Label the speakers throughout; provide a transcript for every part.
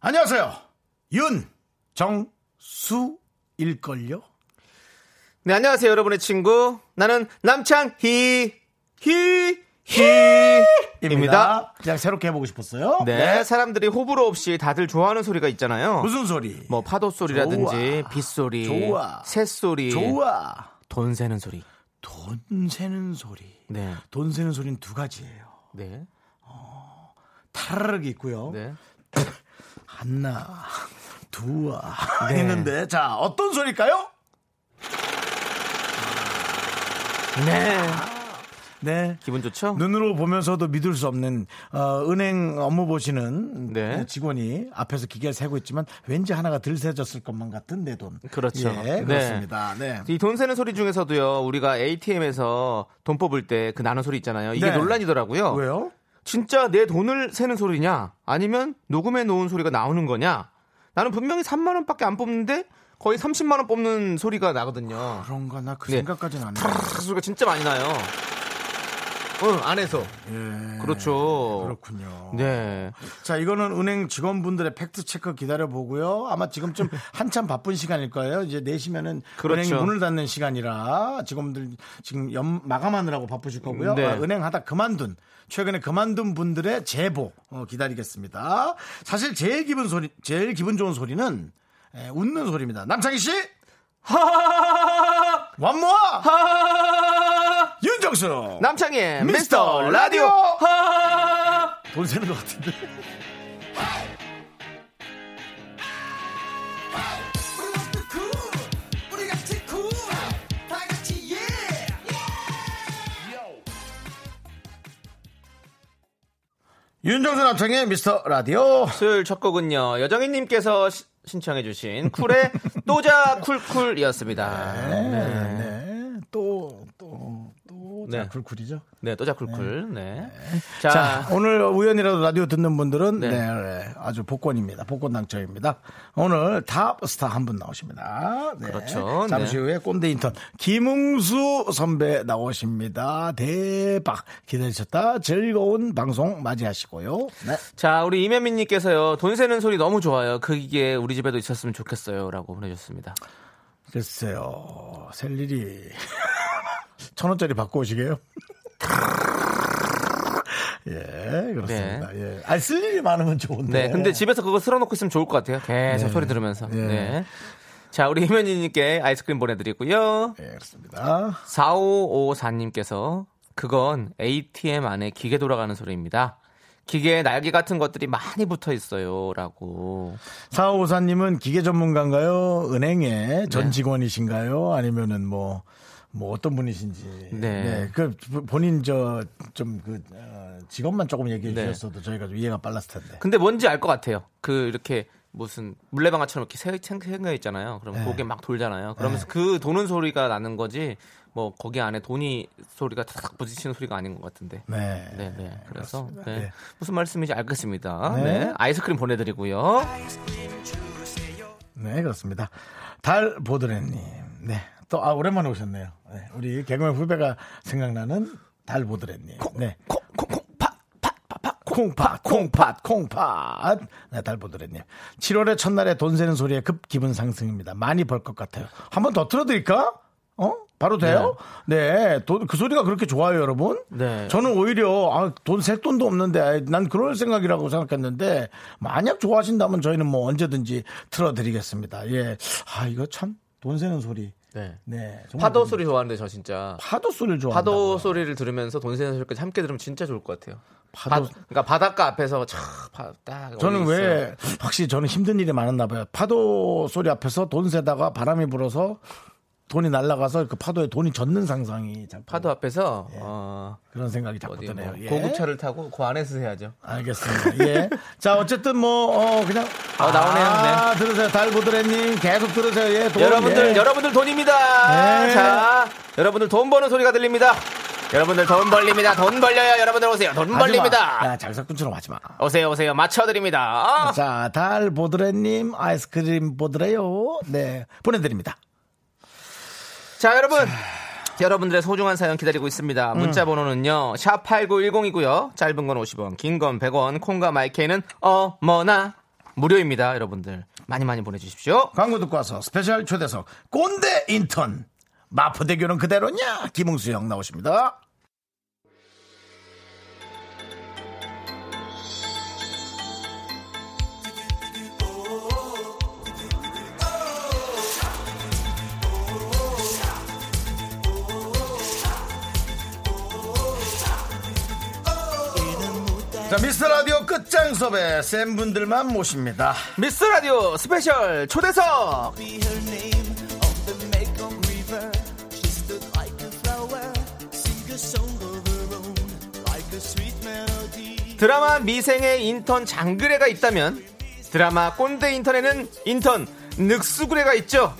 Speaker 1: 안녕하세요. 윤, 정, 수, 일걸요?
Speaker 2: 네, 안녕하세요, 여러분의 친구. 나는 남창희, 희, 네, 희, 입니다.
Speaker 1: 그냥 새롭게 해보고 싶었어요.
Speaker 2: 네, 사람들이 호불호 없이 다들 좋아하는 소리가 있잖아요.
Speaker 1: 무슨 소리?
Speaker 2: 뭐, 파도 소리라든지,
Speaker 1: 좋아.
Speaker 2: 빗소리,
Speaker 1: 좋아.
Speaker 2: 새소리,
Speaker 1: 좋아.
Speaker 2: 돈 새는 소리.
Speaker 1: 돈 세는 소리.
Speaker 2: 네,
Speaker 1: 돈 세는 소리는 두 가지예요.
Speaker 2: 네,
Speaker 1: 타르르 있고요.
Speaker 2: 네.
Speaker 1: 하나, 두아 있는데 자 어떤 소리일까요?
Speaker 2: 네.
Speaker 1: 네.
Speaker 2: 기분 좋죠?
Speaker 1: 눈으로 보면서도 믿을 수 없는 어, 은행 업무 보시는
Speaker 2: 네.
Speaker 1: 직원이 앞에서 기계를 세고 있지만 왠지 하나가 덜 세졌을 것만 같은 내 돈.
Speaker 2: 그렇죠.
Speaker 1: 예,
Speaker 2: 네.
Speaker 1: 그렇습니다. 네.
Speaker 2: 이 돈 세는 소리 중에서도요, 우리가 ATM에서 돈 뽑을 때 그 나는 소리 있잖아요. 이게
Speaker 1: 네.
Speaker 2: 논란이더라고요.
Speaker 1: 왜요?
Speaker 2: 진짜 내 돈을 세는 소리냐 아니면 녹음해 놓은 소리가 나오는 거냐 나는 분명히 3만 원밖에 안 뽑는데 거의 30만 원 뽑는 소리가 나거든요
Speaker 1: 그런가 나 그
Speaker 2: 네.
Speaker 1: 생각까지는 안 해요.
Speaker 2: 그 소리가 진짜 많이 나요 응 안에서
Speaker 1: 예.
Speaker 2: 그렇죠
Speaker 1: 그렇군요.
Speaker 2: 네
Speaker 1: 자, 이거는 은행 직원분들의 팩트 체크 기다려 보고요. 아마 지금쯤 한참 바쁜 시간일 거예요. 이제 내시면은
Speaker 2: 그렇죠.
Speaker 1: 은행이 문을 닫는 시간이라 직원들 지금 연, 마감하느라고 바쁘실 거고요.
Speaker 2: 네.
Speaker 1: 아, 은행 하다 그만둔 최근에 그만둔 분들의 제보 어, 기다리겠습니다. 사실 제일 기분 소리 제일 기분 좋은 소리는 에, 웃는 소리입니다. 남창희 씨, 완모 윤정수
Speaker 2: 남창희의
Speaker 1: 미스터
Speaker 2: 미스터 라디오
Speaker 1: 라디오. 돈 세는 것 같은데. 윤정수 남창의 미스터 라디오.
Speaker 2: 수요일 첫 곡은요 여정희님께서 시- 신청해주신 쿨의 또자 쿨쿨이었습니다 네,
Speaker 1: 네. 또, 또, 또. 자,
Speaker 2: 네.
Speaker 1: 쿨쿨이죠.
Speaker 2: 네, 또자 쿨쿨 네.
Speaker 1: 자,
Speaker 2: 자
Speaker 1: 오늘 우연이라도 라디오 듣는 분들은
Speaker 2: 네.
Speaker 1: 네, 네, 아주 복권입니다. 복권 당첨입니다. 오늘 탑스타 한 분 나오십니다. 네.
Speaker 2: 그렇죠.
Speaker 1: 잠시
Speaker 2: 네.
Speaker 1: 후에 꼰대 인턴 김웅수 선배 나오십니다. 대박 기다리셨다 즐거운 방송 맞이하시고요. 네.
Speaker 2: 자, 우리 이면민님께서요, 돈 세는 소리 너무 좋아요. 그게 우리 집에도 있었으면 좋겠어요. 라고 보내주셨습니다.
Speaker 1: 글쎄요, 셀 일이 천 원짜리 받고 오시게요. 예, 그렇습니다. 예, 알쓸 일이 많으면 좋은데.
Speaker 2: 네, 근데 집에서 그거 쓸어놓고 있으면 좋을 것 같아요. 계속 소리 들으면서.
Speaker 1: 네.
Speaker 2: 네. 자, 우리 이면민님께 아이스크림 보내드리고요.
Speaker 1: 예, 그렇습니다.
Speaker 2: 4554님께서, 그건 ATM 안에 기계 돌아가는 소리입니다. 기계에 날개 같은 것들이 많이 붙어 있어요. 라고.
Speaker 1: 사오사님은 기계 전문가인가요?
Speaker 2: 네.
Speaker 1: 은행의 전 직원이신가요? 아니면은 뭐, 뭐 어떤 분이신지.
Speaker 2: 네.
Speaker 1: 그 본인 저, 좀 그, 어, 직업만 조금 얘기해
Speaker 2: 네. 그
Speaker 1: 주셨어도 저희가 좀 이해가 빨랐을 텐데.
Speaker 2: 근데 뭔지 알 것 같아요. 그, 이렇게. 무슨 물레방아처럼 이렇게 세- 생- 생겨 있잖아요. 그럼
Speaker 1: 네.
Speaker 2: 고개 막 돌잖아요. 그러면서 그 도는 소리가 나는 거지 뭐 거기 안에 돈이 소리가 탁탁 부딪히는 소리가 아닌 것 같은데.
Speaker 1: 네.
Speaker 2: 네, 네. 그래서
Speaker 1: 그렇습니다.
Speaker 2: 네.
Speaker 1: 네.
Speaker 2: 무슨 말씀인지 알겠습니다.
Speaker 1: 네.
Speaker 2: 네. 아이스크림 보내드리고요.
Speaker 1: 네, 그렇습니다. 달 보드레님. 네. 또, 아, 오랜만에 오셨네요. 네, 우리 개그맨 후배가 생각나는 달 보드레님. 네.
Speaker 2: 콩콩콩팥
Speaker 1: 콩팥, 콩팥, 콩팥. 네, 달 보드레님. 7월의 첫날에 돈 세는 소리에 급 기분 상승입니다. 많이 벌 것 같아요. 한 번 더 틀어드릴까? 어? 바로 돼요? 네. 돈, 그 소리가 그렇게 좋아요, 여러분?
Speaker 2: 네.
Speaker 1: 저는 오히려, 아, 돈, 셀 돈도 없는데, 아, 난 그럴 생각이라고 생각했는데, 만약 좋아하신다면 저희는 뭐 언제든지 틀어드리겠습니다. 예. 아, 이거 참, 돈 세는 소리.
Speaker 2: 네.
Speaker 1: 네. 정말
Speaker 2: 파도
Speaker 1: 그-
Speaker 2: 소리 좋아하는데 저 진짜
Speaker 1: 파도 소리를 좋아한다.
Speaker 2: 파도 소리를 들으면서 돈 세는 소리까지 함께 들으면 진짜 좋을 것 같아요.
Speaker 1: 파도-
Speaker 2: 바- 그러니까 바닷가 앞에서 차딱
Speaker 1: 저는 왜 확실히 저는 힘든 일이 많았나 봐요. 파도 소리 앞에서 돈 세다가 바람이 불어서 돈이 날아가서 그 파도에 돈이 젖는 상상이 참
Speaker 2: 파도 앞에서 어,
Speaker 1: 그런 생각이 자꾸
Speaker 2: 어디 뭐
Speaker 1: 드네요. 예.
Speaker 2: 고급차를 타고 그 안에서 해야죠.
Speaker 1: 알겠습니다. 예. 자, 어쨌든 뭐, 어, 그냥.
Speaker 2: 어, 나오네요.
Speaker 1: 아, 들으세요. 달보드레님. 계속 들으세요. 예. 돈,
Speaker 2: 여러분들
Speaker 1: 예.
Speaker 2: 여러분들 돈입니다.
Speaker 1: 네.
Speaker 2: 자, 여러분들 돈 버는 소리가 들립니다. 여러분들 돈 벌립니다. 돈 벌려요. 여러분들 오세요. 돈
Speaker 1: 하지 마.
Speaker 2: 벌립니다.
Speaker 1: 야, 장사꾼처럼 하지 마.
Speaker 2: 오세요, 오세요. 맞춰드립니다. 아,
Speaker 1: 자, 달보드레님. 아이스크림 보드레요. 네. 보내드립니다.
Speaker 2: 자, 여러분. 여러분들의 소중한 사연 기다리고 있습니다.
Speaker 1: 음.
Speaker 2: 문자 번호는요. 샵 8910이고요. 짧은 건 50원, 긴 건 100원, 콩과 마이케는 어머나 무료입니다. 여러분들 많이 많이 보내 주십시오.
Speaker 1: 광고 듣고 와서 스페셜 초대석 꼰대 인턴. 마포대교는 그대로냐? 김웅수 형 나오십니다. 자, 미스터 라디오 끝장 수업에 센 분들만 모십니다.
Speaker 2: 미스 라디오 스페셜 초대석. 드라마 미생의 인턴 장그래가 있다면 드라마 꼰대 인턴에는 인턴 늑수그래가 있죠.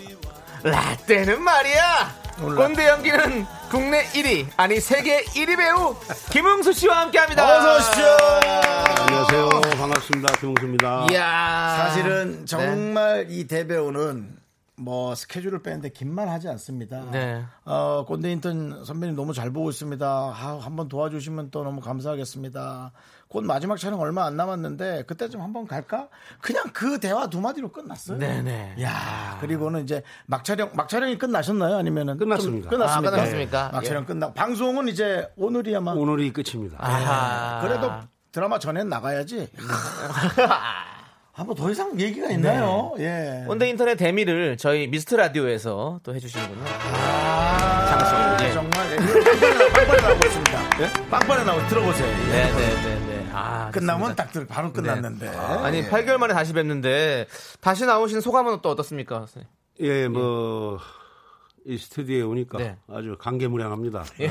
Speaker 2: 라떼는 말이야. 꼰대 연기는 국내 1위 아니 세계 1위 배우 김흥수 씨와 함께합니다.
Speaker 1: 어서 오십시오.
Speaker 3: 안녕하세요. 반갑습니다. 김홍수입니다.
Speaker 2: 이야. 아, 네.
Speaker 1: 사실은 정말 이 대배우는 뭐 스케줄을 빼는데 긴말 하지 않습니다.
Speaker 2: 네.
Speaker 1: 어, 꼰대 인턴 선배님 너무 잘 보고 있습니다. 아, 한번 도와주시면 또 너무 감사하겠습니다. 곧 마지막 촬영 얼마 안 남았는데 그때쯤 한번 갈까? 그냥 그 대화 두 마디로 끝났어요.
Speaker 2: 네네.
Speaker 1: 야 그리고는 이제 막 촬영 막 촬영이 끝나셨나요? 아니면은 좀
Speaker 3: 끝났습니다.
Speaker 1: 끝났습니까? 네.
Speaker 2: 아, 끝났습니까?
Speaker 1: 막
Speaker 2: 예.
Speaker 1: 촬영 끝나고 방송은 이제 오늘이야만
Speaker 3: 오늘이 끝입니다.
Speaker 2: 아하.
Speaker 1: 그래도 드라마 전엔 나가야지. 한번 더 이상 얘기가 있나요?
Speaker 2: 네.
Speaker 1: 예.
Speaker 2: 꼰대 인턴의 데미를 저희 미스트 라디오에서 또 해주시는군요.
Speaker 1: 아,
Speaker 2: 장소, 예.
Speaker 1: 정말 예. 빵빵에 나오고 있습니다. 예? 빵빵에 나오고 들어보세요. 예.
Speaker 2: 네네네네. 아,
Speaker 1: 끝나면
Speaker 2: 좋습니다.
Speaker 1: 딱 들, 바로 끝났는데.
Speaker 2: 아니,
Speaker 1: 예.
Speaker 2: 8개월 만에 다시 뵙는데, 다시 나오신 소감은 또 어떻습니까? 선생님?
Speaker 3: 예, 뭐, 이 스튜디오에 오니까
Speaker 2: 네.
Speaker 3: 아주 감개무량합니다. 예.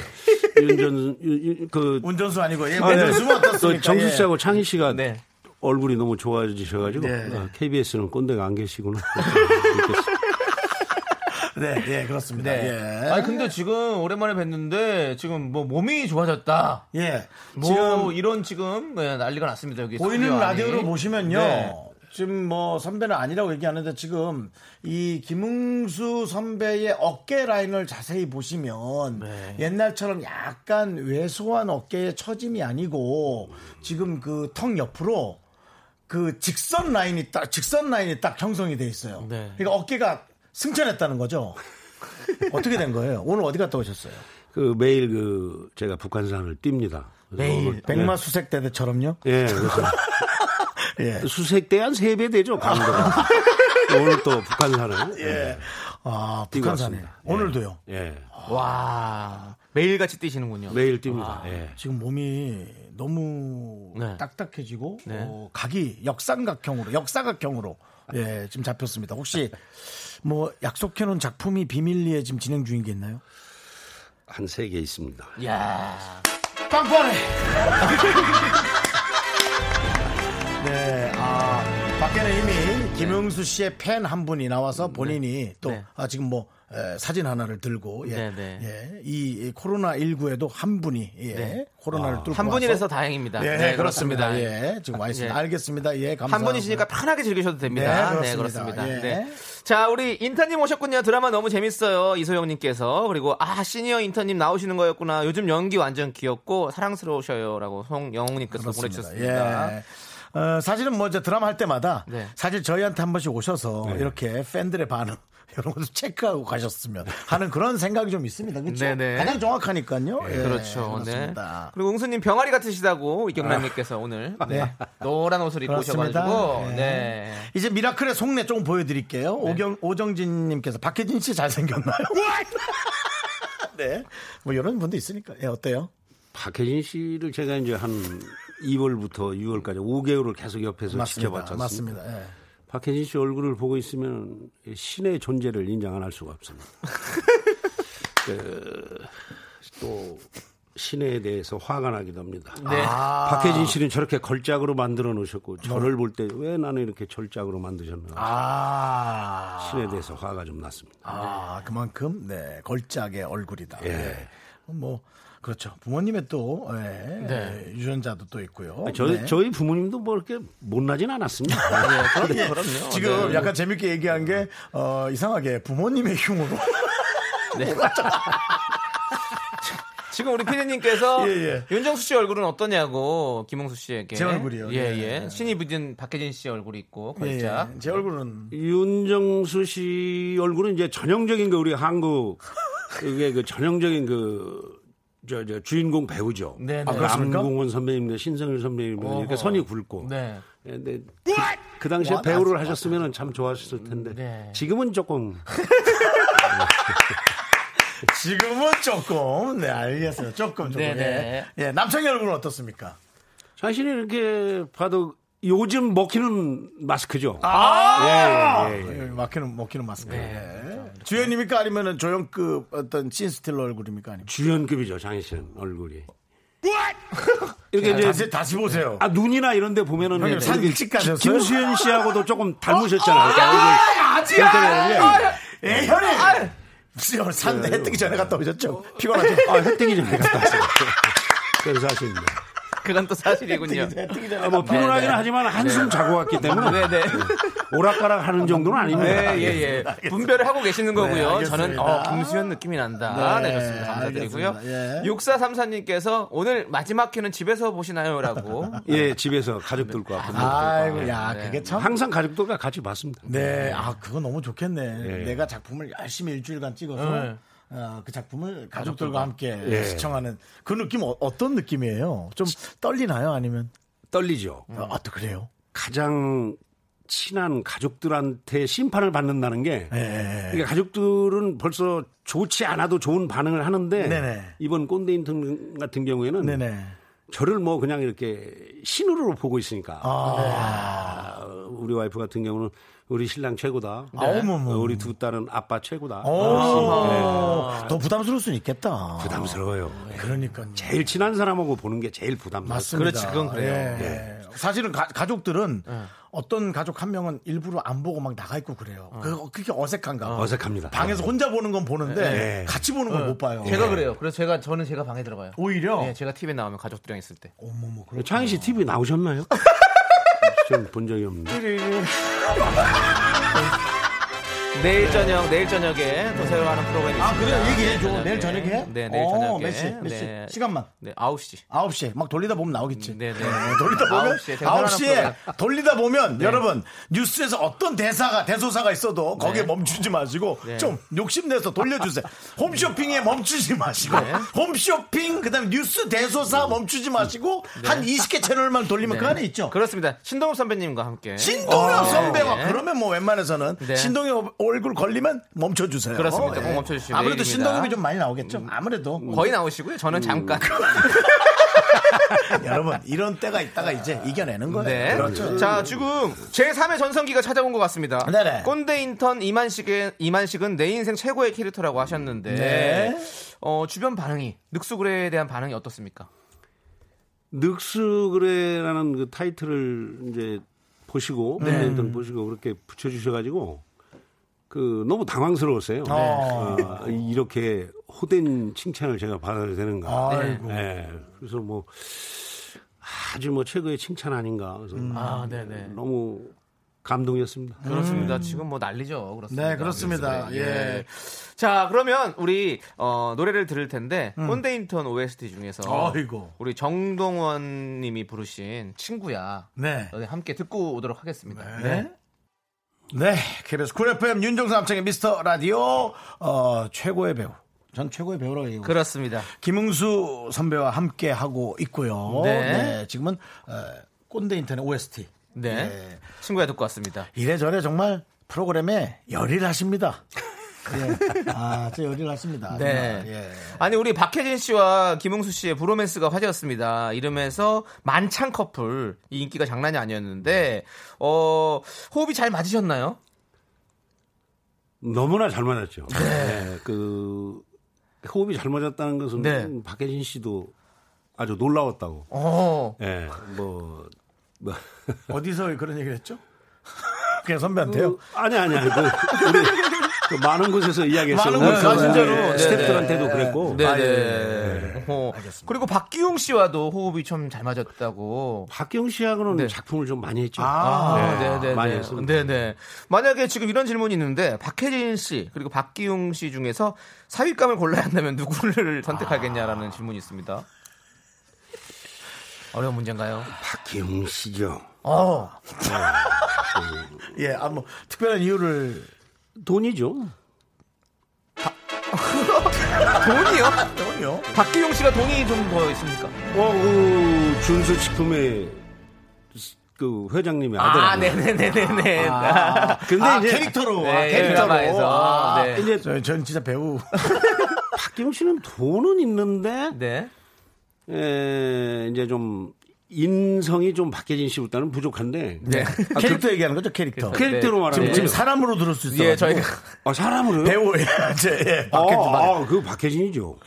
Speaker 3: 윤전, 윤- 윤- 그,
Speaker 1: 운전수 아니고 예.
Speaker 3: 아, 네.
Speaker 1: 운전수면 어떻습니까? 예.
Speaker 3: 그 정수 씨하고 창희 씨가
Speaker 2: 네.
Speaker 3: 얼굴이 너무 좋아지셔가지고
Speaker 1: 네.
Speaker 3: KBS는 꼰대가 안 계시구나.
Speaker 1: 예. 네, 예, 그렇습니다. 예.
Speaker 2: 아니, 네, 근데 지금 오랜만에 뵙는데, 지금 뭐 몸이 좋아졌다.
Speaker 1: 예.
Speaker 2: 뭐
Speaker 1: 지금
Speaker 2: 이런 지금 네, 난리가 났습니다. 여기
Speaker 1: 보이는
Speaker 2: 스튜디오 안이.
Speaker 1: 라디오로 보시면요.
Speaker 2: 네.
Speaker 1: 지금 뭐 선배는 아니라고 얘기하는데 지금 이 김웅수 선배의 어깨 라인을 자세히 보시면 옛날처럼 약간 왜소한 어깨의 처짐이 아니고 지금 그 턱 옆으로 그 직선 라인이 딱 직선 라인이 딱 형성이 돼 있어요.
Speaker 2: 네.
Speaker 1: 그러니까 어깨가 승천했다는 거죠. 어떻게 된 거예요? 오늘 어디 갔다 오셨어요?
Speaker 3: 그 매일 그 제가 북한산을 뜁니다.
Speaker 1: 네,
Speaker 3: 그래서 오늘- 네.
Speaker 1: 백마 수색 대대처럼요?
Speaker 3: 예, 그래서
Speaker 1: 예.
Speaker 3: 수색대 한 세 배 되죠, 강도가. 아. 오늘 또 북한산을. 예.
Speaker 1: 아,
Speaker 3: 뛰고
Speaker 1: 북한산에.
Speaker 3: 왔습니다. 예.
Speaker 1: 오늘도요.
Speaker 3: 예.
Speaker 2: 와, 매일같이 뛰시는군요.
Speaker 3: 매일 뜁니다. 예.
Speaker 1: 지금 몸이 너무
Speaker 2: 네.
Speaker 1: 딱딱해지고
Speaker 2: 네.
Speaker 1: 어, 각이 역삼각형으로 역사각형으로 예 지금 잡혔습니다. 혹시 뭐 약속해놓은 작품이 비밀리에 지금 진행 중인 게 있나요?
Speaker 3: 한 세 개 있습니다.
Speaker 2: 이야.
Speaker 1: 빵빵해. 네, 아 밖에는 이미 김영수 씨의 팬 한 분이 나와서 본인이 또
Speaker 2: 네.
Speaker 1: 아, 지금 뭐 에, 사진 하나를 들고 예,
Speaker 2: 네, 네.
Speaker 1: 예, 이 코로나 19에도 한 분이 예,
Speaker 2: 네.
Speaker 1: 코로나를
Speaker 3: 아.
Speaker 1: 뚫고
Speaker 2: 한
Speaker 1: 와서
Speaker 2: 분이라서 다행입니다.
Speaker 1: 예,
Speaker 2: 네,
Speaker 1: 그렇습니다.
Speaker 2: 그렇습니다.
Speaker 1: 예, 지금 와 있습니다.
Speaker 2: 예.
Speaker 1: 알겠습니다. 예, 감사합니다.
Speaker 2: 한 분이시니까 편하게 즐기셔도 됩니다.
Speaker 1: 네,
Speaker 2: 네,
Speaker 1: 그렇습니다.
Speaker 2: 그렇습니다.
Speaker 1: 예.
Speaker 2: 네. 자, 우리 인턴님 오셨군요. 드라마 너무 재밌어요. 이소영님께서. 그리고, 아, 시니어 인턴님 나오시는 거였구나. 요즘 연기 완전 귀엽고 사랑스러우셔요. 라고 송영웅님께서
Speaker 1: 그렇습니다.
Speaker 2: 보내주셨습니다.
Speaker 1: 예. 어, 사실은 뭐 이제 드라마 할 때마다
Speaker 2: 네.
Speaker 1: 사실 저희한테 한 번씩 오셔서 이렇게 팬들의 반응 이런 것도 체크하고 가셨으면 하는 그런 생각이 좀 있습니다. 그렇죠?
Speaker 2: 네네.
Speaker 1: 가장 정확하니까요. 예,
Speaker 2: 그렇죠. 네.
Speaker 1: 그렇습니다.
Speaker 2: 그리고 웅수님 병아리 같으시다고 이경란님께서 오늘
Speaker 1: 네.
Speaker 2: 노란 옷을 입고
Speaker 1: 그렇습니다.
Speaker 2: 오셔가지고.
Speaker 1: 예.
Speaker 2: 네.
Speaker 1: 이제 미라클의 속내 좀 보여드릴게요. 오경, 오정진님께서 박혜진 씨 잘생겼나요? 네. 뭐 이런 분도 있으니까. 예, 어때요?
Speaker 3: 박혜진 씨를 제가 이제 한 2월부터 6월까지 5개월을 계속 옆에서
Speaker 1: 맞습니다.
Speaker 3: 지켜봤지 않습니까?
Speaker 1: 맞습니다. 예.
Speaker 3: 박혜진 씨 얼굴을 보고 있으면 신의 존재를 인정 안 할 수가 없습니다. 그, 또 신에 대해서 화가 나기도 합니다.
Speaker 2: 네.
Speaker 3: 아.
Speaker 2: 아.
Speaker 3: 박혜진 씨는 저렇게 걸작으로 만들어 놓으셨고 저를 볼 때 왜 나는 이렇게 절작으로 만드셨나
Speaker 1: 아,
Speaker 3: 신에 대해서 화가 좀 났습니다.
Speaker 1: 아 그만큼 네 걸작의 얼굴이다.
Speaker 3: 예.
Speaker 1: 네. 뭐 그렇죠. 부모님의 또 예, 예, 유전자도 또 있고요.
Speaker 3: 네. 아, 저,
Speaker 1: 네.
Speaker 3: 저희 부모님도 뭐 이렇게 못나진 않았습니다.
Speaker 2: 아, 네. 그럼요, 그럼요.
Speaker 1: 지금
Speaker 3: 네.
Speaker 1: 약간 재밌게 얘기한 게 어, 이상하게 부모님의 흉으로
Speaker 2: 지금 우리 피디님께서
Speaker 1: 예,
Speaker 2: 윤정수 씨 얼굴은 어떠냐고 김홍수 씨에게
Speaker 1: 제 얼굴이요?
Speaker 2: 예,
Speaker 1: 예,
Speaker 2: 예. 신이 부진 박혜진 씨 얼굴이 있고
Speaker 1: 예,
Speaker 2: 걸작.
Speaker 1: 예. 제 얼굴은
Speaker 3: 윤정수 씨 얼굴은 이제 전형적인 그 우리 한국 그게 그 전형적인 그 저, 저 주인공 배우죠.
Speaker 2: 네, 네.
Speaker 3: 아,
Speaker 1: 그렇습니까?
Speaker 3: 남궁원 선배님과 신성일 선배님 이렇게
Speaker 2: 어허.
Speaker 3: 선이 굵고.
Speaker 2: 네. 뭐? 아,
Speaker 3: 예, 근데 그, 그 당시에 배우를 하셨으면 참 좋았을 텐데
Speaker 2: 네.
Speaker 3: 지금은 조금
Speaker 1: 지금은 조금 네 알겠어요. 조금 조금
Speaker 2: 네, 네.
Speaker 1: 예. 예, 남창희 얼굴은 어떻습니까?
Speaker 3: 사실은 이렇게 봐도 요즘 먹히는 마스크죠.
Speaker 1: 아.
Speaker 3: 아! 예, 예, 네. 예.
Speaker 1: 예, 막히는 먹히는 마스크. 예. 주연입니까 아니면은 조연급 어떤 씬스틸러 얼굴입니까 아니면?
Speaker 3: 주연급이죠 장희 씨는 얼굴이. 이렇게 이제
Speaker 1: 예, 다시 다시 보세요.
Speaker 3: 아 눈이나 이런 데 보면은
Speaker 1: 형님, 산
Speaker 3: 이렇게
Speaker 1: 일찍 가셨어요?
Speaker 3: 네, 김수현 씨하고도 조금 닮으셨잖아요. 그러니까
Speaker 1: 아지야.
Speaker 3: 얼굴.
Speaker 1: 예, 형님. 혹시 산
Speaker 3: 네,
Speaker 1: 해뜨기 전에 갔다 오셨죠? 피곤하죠?
Speaker 3: 아, 햇뜨기 전에 갔다 왔어요. 그런 사실입니다.
Speaker 2: 그건 또 사실이군요.
Speaker 1: 네,
Speaker 3: 아, 뭐 피곤하긴
Speaker 2: 네.
Speaker 3: 하지만 한숨 자고 왔기 때문에 음,
Speaker 2: 네, 네.
Speaker 3: 오락가락 하는 정도는 아닙니다.
Speaker 2: 네, 예, 예. 분별을 하고 계시는 거고요.
Speaker 1: 네, 알겠습니다.
Speaker 2: 저는 어, 김수현 느낌이 난다.
Speaker 1: 네,
Speaker 2: 네, 좋습니다. 감사드리고요.
Speaker 1: 알겠습니다. 예.
Speaker 2: 6434님께서 오늘 마지막 회는 집에서 보시나요? 라고.
Speaker 3: 예, 집에서 가족들과 보면
Speaker 1: 아이고, 야, 그게 참.
Speaker 3: 항상 가족들과 같이 봤습니다.
Speaker 1: 네, 아 그거 너무 좋겠네. 내가 작품을 열심히 일주일간 찍어서 어, 그 작품을 가족들과 함께
Speaker 3: 예.
Speaker 1: 시청하는 그 느낌 어, 어떤 느낌이에요? 좀 떨리나요? 아니면
Speaker 3: 떨리죠.
Speaker 1: 어, 아, 또 그래요?
Speaker 3: 가장 친한 가족들한테 심판을 받는다는 게
Speaker 1: 네,
Speaker 3: 그러니까 가족들은 벌써 좋지 않아도 좋은 반응을 하는데
Speaker 1: 네네.
Speaker 3: 이번 꼰대 인턴 같은 경우에는
Speaker 1: 네네.
Speaker 3: 저를 뭐 그냥 이렇게 신으로 보고 있으니까
Speaker 1: 아,
Speaker 3: 아, 우리 와이프 같은 경우는 우리 신랑 최고다.
Speaker 1: 아, 어. 어머머.
Speaker 3: 어, 우리 두 딸은 아빠 최고다.
Speaker 1: 오, 더 부담스러울 수는 있겠다.
Speaker 3: 부담스러워요.
Speaker 1: 그러니까
Speaker 3: 제일 친한 사람하고 보는 게 제일 부담스러워요.
Speaker 1: 맞습니다.
Speaker 2: 그렇지, 그건 그래요.
Speaker 1: 예. 사실은 가, 족들은 어떤 가족 한 명은 일부러 안 보고 막 나가 있고 그래요. 그, 그게 어색한가? 예.
Speaker 3: 어색합니다.
Speaker 1: 방에서 혼자 보는 건 보는데 같이 보는 건 못 봐요. 예.
Speaker 2: 제가 그래요. 그래서 제가, 저는 제가 방에 들어가요.
Speaker 1: 오히려
Speaker 2: 예, 제가 TV에 나오면 가족들이랑 있을 때.
Speaker 1: 어머머 그렇
Speaker 3: 창희 씨 TV 나오셨나요? 좀 본 적이 없는데.
Speaker 2: 내일 저녁, 내일 저녁에 또 새로 하는 프로그램이 있습니다.
Speaker 1: 아 그래요 얘기해 줘
Speaker 2: 저녁에.
Speaker 1: 내일 저녁에 해?
Speaker 2: 네, 내일
Speaker 1: 어,
Speaker 2: 저녁에.
Speaker 1: 몇 시? 몇 시?
Speaker 2: 네.
Speaker 1: 시간만
Speaker 2: 네, 9시.
Speaker 1: 9시에 막 돌리다 보면 나오겠지
Speaker 2: 네, 네.
Speaker 1: 돌리다 보면
Speaker 2: 9시에
Speaker 1: 9시에 돌리다 보면
Speaker 2: 네.
Speaker 1: 여러분 뉴스에서 어떤 대사가 대소사가 있어도
Speaker 2: 네.
Speaker 1: 거기에 멈추지 마시고 좀 욕심내서 돌려주세요 홈쇼핑에
Speaker 2: 네.
Speaker 1: 멈추지 마시고 홈쇼핑 그다음에 뉴스
Speaker 2: 네.
Speaker 1: 대소사 멈추지 마시고 한 20개 채널만 돌리면 그 안에 있죠
Speaker 2: 그렇습니다. 신동엽 선배님과 함께.
Speaker 1: 신동엽
Speaker 2: 네.
Speaker 1: 선배와
Speaker 2: 네.
Speaker 1: 그러면 뭐 웬만해서는
Speaker 2: 네.
Speaker 1: 신동엽 얼굴 걸리면 멈춰주세요.
Speaker 2: 그렇습니다.
Speaker 1: 예.
Speaker 2: 꼭 멈춰주시면
Speaker 1: 아무래도
Speaker 2: 내일입니다. 음.
Speaker 1: 신동엽이 좀 많이 나오겠죠. 아무래도
Speaker 2: 어, 거의 나오시고요. 저는 잠깐.
Speaker 1: 음. 여러분 이런 때가 있다가 이제 이겨내는 거예요.
Speaker 2: 네.
Speaker 1: 그렇죠.
Speaker 2: 자, 지금 제3의 전성기가 찾아온 것 같습니다.
Speaker 1: 네네.
Speaker 2: 꼰대 인턴 이만식의, 이만식은 내 인생 최고의 캐릭터라고 하셨는데,
Speaker 1: 네.
Speaker 2: 어, 주변 반응이, 늑수그레에 대한 반응이 어떻습니까?
Speaker 3: 늑수그레라는 그 타이틀을 이제 보시고 꼰대 인턴 보시고 그렇게 붙여주셔가지고 그 너무 당황스러웠어요. 아, 이렇게 호된 칭찬을 제가 받아야 되는가.
Speaker 1: 아이고.
Speaker 3: 예. 그래서 뭐 아주 뭐 최고의 칭찬 아닌가. 그래서
Speaker 2: 아, 네네.
Speaker 3: 너무 감동이었습니다.
Speaker 2: 그렇습니다. 지금 뭐 난리죠. 그렇습니다.
Speaker 1: 음. 네, 그렇습니다.
Speaker 2: 늑수그레.
Speaker 1: 예.
Speaker 2: 자, 그러면 우리, 어, 노래를 들을 텐데, 꼰대 인턴 OST 중에서,
Speaker 1: 음. 아이고.
Speaker 2: 우리 정동원 님이 부르신 친구야.
Speaker 1: 네.
Speaker 2: 어, 함께 듣고 오도록 하겠습니다.
Speaker 1: 네. 네. KBS 쿨 FM 윤종수 남창의 미스터 라디오 어, 최고의 배우. 전 최고의 배우라고 얘기하고
Speaker 2: 그렇습니다.
Speaker 1: 김흥수 선배와 함께 하고 있고요.
Speaker 2: 네.
Speaker 1: 지금은 어, 꼰대 인터넷 OST.
Speaker 2: 네.
Speaker 1: 예.
Speaker 2: 친구야 듣고 왔습니다.
Speaker 1: 이래저래 정말 프로그램에 열일하십니다. 예. 아, 저 열이 났습니다.
Speaker 2: 네.
Speaker 1: 예.
Speaker 2: 아니 우리 박혜진 씨와 김홍수 씨의 브로맨스가 화제였습니다. 이름에서 만찬 커플 이 인기가 장난이 아니었는데 어 호흡이 잘 맞으셨나요?
Speaker 3: 너무나 잘 맞았죠. 네, 그 호흡이 잘 맞았다는 것은
Speaker 2: 네.
Speaker 3: 박혜진 씨도 아주 놀라웠다고.
Speaker 2: 어.
Speaker 3: 예, 뭐, 뭐
Speaker 1: 어디서 그런 얘기를 했죠? 그냥 선배한테요.
Speaker 3: 아니 아니 아니. 그, 우리 그 많은 곳에서
Speaker 1: 많은
Speaker 3: 이야기했어요.
Speaker 1: 곳에서,
Speaker 3: 우리
Speaker 1: 진짜로.
Speaker 3: 그
Speaker 1: 네,
Speaker 3: 스태프들한테도 그랬고. 아, 예,
Speaker 2: 네네. 어, 그리고 박기용 씨와도 호흡이 좀 잘 맞았다고.
Speaker 3: 박경 씨하고는
Speaker 2: 네.
Speaker 3: 작품을 좀 많이 했죠.
Speaker 1: 아,
Speaker 3: 네, 많이 했습니다.
Speaker 2: 네네. 만약에 지금 이런 질문이 있는데 박혜진 씨 그리고 박기용 씨 중에서 사윗감을 골라야 한다면 누구를 선택하겠냐라는 질문이 있습니다. 어려운 문제인가요?
Speaker 3: 박경 씨죠.
Speaker 1: 어. 예, 아, 뭐, 특별한 이유를.
Speaker 3: 돈이죠.
Speaker 2: 돈이요?
Speaker 1: 그럼요.
Speaker 2: 박기용 씨가 돈이 좀 더 있습니까?
Speaker 3: 어, 그 준수식품의 그 회장님이 아들.
Speaker 2: 아,
Speaker 3: 아니에요?
Speaker 2: 네네네네네.
Speaker 3: 근데
Speaker 1: 네. 아,
Speaker 3: 이제
Speaker 1: 캐릭터로.
Speaker 2: 네,
Speaker 1: 아, 캐릭터로.
Speaker 2: 드라마에서.
Speaker 1: 아,
Speaker 2: 네.
Speaker 3: 이제
Speaker 1: 저, 전 진짜 배우.
Speaker 3: 박경 씨는 돈은 있는데
Speaker 2: 네.
Speaker 3: 에, 이제 좀 인성이 좀 박혜진 씨보다는 부족한데
Speaker 2: 네.
Speaker 1: 캐릭터 얘기하는 거죠, 캐릭터.
Speaker 3: 캐릭터로
Speaker 1: 지금,
Speaker 3: 말하면
Speaker 1: 네. 지금 사람으로 들을 수 있어요.
Speaker 2: 예, 저희가 어,
Speaker 3: 아, 사람으로요?
Speaker 1: 배우, 예, 제, 예,
Speaker 3: 아,
Speaker 1: 박혜진 말해.
Speaker 3: 아, 그 박혜진이죠.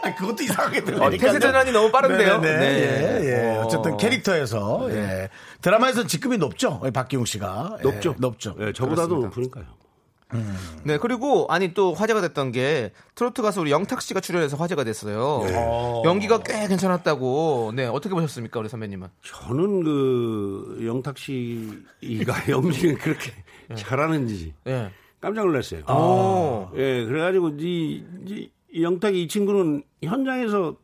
Speaker 1: 아, 그것도 이상하게
Speaker 2: 어,
Speaker 1: 들리니까.
Speaker 2: 태세 전환이 너무 빠른데요.
Speaker 1: 네, 네, 예, 예.
Speaker 2: 어.
Speaker 1: 어쨌든 캐릭터에서 예. 드라마에서 직급이 높죠. 예, 박기용 씨가 예,
Speaker 3: 높죠.
Speaker 1: 높죠.
Speaker 2: 네.
Speaker 3: 예, 저보다도
Speaker 2: 그렇습니다.
Speaker 3: 높으니까요.
Speaker 2: 네, 그리고 아니 또 화제가 됐던 게 트로트 가수 우리 영탁 씨가 출연해서 화제가 됐어요.
Speaker 1: 네.
Speaker 2: 연기가 꽤 괜찮았다고. 네, 어떻게 보셨습니까, 우리 선배님은?
Speaker 3: 저는 그 영탁 씨가 연기를 그렇게 잘하는지
Speaker 2: 예.
Speaker 3: 깜짝 놀랐어요.
Speaker 1: 아.
Speaker 2: 오.
Speaker 3: 예, 그래가지고 이, 이, 이 영탁이 이 친구는 현장에서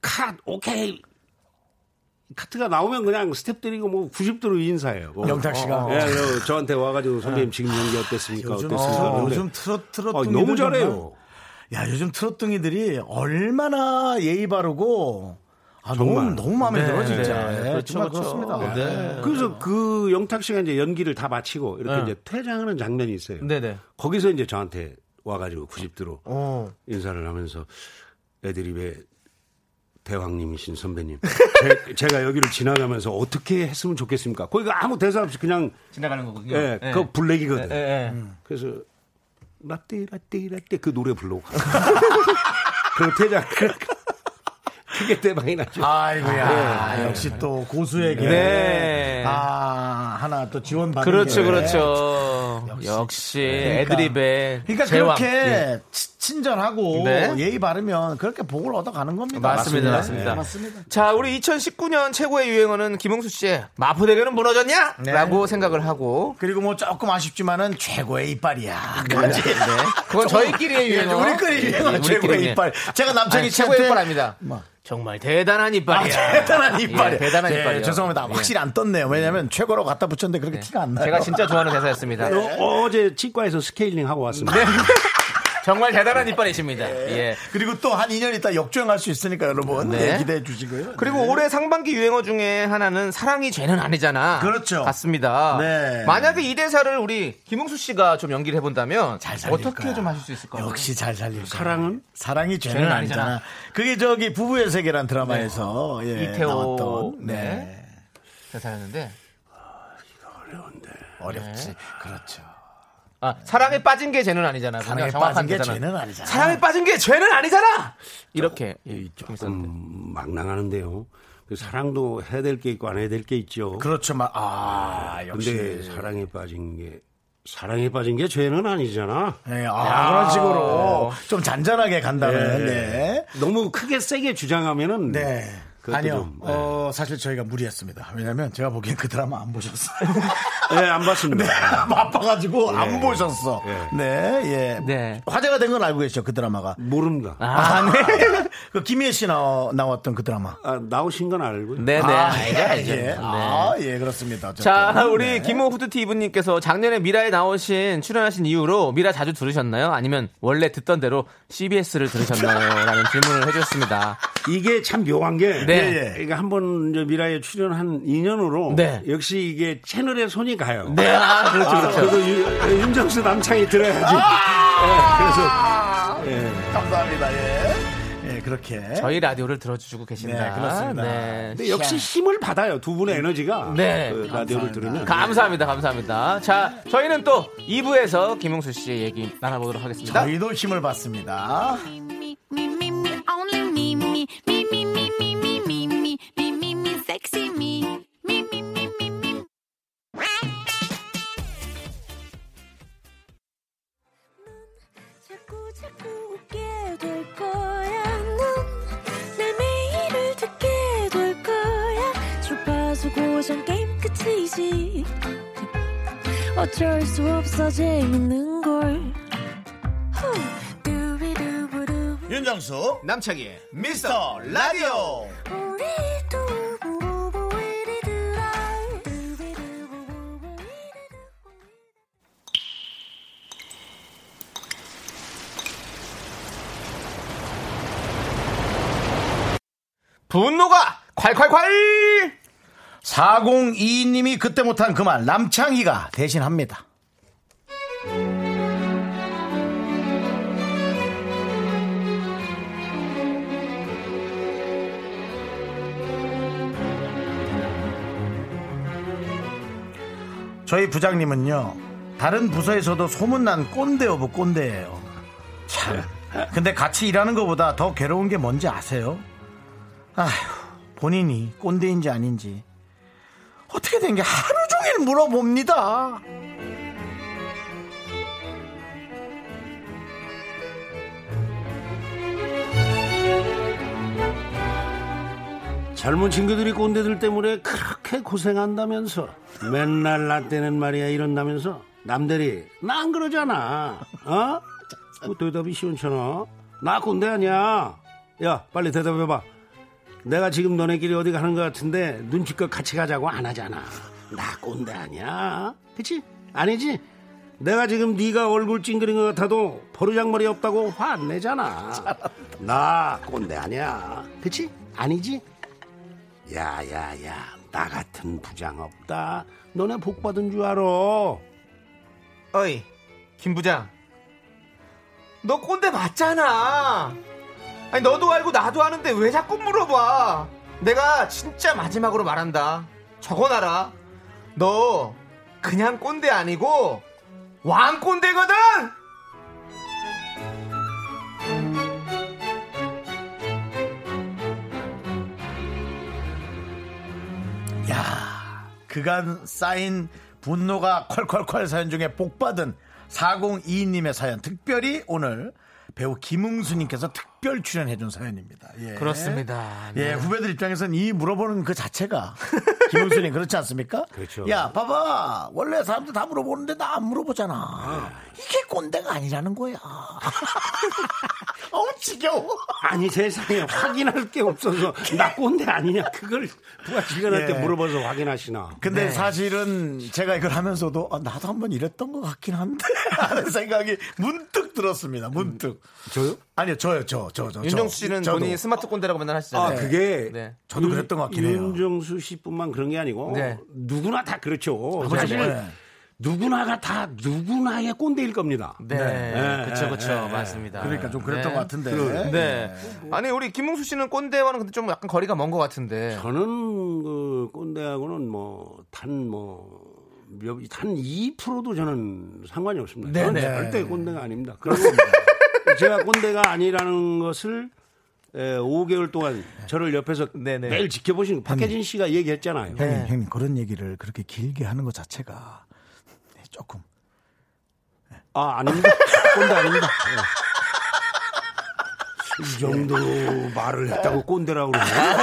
Speaker 3: 컷 오케이 카트가 나오면 그냥 스텝들이고 뭐 90도로 인사해요. 뭐.
Speaker 1: 영탁
Speaker 2: 어,
Speaker 1: 씨가. 예.
Speaker 3: 예, 그래서 저한테 와가지고 선배님 지금 연기 어땠습니까?
Speaker 1: 요즘,
Speaker 3: 어땠습니까?
Speaker 1: 어,
Speaker 3: 그런데
Speaker 1: 요즘 트롯 트롯
Speaker 3: 아,
Speaker 1: 둥이들
Speaker 3: 너무
Speaker 1: 정말-
Speaker 3: 잘해요.
Speaker 1: 야 요즘 트롯둥이들이 얼마나 예의 바르고 아, 너무
Speaker 3: 정말.
Speaker 1: 너무 마음에
Speaker 2: 네,
Speaker 1: 들어 진짜.
Speaker 2: 네,
Speaker 1: 예,
Speaker 2: 그렇죠,
Speaker 1: 정말
Speaker 2: 그렇죠.
Speaker 1: 그렇습니다.
Speaker 2: 네.
Speaker 3: 그래서 그 영탁 씨가 이제 연기를 다 마치고 이렇게
Speaker 1: 예.
Speaker 2: 네.
Speaker 3: 이제 퇴장하는 장면이 있어요.
Speaker 2: 네, 네.
Speaker 3: 거기서 이제 저한테 와가지고 90도로
Speaker 1: 네.
Speaker 2: 어.
Speaker 3: 인사를 하면서 애들이 왜 대왕님이신 선배님 제, 가 여기를 지나가면서 어떻게 했으면 좋겠습니까? 거기가 아무 대사 없이 그냥
Speaker 2: 지나가는 거군요.
Speaker 3: 예, 그 블랙이거든. 음.
Speaker 2: 예, 예.
Speaker 3: 그래서 라떼 라떼 라떼 그 노래 불러고 그리고 퇴장 그게 대박이 나죠.
Speaker 1: 아이고야 역시 또 고수에게
Speaker 2: 네.
Speaker 1: 아 하나 또 지원 받는
Speaker 2: 그렇죠,
Speaker 1: 게.
Speaker 2: 그렇죠. 역시, 애드립에
Speaker 1: 네. 그러니까
Speaker 2: 제왕.
Speaker 1: 그렇게
Speaker 2: 예.
Speaker 1: 치- 친절하고
Speaker 2: 네.
Speaker 1: 예의 바르면 그렇게 복을 얻어가는 겁니다.
Speaker 2: 맞습니다, 맞습니다.
Speaker 1: 네, 맞습니다.
Speaker 2: 자, 우리 2019년 최고의 유행어는 김홍수 씨의 마포대교는 무너졌냐?
Speaker 1: 네.
Speaker 2: 라고 생각을 하고.
Speaker 1: 그리고 뭐 조금 아쉽지만은 최고의 이빨이야.
Speaker 2: 네. 그건 저희끼리의
Speaker 1: 예,
Speaker 2: 유행어.
Speaker 1: 우리끼리
Speaker 2: 예,
Speaker 1: 유행어 최고의
Speaker 2: 우리끼리의.
Speaker 1: 이빨. 제가 남창희
Speaker 2: 아니, 최고의
Speaker 1: 씨한테
Speaker 2: 이빨 아닙니다.
Speaker 1: 뭐.
Speaker 2: 정말 대단한
Speaker 1: 아,
Speaker 2: 이빨이야.
Speaker 1: 대단한 이빨.
Speaker 2: 예, 대단한 이빨이요.
Speaker 1: 죄송합니다.
Speaker 2: 예.
Speaker 1: 확실히 안 떴네요. 왜냐면 최고로 갖다 붙였는데 그렇게 티가 안 나요.
Speaker 2: 제가 진짜 좋아하는 대사였습니다.
Speaker 1: 예.
Speaker 3: 어, 제 치과에서 스케일링 하고 왔습니다.
Speaker 2: 네. 정말 대단한 이빨이십니다. 예.
Speaker 1: 그리고 또 한 2년 있다 역주행할 수 있으니까 여러분
Speaker 2: 네.
Speaker 1: 네, 기대해 주시고요. 네.
Speaker 2: 그리고 올해 상반기 유행어 중에 하나는 사랑이 죄는 아니잖아.
Speaker 1: 그렇죠.
Speaker 2: 같습니다.
Speaker 1: 네.
Speaker 2: 만약에 이 대사를 우리 김웅수 씨가 좀 연기를 해본다면
Speaker 1: 잘 살릴
Speaker 2: 어떻게
Speaker 1: 거야.
Speaker 2: 좀 하실 수 있을 것 같아요?
Speaker 1: 역시 잘 살릴 거야.
Speaker 3: 사랑은?
Speaker 1: 사랑이 죄는,
Speaker 2: 죄는
Speaker 1: 아니잖아.
Speaker 2: 아니잖아.
Speaker 1: 그게 저기 부부의 세계란 드라마에서 예,
Speaker 2: 네. 이태호
Speaker 1: 나왔던 네.
Speaker 2: 네. 대사였는데.
Speaker 1: 어렵지. 그렇죠.
Speaker 2: 아, 사랑에 빠진 게 죄는 아니잖아.
Speaker 1: 사랑에
Speaker 2: 그냥 정확한
Speaker 1: 빠진 게
Speaker 2: 대사는.
Speaker 1: 죄는 어, 아니잖아.
Speaker 2: 사랑에 빠진 게 죄는 아니잖아. 이렇게 예, 조금 있었는데.
Speaker 3: 음, 막 나가는데요. 그 사랑도 해야 될 게 있고 안 해야 될 게 있죠.
Speaker 1: 그렇죠. 막, 아, 역시.
Speaker 2: 예.
Speaker 3: 근데 사랑에 빠진 게 사랑에 빠진 게 죄는 아니잖아.
Speaker 1: 네, 아, 그런 식으로 좀 잔잔하게 간다는, 네.
Speaker 3: 너무 크게 세게 주장하면은
Speaker 1: 네.
Speaker 3: 그것도
Speaker 1: 아니요.
Speaker 3: 좀, 네.
Speaker 1: 어, 사실 저희가 무리했습니다. 왜냐면 제가 보기엔 그 드라마 안 보셨어요.
Speaker 3: 예, 안 봤습니다.
Speaker 1: 네, 바빠가지고 안 보셨어.
Speaker 3: 예.
Speaker 1: 네, 예.
Speaker 2: 네.
Speaker 1: 화제가 된 건 알고 계시죠, 그 드라마가.
Speaker 3: 모릅니다. 아,
Speaker 1: 아, 네. 그 김희애 씨 나, 나왔던 그 드라마.
Speaker 3: 아, 나오신 건 알고.
Speaker 1: 음.
Speaker 2: 네, 네. 알죠, 알죠.
Speaker 1: 예.
Speaker 2: 네.
Speaker 1: 아, 예, 그렇습니다. 어쨌든.
Speaker 2: 자, 우리
Speaker 1: 네.
Speaker 2: 김호 후드티 이브님께서 작년에 미라에 나오신 출연하신 이후로 미라 자주 들으셨나요? 아니면 원래 듣던 대로 CBS를 들으셨나요? 라는 질문을 해주셨습니다.
Speaker 3: 이게 참 묘한
Speaker 2: 네.
Speaker 3: 게
Speaker 1: 예, 예.
Speaker 3: 그러니까 한번 이제 미라에 출연한 인연으로
Speaker 2: 네.
Speaker 3: 역시 이게 채널에 손이 가요.
Speaker 2: 네, 아, 그렇죠,
Speaker 3: 아,
Speaker 2: 그렇죠. 아!
Speaker 3: 그래도 유- 윤정수 남창이 들어야지. 예, 그래서 예.
Speaker 1: 감사합니다. 예. 예, 그렇게.
Speaker 2: 저희 라디오를 들어주고 계신다.
Speaker 1: 네, 그렇습니다.
Speaker 2: 네.
Speaker 3: 근데 역시 힘을 받아요. 두 분의 에너지가
Speaker 2: 네.
Speaker 3: 그 라디오를 들으면.
Speaker 2: 감사합니다, 감사합니다. 자, 저희는 또 2부에서 김용수 씨의 얘기 나눠보도록 하겠습니다.
Speaker 1: 저희도 힘을 받습니다.
Speaker 4: me, me, me, me, only me, me, me, me, me, me, me, me, me, me, me, me, sexy me, me, me, me, me, me. 자꾸 자꾸 웃게 될 거야. 넌내 매일을 듣게 될 거야. 주파수 고정 게임 끝이지. 어쩔 수 없어 재밌는 걸. 후. 두비두부두.
Speaker 1: 윤정수,
Speaker 2: 남창희의
Speaker 1: 미스터 라디오.
Speaker 4: 우리 두부부부 우리들아. 두비두부부부 우리들아.
Speaker 2: 분노가 콸콸콸!
Speaker 1: 4022님이 그때 못한 그 말 남창희가 대신합니다. 저희 부장님은요 다른 부서에서도 소문난 꼰대 여부 꼰대예요. 참. 근데 같이 일하는 것보다 더 괴로운 게 뭔지 아세요? 아휴 본인이 꼰대인지 아닌지 어떻게 된 게 하루 종일 물어봅니다.
Speaker 3: 젊은 친구들이 꼰대들 때문에 그렇게 고생한다면서 맨날 나 때는 말이야 이런다면서 남들이 나 안 그러잖아 어? 뭐 대답이 시원찮아 나 꼰대 아니야 야 빨리 대답해봐 내가 지금 너네끼리 어디 가는 것 같은데 눈치껏 같이 가자고 안 하잖아 나 꼰대 아니야 그치? 아니지? 내가 지금 네가 얼굴 찡그린 것 같아도 버르장머리 없다고 화 안 내잖아 나 꼰대 아니야 그치? 아니지? 야야야 나 같은 부장 없다 너네 복 받은 줄 알아
Speaker 2: 어이, 김부장. 너 꼰대 맞잖아. 아니, 너도 알고 나도 아는데 왜 자꾸 물어봐? 내가 진짜 마지막으로 말한다. 적어놔라. 너 그냥 꼰대 아니고 왕 꼰대거든!
Speaker 1: 야 그간 쌓인 분노가 콸콸콸 사연 중에 복받은 4022님의 사연 특별히 오늘 배우 김웅수님께서 특별 출연해준 사연입니다. 예.
Speaker 2: 그렇습니다. 아, 네.
Speaker 1: 예, 후배들 입장에서는 이 물어보는 그 자체가 김웅수님 그렇지 않습니까?
Speaker 3: 그렇죠.
Speaker 1: 야, 봐봐. 원래 사람들 다 물어보는데 나 안 물어보잖아. 이게 꼰대가 아니라는 거야. 어우, 지겨워.
Speaker 3: 아니 세상에 확인할 게 없어서 나 꼰대 아니냐 그걸 누가 직원한테
Speaker 1: 예.
Speaker 3: 물어봐서 확인하시나
Speaker 1: 근데 사실은 제가 이걸 하면서도 아, 나도 한번 이랬던 것 같긴 한데 하는 생각이 문득 들었습니다. 문득.
Speaker 3: 저요?
Speaker 1: 아니요, 저요, 저, 저, 저.
Speaker 2: 네? 윤정수
Speaker 1: 저.
Speaker 2: 씨는
Speaker 1: 저도.
Speaker 2: 본인이 스마트 꼰대라고 맨날 하시잖아요.
Speaker 3: 아 그게
Speaker 2: 네.
Speaker 1: 저도 그랬던 것 같긴 해요.
Speaker 3: 윤정수 씨뿐만 그런 게 아니고
Speaker 2: 네.
Speaker 3: 누구나 다 그렇죠
Speaker 1: 그렇죠.
Speaker 3: 사실
Speaker 1: 네.
Speaker 3: 누구나가 다 누구나의 꼰대일 겁니다
Speaker 2: 네. 그쵸, 그쵸. 맞습니다.
Speaker 1: 그러니까 좀 그랬던
Speaker 2: 네.
Speaker 1: 것 같은데.
Speaker 2: 네. 아니, 우리 김웅수 씨는 꼰대와는 근데 좀 약간 거리가 먼 것 같은데.
Speaker 3: 저는 그 꼰대하고는 뭐 뭐단뭐단 2%도 저는 상관이 없습니다.
Speaker 2: 네,
Speaker 3: 저는
Speaker 2: 네.
Speaker 3: 절대 꼰대가 아닙니다. 그리고 제가 꼰대가 아니라는 것을 에, 5개월 동안 저를 옆에서
Speaker 2: 네, 네.
Speaker 3: 매일 지켜보신 박혜진 씨가 얘기했잖아요.
Speaker 1: 형님, 형님, 그런 얘기를 그렇게 길게 하는 것 자체가 네, 조금.
Speaker 3: 아 아닙니다. 꼰대 아닙니다.
Speaker 2: 네.
Speaker 3: 예. 이 정도 말을 했다고 꼰대라고 그러나요?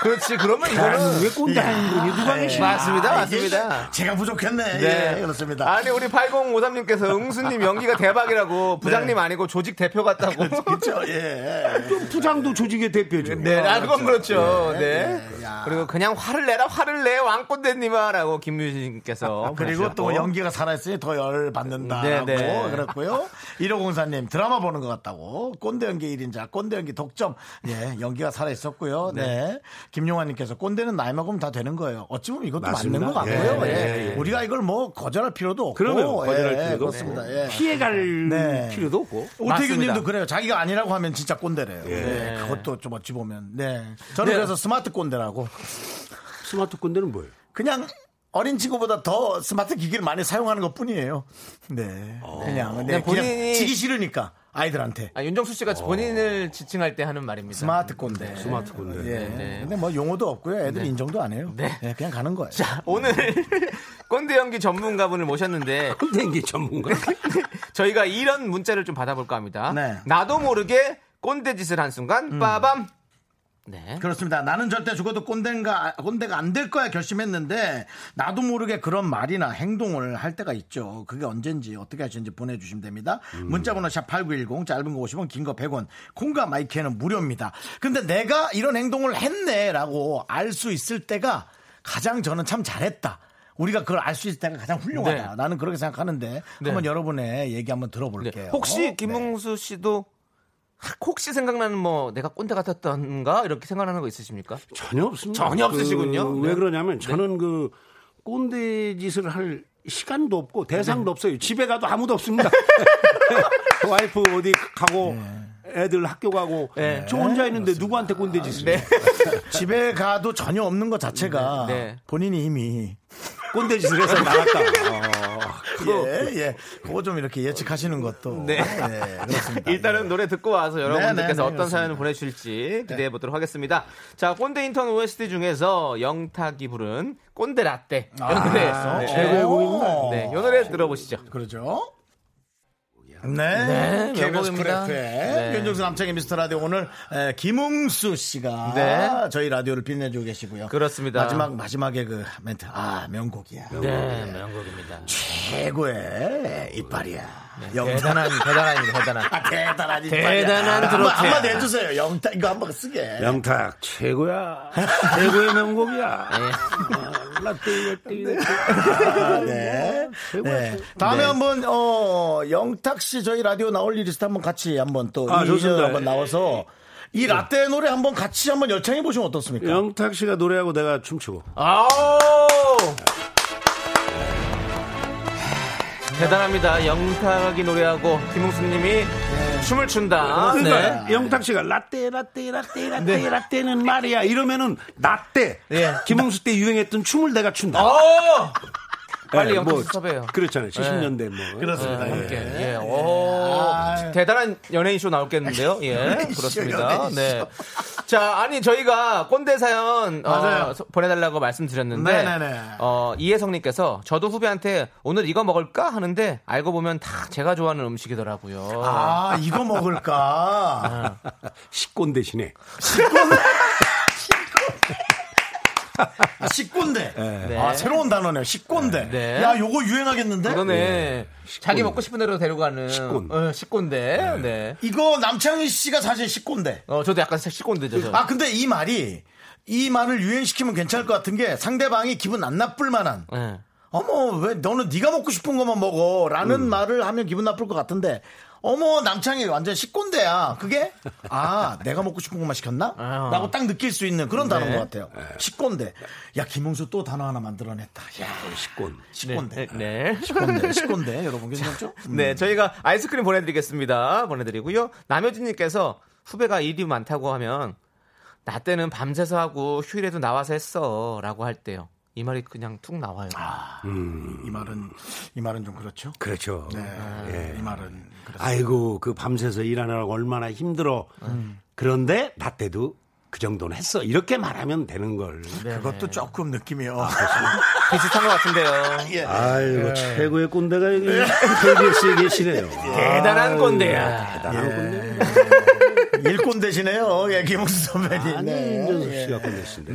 Speaker 2: 그렇지. 아, 그러면
Speaker 3: 나는 왜
Speaker 2: 이거는
Speaker 3: 꼰대인 분이 누가
Speaker 2: 예.
Speaker 3: 계시나?
Speaker 2: 맞습니다.
Speaker 1: 아, 이게
Speaker 2: 맞습니다.
Speaker 1: 제가 부족했네. 예, 그렇습니다.
Speaker 2: 아니 우리 8053님께서 응수님 연기가 대박이라고 부장님 아니고 조직 대표 같다고.
Speaker 1: 네. 그렇죠. 예.
Speaker 3: 좀 부장도 조직의 대표죠.
Speaker 2: 네, 아, 그건 그렇죠. 네.
Speaker 1: 예, 야.
Speaker 2: 그리고 그냥 화를 내라, 화를 내, 왕꼰대님아라고 김유진님께서.
Speaker 1: 아,
Speaker 3: 그렇죠.
Speaker 1: 그리고 또 연기가 살아있으니 더 열 받는다라고
Speaker 2: 네, 네.
Speaker 1: 그랬고요. 1504님 드라마 보는 것 같다고 꼰대 연기 1인자 꼰대 연기 독점 예 연기가 살아있었고요. 네. 김용환님께서 꼰대는 나이 먹으면 다 되는 거예요. 어찌 보면 이것도 맞는
Speaker 3: 맞습니다.
Speaker 1: 것 같고요. 예.
Speaker 3: 예, 예, 예.
Speaker 1: 우리가 이걸 뭐 거절할 필요도 없고
Speaker 3: 그럼요. 거절할
Speaker 1: 예,
Speaker 3: 필요도
Speaker 1: 그렇습니다. 예.
Speaker 3: 피해갈
Speaker 1: 네.
Speaker 3: 필요도 없고.
Speaker 2: 맞습니다.
Speaker 1: 오태규님도 그래요. 자기가 아니라고 하면 진짜 꼰대래요.
Speaker 3: 예.
Speaker 1: 네, 그것도 좀 어찌 보면 네 저는 그래서 스마트 꼰대라고
Speaker 3: 스마트 꼰대는 뭐예요?
Speaker 1: 그냥 어린 친구보다 더 스마트 기기를 많이 사용하는 것 뿐이에요. 네. 그냥, 네,
Speaker 2: 그냥 본인이-
Speaker 1: 그냥 지기 싫으니까 아이들한테.
Speaker 2: 아, 윤정수 씨가 본인을 지칭할 때 하는 말입니다.
Speaker 1: 어. 스마트 꼰대.
Speaker 3: 스마트 꼰대.
Speaker 1: 예. 근데 뭐 용어도 없고요. 애들 이 인정도 안 해요. 네. 그냥 가는 거예요.
Speaker 2: 오늘 꼰대 연기 전문가분을 모셨는데
Speaker 3: 꼰대인게 전문가.
Speaker 2: 저희가 이런 문자를 좀 받아볼까 합니다.
Speaker 1: 네. 음.
Speaker 2: 나도 모르게 꼰대 짓을 한 순간 빠밤. 네.
Speaker 1: 그렇습니다. 나는 절대 죽어도 꼰대가 꼰대가 안 될 거야 결심했는데 나도 모르게 그런 말이나 행동을 할 때가 있죠. 그게 언젠지 어떻게 하시는지 보내주시면 됩니다.
Speaker 2: 음.
Speaker 1: 문자번호 샵 #8910 짧은 거 50원, 긴 거 100원. 콩과 마이크는 무료입니다. 근데 내가 이런 행동을 했네라고 알 수 있을 때가 가장 저는 참 잘했다. 우리가 그걸 알 수 있을 때가 가장 훌륭하다.
Speaker 2: 네.
Speaker 1: 나는 그렇게 생각하는데 한번 여러분의 얘기 한번
Speaker 2: 네.
Speaker 1: 들어볼게요.
Speaker 2: 혹시
Speaker 1: 네.
Speaker 2: 김웅수 씨도 혹시 생각나는 뭐 내가 꼰대 같았던가 이렇게 생각하는 거 있으십니까?
Speaker 3: 전혀 없습니다.
Speaker 2: 전혀 없으시군요.
Speaker 3: 그,
Speaker 2: 네.
Speaker 3: 왜 그러냐면 저는 그 꼰대 짓을 할 시간도 없고 대상도
Speaker 2: 네.
Speaker 3: 없어요. 집에 가도 아무도 없습니다. 와이프 어디 가고 애들 학교 가고 저 혼자 있는데 누구한테 꼰대 짓을
Speaker 2: 네.
Speaker 1: 집에 가도 전혀 없는 것 자체가
Speaker 2: 네, 네.
Speaker 1: 본인이 이미
Speaker 3: 꼰대 짓을 해서 나갔다.
Speaker 2: 네.
Speaker 1: 예, 예. 그거 좀 이렇게 예측하시는 것도.
Speaker 2: 네.
Speaker 1: 예, 그렇습니다.
Speaker 2: 일단은 노래 듣고 와서
Speaker 1: 네, 네, 네,
Speaker 2: 여러분들께서 어떤
Speaker 1: 그렇습니다. 네.
Speaker 2: 사연을 보내주실지 기대해 보도록 하겠습니다. 자, 꼰대 인턴 OST 중에서 영탁이 부른 꼰대 라떼. 이 노래에서.
Speaker 1: 아, 최고의
Speaker 2: 네.
Speaker 1: 곡입니다.
Speaker 2: 네, 이 노래 들어보시죠.
Speaker 1: 그렇죠. 네,
Speaker 2: 네,
Speaker 1: KBS
Speaker 2: 명곡입니다.
Speaker 1: 크래프의
Speaker 2: 네.
Speaker 1: 윤종수 남창의 미스터 라디오 오늘 에, 김웅수 씨가
Speaker 2: 네.
Speaker 1: 저희 라디오를 빛내주고 계시고요.
Speaker 2: 그렇습니다.
Speaker 1: 마지막 마지막에 그 멘트 아 명곡이야.
Speaker 2: 네, 명곡입니다.
Speaker 1: 최고의 이빨이야. 영탁
Speaker 2: 대단한, 대단합니다, 대단한.
Speaker 1: 아, 대단한 이빨이야.
Speaker 2: 대단한
Speaker 1: 한번
Speaker 2: 드로트야.
Speaker 1: 한번 해주세요. 영탁 이거 한번 쓰게.
Speaker 3: 영탁 최고야. 최고의 명곡이야.
Speaker 2: 네.
Speaker 1: 아, 네. 네. 다음에 한번 어 영탁 씨 저희 라디오 나올 일 있을 때 한번 같이 한번 또
Speaker 3: 아,
Speaker 1: 이
Speaker 3: 좋습니다. 예,
Speaker 1: 저 한번 나와서 이 라떼 노래 한번 같이 한번 열창해 보시면 어떻습니까?
Speaker 3: 영탁 씨가 노래하고 내가 춤추고.
Speaker 2: 아우! 네. 대단합니다. 영탁이 노래하고 김웅수님이
Speaker 1: 네.
Speaker 2: 춤을 춘다. 네.
Speaker 3: 그러니까 영탁 씨가 라떼 라떼 라떼 라떼
Speaker 2: 네.
Speaker 3: 라떼는 말이야 이러면은 라떼
Speaker 2: 예.
Speaker 3: 김홍수 때 유행했던 춤을 내가 춘다.
Speaker 1: 아.
Speaker 2: 어!
Speaker 1: 네,
Speaker 3: 예,
Speaker 2: 빨리
Speaker 3: 뭐
Speaker 2: 영탁 섭외해요.
Speaker 3: 그렇잖아요. 70년대 뭐.
Speaker 1: 그렇습니다. 예.
Speaker 2: 함께. 예. 오, 대단한 연예인 쇼 나올겠는데요. 예. 그렇습니다.
Speaker 1: 연예인 쇼.
Speaker 2: 네. 자, 아니 저희가 꼰대 사연 어,
Speaker 1: 맞아요.
Speaker 2: 소- 보내달라고 말씀드렸는데,
Speaker 1: 네네네.
Speaker 2: 어, 이혜성님께서 저도 후배한테 오늘 이거 먹을까 하는데 알고 보면 다 제가 좋아하는 음식이더라고요.
Speaker 1: 아 이거 먹을까?
Speaker 3: 아. 식곤 대신에.
Speaker 1: 아, 식곤데.
Speaker 3: 네.
Speaker 1: 아 새로운 단어네요. 식곤데.
Speaker 2: 네.
Speaker 1: 야 요거 유행하겠는데?
Speaker 2: 이거네. 예. 자기 먹고 싶은 대로 데려가는
Speaker 3: 식곤.
Speaker 2: 어, 식곤데. 네.
Speaker 1: 이거 남창희 씨가 사실 식곤데.
Speaker 2: 어, 저도 약간 식곤데죠. 저.
Speaker 1: 아 근데 이 말이 이 말을 유행시키면 괜찮을 것 같은 게 상대방이 기분 안 나쁠 만한
Speaker 2: 네.
Speaker 1: 어머 왜 너는 네가 먹고 싶은 것만 먹어라는 말을 하면 기분 나쁠 것 같은데 어머 남창이 완전 식곤대야 그게 아 내가 먹고 싶은 것만
Speaker 2: 아. 네.
Speaker 1: 시켰나라고 딱 느낄 수 있는 그런 단어인 것 같아요 식곤대 야 김홍수 또 단어 하나 만들어냈다 야
Speaker 3: 식곤.
Speaker 1: 식곤대
Speaker 2: 네.
Speaker 1: 식곤대 식곤대 여러분 괜찮죠? 음,
Speaker 2: 네, 저희가 아이스크림 보내드리겠습니다. 보내드리고요. 남효진님께서 후배가 일이 많다고 하면 나 때는 밤새서 하고 휴일에도 나와서 했어라고 할 때요. 이 말이 그냥 툭 나와요.
Speaker 1: 아. 이 말은 이 말은 좀 그렇죠?
Speaker 3: 그렇죠.
Speaker 1: 네, 이 말은 그렇죠.
Speaker 3: 아이고 그 밤새서 일하느라고 얼마나 힘들어.
Speaker 1: 음.
Speaker 3: 그런데 나 때도 그 정도는 했어. 이렇게 말하면 되는 걸.
Speaker 2: 네,
Speaker 1: 그것도 조금 느낌이요.
Speaker 2: 비슷한 것
Speaker 1: 네.
Speaker 2: 같은데요.
Speaker 3: 아이고 최고의 꼰대가 여기 KBS에 계시네요.
Speaker 1: 예.
Speaker 2: 대단한 건데요.
Speaker 3: 대단한 꼰대.
Speaker 1: 일꾼 대신에요. 예, 김웅수 선배님. 네.
Speaker 3: 안윤수
Speaker 1: 예.
Speaker 3: 씨가 끝냈습니다.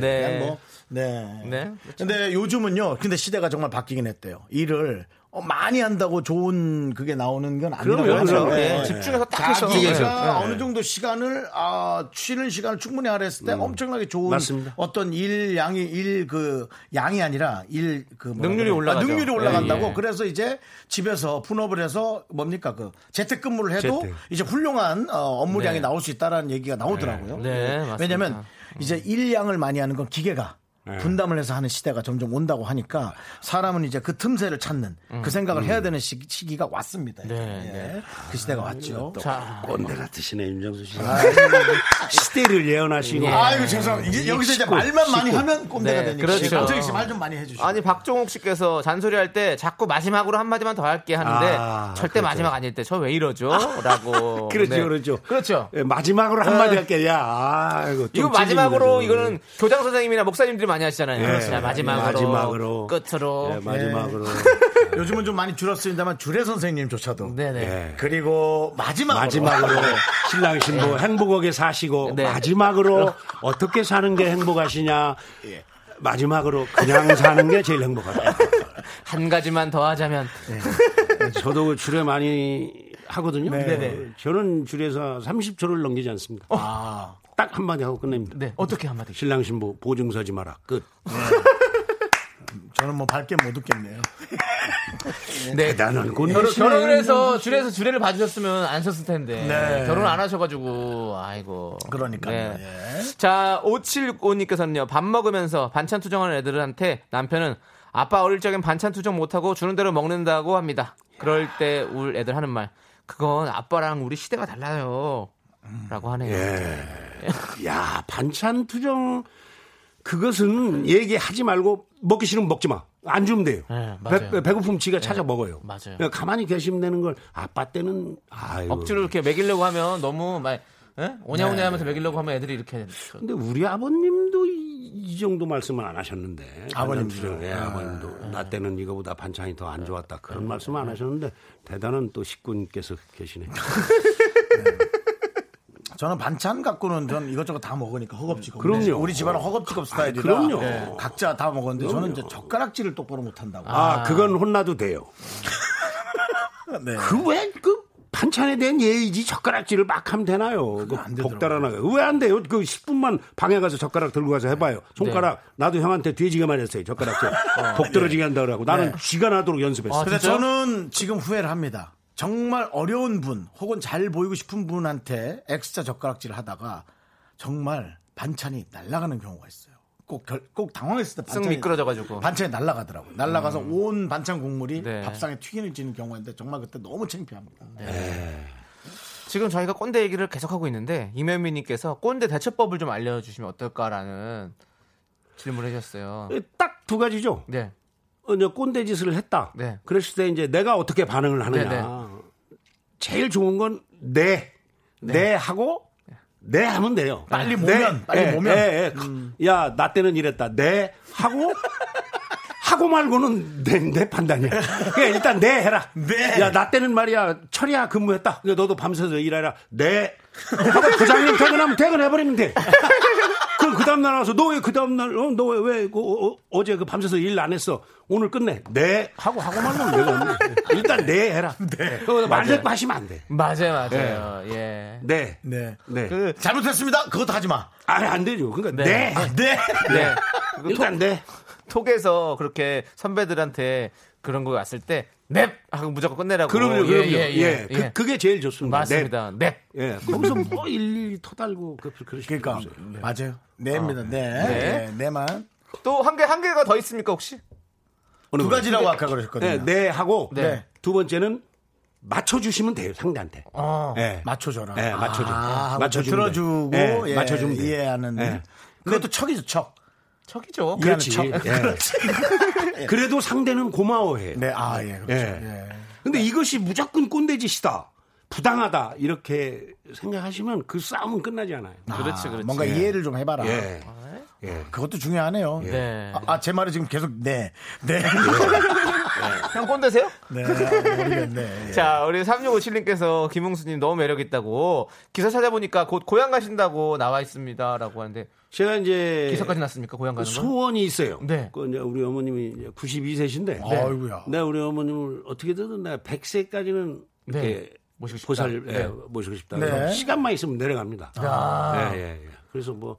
Speaker 1: 그냥
Speaker 2: 네.
Speaker 1: 뭐, 네.
Speaker 2: 네.
Speaker 3: 그렇죠.
Speaker 1: 근데 요즘은요. 근데 시대가 정말 바뀌긴 했대요. 일을 어, 많이 한다고 좋은 그게 나오는 건 아니라고
Speaker 3: 그럼요,
Speaker 1: 하죠.
Speaker 3: 그럼요.
Speaker 1: 네.
Speaker 3: 예.
Speaker 2: 그렇죠. 집중해서 딱 해서. 네.
Speaker 1: 자기가 어느 정도 시간을 아, 쉬는 시간을 충분히 하랬을 때
Speaker 2: 음.
Speaker 1: 엄청나게 좋은
Speaker 3: 맞습니다.
Speaker 1: 어떤 일 양이 일 그 양이 아니라 일 그
Speaker 2: 능률이 올라가죠.
Speaker 1: 능률이 올라간다고
Speaker 2: 예, 예.
Speaker 1: 그래서 이제 집에서 분업을 해서 뭡니까 그 재택근무를 해도
Speaker 3: 재택.
Speaker 1: 이제 훌륭한 어, 업무량이
Speaker 2: 네.
Speaker 1: 나올 수 있다라는 얘기가 나오더라고요.
Speaker 2: 네, 맞습니다.
Speaker 1: 왜냐하면 이제 일 양을 많이 하는 건 기계가
Speaker 2: 네.
Speaker 1: 분담을 해서 하는 시대가 점점 온다고 하니까 사람은 이제 그 틈새를 찾는
Speaker 2: 음.
Speaker 1: 그 생각을 해야 되는 시, 기가 왔습니다.
Speaker 2: 네.
Speaker 1: 예. 그 시대가 왔죠.
Speaker 3: 꼰대 같으시네 윤정수 씨. 아, 시대를 예언하시고.
Speaker 1: 아이고 죄송합니다. 이제 여기서 이제 말만 많이 하면 꼰대가
Speaker 2: 네,
Speaker 1: 되니까. 예,
Speaker 2: 그렇죠.
Speaker 1: 강정희 씨말 좀 많이 해주시고.
Speaker 2: 아니 박종욱 씨께서 잔소리 할 때 자꾸 마지막으로 한 마디만 더 할게 하는데
Speaker 3: 아,
Speaker 2: 절대 마지막 아닐 때 저 왜 이러죠?라고.
Speaker 3: 그렇죠, 그렇죠.
Speaker 2: 그렇죠.
Speaker 3: 예, 마지막으로 한마디 할게. 야, 아이고. 예, 좀
Speaker 2: 이거
Speaker 3: 찔린다,
Speaker 2: 마지막으로
Speaker 3: 저거.
Speaker 2: 이거는 교장 선생님이나 목사님들이 많이 하시잖아요.
Speaker 3: 예.
Speaker 2: 자, 마지막으로,
Speaker 3: 마지막으로.
Speaker 2: 끝으로.
Speaker 3: 예, 마지막으로.
Speaker 1: 요즘은 좀 많이 줄었습니다만 주례 선생님조차도.
Speaker 2: 네네.
Speaker 3: 예.
Speaker 1: 그리고 마지막으로.
Speaker 3: 마지막으로 신랑 신부 행복하게 사시고
Speaker 2: 예. 네.
Speaker 3: 마지막으로 어떻게 사는 게 행복하시냐
Speaker 2: 예.
Speaker 3: 마지막으로 그냥 사는 게 제일 행복하다.
Speaker 2: 한 가지만 더 하자면
Speaker 3: 네. 저도 주례 많이 하거든요.
Speaker 2: 네,
Speaker 3: 저는 주례에서 30초를 넘기지 않습니다. 딱 한마디 하고 끝냅니다.
Speaker 2: 어. 네 어떻게 한 마디?
Speaker 3: 신랑 신부 보증 서지 마라. 끝.
Speaker 1: 저는 뭐 밝게 못 웃겠네요.
Speaker 2: 네.
Speaker 3: 나는 곧
Speaker 2: 결혼,
Speaker 3: 결혼-
Speaker 2: 결혼을 해서 주례에서 주례를 봐주셨으면 안 썼을 텐데
Speaker 1: 네.
Speaker 2: 결혼 안 하셔가지고 아이고 네.
Speaker 1: 그러니까요. 예.
Speaker 2: 자 5765님께서는요 밥 먹으면서 반찬 투정하는 애들한테 남편은 아빠 어릴 적엔 반찬 투정 못하고 주는 대로 먹는다고 합니다 그럴 때 울 애들 하는 말 그건 아빠랑 우리 시대가 달라요 라고 하네요
Speaker 1: 예.
Speaker 3: 야 반찬 투정 그것은 얘기하지 말고 먹기 싫으면 먹지 마. 안 주면 돼요.
Speaker 2: 네, 맞아요.
Speaker 3: 배, 고픔 지가 찾아 먹어요.
Speaker 2: 맞아요.
Speaker 3: 그러니까 가만히 계시면 되는 걸 아빠 때는 아유.
Speaker 2: 억지로 이렇게 먹이려고 하면 너무 막 예? 오냐오냐
Speaker 1: 네.
Speaker 2: 하면서 먹이려고 하면 애들이 이렇게
Speaker 3: 근데 우리 아버님도 이, 이 정도 말씀을 안 하셨는데
Speaker 1: 아버님도요?
Speaker 3: 반찬 투정, 예, 아버님도 나 때는 이거보다 반찬이 더 안 좋았다 그런
Speaker 2: 예,
Speaker 3: 말씀 안 하셨는데 대단한 또 식군께서 계시네.
Speaker 1: 저는 반찬 갖고는 전 이것저것 다 먹으니까 허겁지겁.
Speaker 3: 그럼요.
Speaker 1: 네. 우리 집안은 허겁지겁 스타일이라.
Speaker 3: 그럼요.
Speaker 1: 네. 각자 다 먹었는데 저는 이제 젓가락질을 똑바로 못 한다고.
Speaker 3: 아 그건 혼나도 돼요.
Speaker 1: 네.
Speaker 3: 그 왜 그 반찬에 대한 예의지 젓가락질을 막 하면 되나요? 그
Speaker 1: 안 되더라고요.
Speaker 3: 복달아나 왜 안 돼요? 그 10분만 방에 가서 젓가락 들고 가서 해봐요. 손가락 나도 형한테 뒤지게 말했어요. 젓가락질 복 떨어지게 한다 그러고 나는 쥐가 나도록 연습했어요.
Speaker 2: 아,
Speaker 1: 근데
Speaker 2: 진짜요?
Speaker 1: 저는 지금 후회를 합니다. 정말 어려운 분 혹은 잘 보이고 싶은 분한테 엑스자 젓가락질을 하다가 정말 반찬이 날아가는 경우가 있어요. 꼭, 결- 꼭 당황했을 때
Speaker 2: 쓱
Speaker 1: 반찬이
Speaker 2: 미끄러져가지고. 음.
Speaker 1: 반찬이 날아가더라고. 요 날아가서 온 반찬 국물이
Speaker 2: 네.
Speaker 1: 밥상에 튀기는 경우가 있는데 정말 그때 너무 창피합니다.
Speaker 2: 지금 저희가 꼰대 얘기를 계속하고 있는데 이면미님께서 꼰대 대처법을 좀 알려주시면 어떨까라는 질문을 해주셨어요.
Speaker 3: 딱 두 가지죠.
Speaker 2: 네,
Speaker 3: 어, 이제 꼰대 짓을 했다.
Speaker 2: 네.
Speaker 3: 그랬을 때 이제 내가 어떻게 반응을 하느냐.
Speaker 2: 네,
Speaker 3: 제일 좋은 건 네, 네, 하고 네 하면 돼요.
Speaker 1: 빨리
Speaker 3: 네,
Speaker 1: 모면, 빨리
Speaker 3: 예,
Speaker 1: 모면. 음.
Speaker 3: 예, 예. 야, 나 때는 이랬다. 네 하고 하고 말고는 내, 내 판단이야. 그냥 일단 네 해라.
Speaker 1: 네.
Speaker 3: 야, 나 때는 말이야 철이야 근무했다. 근데 너도 밤새서 일하라. 네. 하고 부장님 퇴근하면 퇴근해버리면 돼. 그럼 그 다음날 와서 너 왜 그 다음날 어, 너 왜 왜 어, 어제 그 밤새서 일 안 했어 오늘 끝내 네 하고 하고 말면 내가 없네. 일단 네 해라 네말 대꾸 하시면
Speaker 2: 맞아요, 맞아요.
Speaker 3: 네.
Speaker 2: 예.
Speaker 3: 안돼네네아안
Speaker 1: 네.
Speaker 2: 그
Speaker 1: 잘못했습니다. 그것도 하지 마.
Speaker 3: 되죠 그러니까
Speaker 2: 네.
Speaker 3: 네,
Speaker 1: 네.
Speaker 2: 네.
Speaker 3: 일단 네
Speaker 2: 톡에서 그렇게 선배들한테 그런 거 왔을 때 넵! 하고 무조건 끝내라고.
Speaker 3: 그럼요
Speaker 1: 어,
Speaker 2: 예,
Speaker 3: 그럼요
Speaker 2: 예, 예, 예.
Speaker 3: 그, 그게 제일 좋습니다
Speaker 2: 맞습니다. 넵.
Speaker 3: 네. 예 거기서 뭐 일일이 터달고 그 그러실
Speaker 1: 그러니까
Speaker 3: 필요 없어요.
Speaker 1: 맞아요. 네입니다. 네.
Speaker 2: 네.
Speaker 1: 네. 네만
Speaker 2: 또 한 개, 한 개가 더 있습니까, 혹시?
Speaker 3: 어느
Speaker 1: 두
Speaker 3: 거예요?
Speaker 1: 가지라고 아까 그러셨거든요.
Speaker 3: 네, 네 하고
Speaker 2: 네.
Speaker 3: 두 번째는 맞춰주시면 돼요 상대한테
Speaker 1: 어,
Speaker 3: 네.
Speaker 1: 맞춰줘라.
Speaker 3: 네, 맞춰줘.
Speaker 1: 아,
Speaker 3: 맞춰주면
Speaker 1: 들어주고
Speaker 3: 돼.
Speaker 1: 예,
Speaker 3: 네, 맞춰주면 돼.
Speaker 1: 이해하는.
Speaker 3: 네.
Speaker 1: 그것도 척이죠, 척.
Speaker 2: 척이죠.
Speaker 1: 그-
Speaker 3: 그렇지.
Speaker 1: 미안해, 참.
Speaker 3: 예. 그래도 상대는 고마워해.
Speaker 1: 네, 아, 예, 그렇죠.
Speaker 3: 예. 근데 이것이 무조건 꼰대짓이다. 부당하다. 이렇게 생각하시면 그 싸움은 끝나지 않아요.
Speaker 2: 그렇지, 그렇지.
Speaker 1: 뭔가 이해를 좀 해봐라.
Speaker 3: 예.
Speaker 1: 아.
Speaker 3: 예.
Speaker 1: 그것도 중요하네요.
Speaker 2: 네.
Speaker 1: 아, 아, 제 말이 지금 계속 네, 네.
Speaker 2: 형 꼰대세요?
Speaker 3: 예.
Speaker 1: 네, 모르겠네.
Speaker 2: 자, 우리 3657님께서 김웅수님 너무 매력있다고 기사 찾아보니까 곧 고향 가신다고 나와 있습니다. 라고 하는데
Speaker 3: 제가 이제
Speaker 2: 기사까지 났습니까? 고향 가는 거?
Speaker 3: 소원이 있어요.
Speaker 2: 네.
Speaker 3: 그 이제 우리 어머님이 이제 92세신데.
Speaker 1: 네. 아이고야.
Speaker 3: 내가 우리 어머님을 어떻게든 내가 100세까지는
Speaker 2: 네.
Speaker 3: 이렇게
Speaker 2: 모시고 싶다.
Speaker 3: 보살
Speaker 2: 네. 아.
Speaker 3: 예, 모시고 싶다.
Speaker 1: 네.
Speaker 3: 그래서 시간만 있으면 내려갑니다. 예, 예, 예. 그래서 뭐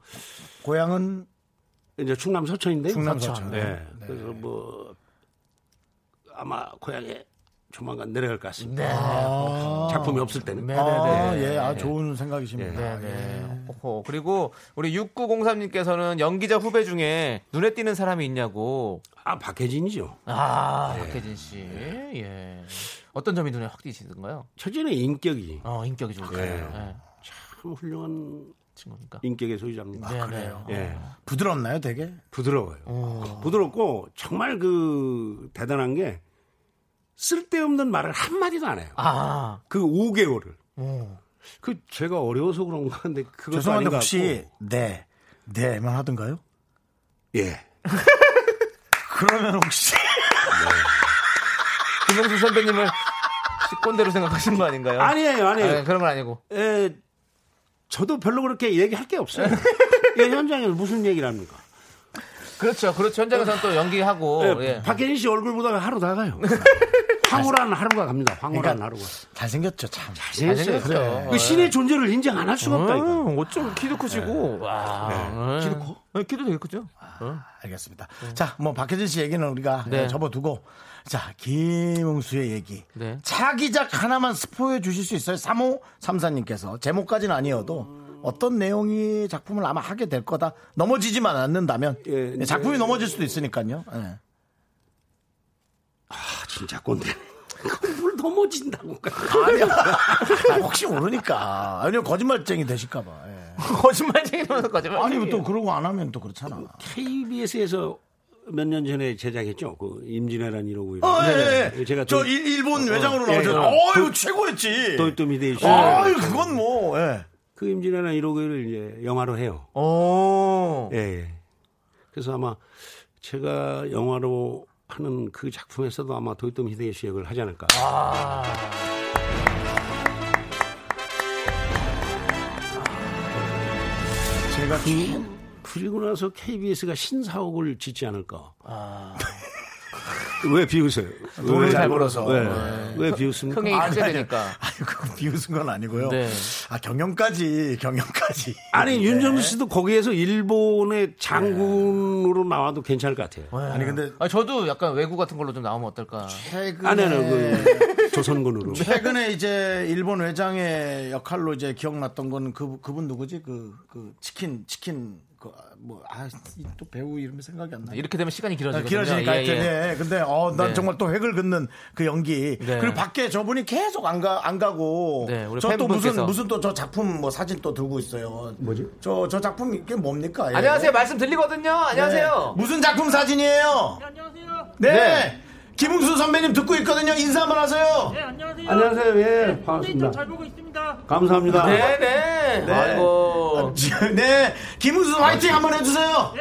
Speaker 1: 고향은
Speaker 3: 이제 충남 서천인데.
Speaker 1: 충남 서천.
Speaker 3: 예.
Speaker 2: 네.
Speaker 3: 그래서 뭐 아마 고향에 조만간 내려갈 것 같습니다.
Speaker 2: 네.
Speaker 3: 작품이 없을 때는.
Speaker 1: 아,
Speaker 2: 네네네.
Speaker 1: 예, 아, 좋은 생각이십니다.
Speaker 3: 예.
Speaker 1: 예.
Speaker 2: 네네. 호호. 그리고 우리 6903님께서는 연기자 후배 중에 눈에 띄는 사람이 있냐고.
Speaker 3: 아 박해진이죠.
Speaker 2: 아, 박혜진 씨. 예. 어떤 점이 눈에 확 띄시던가요?
Speaker 3: 첫째는 인격이
Speaker 2: 어, 인격이 좋으세요. 예.
Speaker 3: 참 훌륭한
Speaker 2: 친구니까.
Speaker 3: 인격의 소유자입니다.
Speaker 2: 네, 그래요.
Speaker 3: 예.
Speaker 1: 부드럽나요, 되게?
Speaker 3: 부드러워요. 부드럽고 정말 그 대단한 게 쓸데없는 말을 한 마디도 안 해요.
Speaker 2: 아,
Speaker 3: 그 5개월을.
Speaker 2: 오.
Speaker 3: 그 제가 어려워서 그런가 근데 그것도 아닌
Speaker 1: 죄송한데
Speaker 3: 것
Speaker 1: 혹시
Speaker 3: 같고.
Speaker 1: 네, 네만 하던가요?
Speaker 3: 예.
Speaker 1: 그러면 혹시
Speaker 2: 김영수 선배님을 꼰대로 생각하신 거 아닌가요?
Speaker 3: 아니에요,
Speaker 2: 아,
Speaker 3: 아니에요.
Speaker 2: 그런 건 아니고.
Speaker 3: 예, 저도 별로 그렇게 얘기할 게 없어요. 예, 현장에서 무슨 얘기를 합니까?
Speaker 2: 그렇죠. 그렇죠. 현장에서는 또 연기하고.
Speaker 3: 예,
Speaker 2: 예.
Speaker 3: 박혜진 씨 얼굴 보다가 하루 나가요. 황홀한 하루가 갑니다. 황홀한 하루가.
Speaker 1: 잘생겼죠, 참.
Speaker 3: 잘생겼어요.
Speaker 2: 잘생겼죠.
Speaker 3: 그 신의 존재를 인정 안 할 수가 없다. 이거.
Speaker 2: 음, 어쩜 키도 크시고. 와. 음. 키도 커? 키도 되게 크죠?
Speaker 1: 알겠습니다. 자, 뭐 박혜진 씨 얘기는 우리가
Speaker 2: 네.
Speaker 1: 예, 접어두고 자, 김웅수의 얘기.
Speaker 2: 네.
Speaker 1: 차기작 하나만 스포해 주실 수 있어요? 3호 3사님께서 제목까지는 아니어도 어떤 내용이 작품을 아마 하게 될 거다. 넘어지지만 않는다면
Speaker 3: 예, 이제-
Speaker 1: 작품이 넘어질 수도 있으니까요. 예.
Speaker 3: 아, 진짜 꼰대. 뭘 넘어진다고.
Speaker 1: 아, 혹시 모르니까 아니면 거짓말쟁이 되실까봐. 예.
Speaker 2: 거짓말쟁이로서 거짓말.
Speaker 1: 아니 또 그러고 안 하면 또 그렇잖아.
Speaker 3: KBS에서 몇 년 전에 제작했죠. 그 임진왜란 이러고 이런.
Speaker 1: 어,
Speaker 2: 네,
Speaker 3: 거.
Speaker 1: 예, 예.
Speaker 3: 제가
Speaker 1: 저
Speaker 3: 또-
Speaker 1: 일,
Speaker 2: 어,
Speaker 1: 일본 외장으로
Speaker 3: 예,
Speaker 1: 나오잖아.
Speaker 3: 예.
Speaker 1: 어유 최고였지.
Speaker 3: 돌도미대 이슈.
Speaker 1: 아유
Speaker 2: 네.
Speaker 1: 그건 뭐. 예.
Speaker 3: 그 임진왜란 이러고를 이제 영화로 해요.
Speaker 2: 오.
Speaker 3: 예, 예. 그래서 아마 제가 영화로 하는 그 작품에서도 아마 도이토미 히데요시 역을 하지 않을까.
Speaker 1: 아. 제가
Speaker 3: 그리고 나서 KBS가 신사옥을 짓지 않을까. 왜 비웃어요?
Speaker 1: 아. 돈을
Speaker 3: 왜-
Speaker 1: 잘 벌어서. 네.
Speaker 3: 왜, 왜 비웃습니까?
Speaker 2: 흥행이
Speaker 1: 아니,
Speaker 2: 크게
Speaker 1: 아니.
Speaker 2: 되니까.
Speaker 1: 아유 그거 비웃은 건 아니고요.
Speaker 2: 네.
Speaker 1: 아 경영까지 경영까지.
Speaker 3: 아니 윤정수 씨도 거기에서 일본의 장군으로 나와도 괜찮을 것 같아요.
Speaker 1: 아니 근데
Speaker 2: 아, 저도 약간 외국 같은 걸로 좀 나오면 어떨까.
Speaker 1: 최근에
Speaker 3: 아내는 그 조선군으로.
Speaker 1: 최근에 이제 일본 외장의 역할로 이제 기억났던 건 그 그분 누구지 그 그 치킨 치킨 그, 뭐, 그뭐아또 배우 이름이 생각이 안 나.
Speaker 2: 이렇게 되면 시간이
Speaker 1: 아,
Speaker 2: 길어지거든요.
Speaker 1: 길어지니까
Speaker 2: 예,
Speaker 1: 하여튼
Speaker 2: 예.
Speaker 1: 예. 근데 어 난
Speaker 2: 네.
Speaker 1: 정말 또 획을 긋는 그 연기
Speaker 2: 네.
Speaker 1: 그리고 밖에 저분이 계속 안 가 안 가고
Speaker 2: 네, 우리
Speaker 1: 저 또 무슨
Speaker 2: 팬분께서.
Speaker 1: 무슨 또 저 작품 뭐 사진 또 들고 있어요 뭐지 저 저 작품 이게 뭡니까 예.
Speaker 2: 안녕하세요. 말씀 들리거든요. 안녕하세요.
Speaker 1: 네. 무슨 작품 사진이에요 안녕하세요 네,
Speaker 2: 네.
Speaker 1: 김웅수 선배님 듣고 있거든요 인사 한번 하세요
Speaker 3: 안녕하세요. 예, 반갑습니다. 잘 보고 있습니다. 감사합니다.
Speaker 2: 네, 네. 아이고.
Speaker 1: 네 김웅수 화이팅 한번 해주세요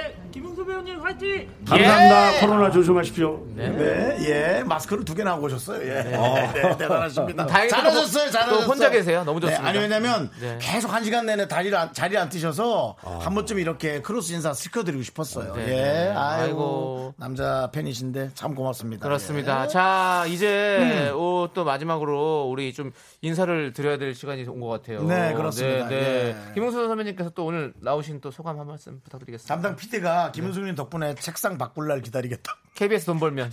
Speaker 3: 감사합니다.
Speaker 2: 예.
Speaker 3: 코로나 조심하십시오.
Speaker 1: 네예 마스크를 두 개나 하고 오셨어요 예 네, 대단하십니다
Speaker 2: 다행히도
Speaker 1: 잘하셨어요
Speaker 2: 또
Speaker 1: 잘하셨어요
Speaker 2: 혼자 계세요. 너무 좋습니다.
Speaker 1: 아니 왜냐면
Speaker 2: 네. 어.
Speaker 1: 계속 한 시간 내내 다리를 안, 자리를 안 뜨셔서 한 번쯤 이렇게 크로스 인사 시켜드리고 싶었어요
Speaker 2: 네.
Speaker 1: 예 아이고
Speaker 2: 아이고.
Speaker 1: 남자 팬이신데 참 고맙습니다 예.
Speaker 2: 그렇습니다. 자, 이제 오, 또 마지막으로 우리 좀 인사를 드려야 될 시간이 온 것 같아요.
Speaker 1: 네, 그렇습니다.
Speaker 2: 네, 네.
Speaker 1: 예.
Speaker 2: 김웅수 선배님께서 또 오늘 나오신 또 소감 한 말씀 부탁드리겠습니다.
Speaker 1: 담당
Speaker 2: 네.
Speaker 1: PD가 김은숙님 덕분에 책상 바꿀 날 기다리겠다
Speaker 2: KBS 돈 벌면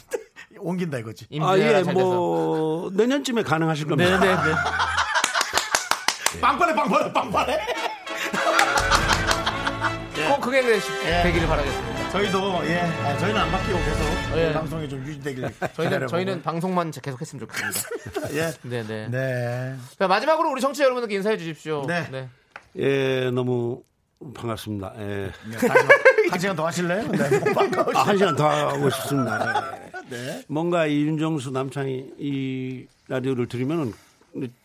Speaker 1: 옮긴다 이거지
Speaker 3: 아,
Speaker 2: 임진왜란
Speaker 3: 예,
Speaker 2: 잘 돼서.
Speaker 3: 뭐, 내년쯤에 가능하실 겁니다.
Speaker 2: 네, 네, 네.
Speaker 1: 빵빠레 빵빠레 빵빠레
Speaker 2: 꼭 그게 되기를 바라겠습니다.
Speaker 1: 저희도 예 아, 저희는 안 바뀌고 계속
Speaker 2: 예.
Speaker 1: 방송이 좀 유지되길
Speaker 2: 저희는
Speaker 1: 기다려보고.
Speaker 2: 저희는 방송만 계속 했으면 좋겠습니다.
Speaker 1: 예.
Speaker 2: 네, 네.
Speaker 1: 네.
Speaker 2: 자, 마지막으로 우리 청취자 여러분들께 인사해 주십시오.
Speaker 1: 네.
Speaker 3: 예, 너무 반갑습니다. 예.
Speaker 1: 한 시간 더 하실래요? 네. 못 바꿔.
Speaker 3: 아, 한 시간 더 하고 싶습니다. 네. 뭔가 이 윤정수 남창이 이 라디오를 들으면은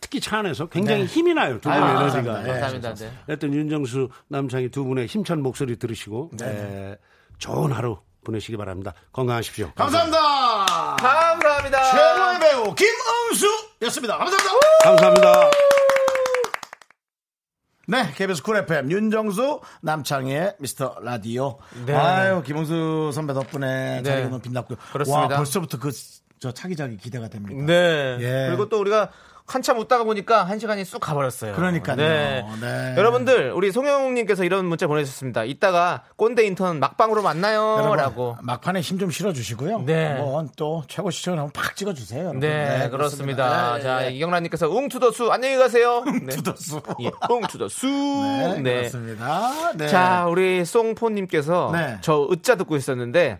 Speaker 3: 특히 차 안에서 굉장히 힘이 나요. 두 분의
Speaker 1: 아유,
Speaker 3: 에너지가.
Speaker 1: 감사합니다. 예.
Speaker 2: 감사합니다. 네.
Speaker 3: 하여튼 윤정수 남창이 두 분의 힘찬 목소리
Speaker 1: 네.
Speaker 3: 들으시고 예, 좋은 하루 보내시기 바랍니다. 건강하십시오.
Speaker 1: 감사합니다.
Speaker 2: 감사합니다.
Speaker 1: 최고의 배우 김응수였습니다. 감사합니다.
Speaker 3: 감사합니다.
Speaker 1: 네, KBS 쿨 FM 윤정수 남창희의 미스터 라디오.
Speaker 2: 네.
Speaker 1: 아유, 김홍수 선배 덕분에 자리가 너무 빛났고요.
Speaker 2: 그렇습니다.
Speaker 1: 와, 벌써부터 그 저 차기작이 기대가 됩니다.
Speaker 2: 네.
Speaker 1: 예.
Speaker 2: 그리고 또 우리가 한참 웃다가 보니까 한 시간이 쑥 가버렸어요.
Speaker 1: 그러니까요.
Speaker 2: 네.
Speaker 1: 네.
Speaker 2: 여러분들, 우리 송영욱님께서 이런 문자 보내주셨습니다. 이따가 꼰대 인턴 막방으로 만나요.
Speaker 1: 여러분, 아,
Speaker 2: 라고.
Speaker 1: 막판에 힘 좀 실어주시고요.
Speaker 2: 네.
Speaker 1: 한번 또 최고 시청을 한번 팍 찍어주세요. 여러분.
Speaker 2: 네, 그렇습니다.
Speaker 1: 네,
Speaker 2: 자,
Speaker 1: 네.
Speaker 2: 이경란님께서 웅투더수, 안녕히 가세요.
Speaker 1: 투더수.
Speaker 2: 네. 예, 웅투더수.
Speaker 1: 네,
Speaker 2: 네.
Speaker 1: 그렇습니다. 네.
Speaker 2: 자, 우리 송포님께서
Speaker 1: 네.
Speaker 2: 저 으짜 듣고 있었는데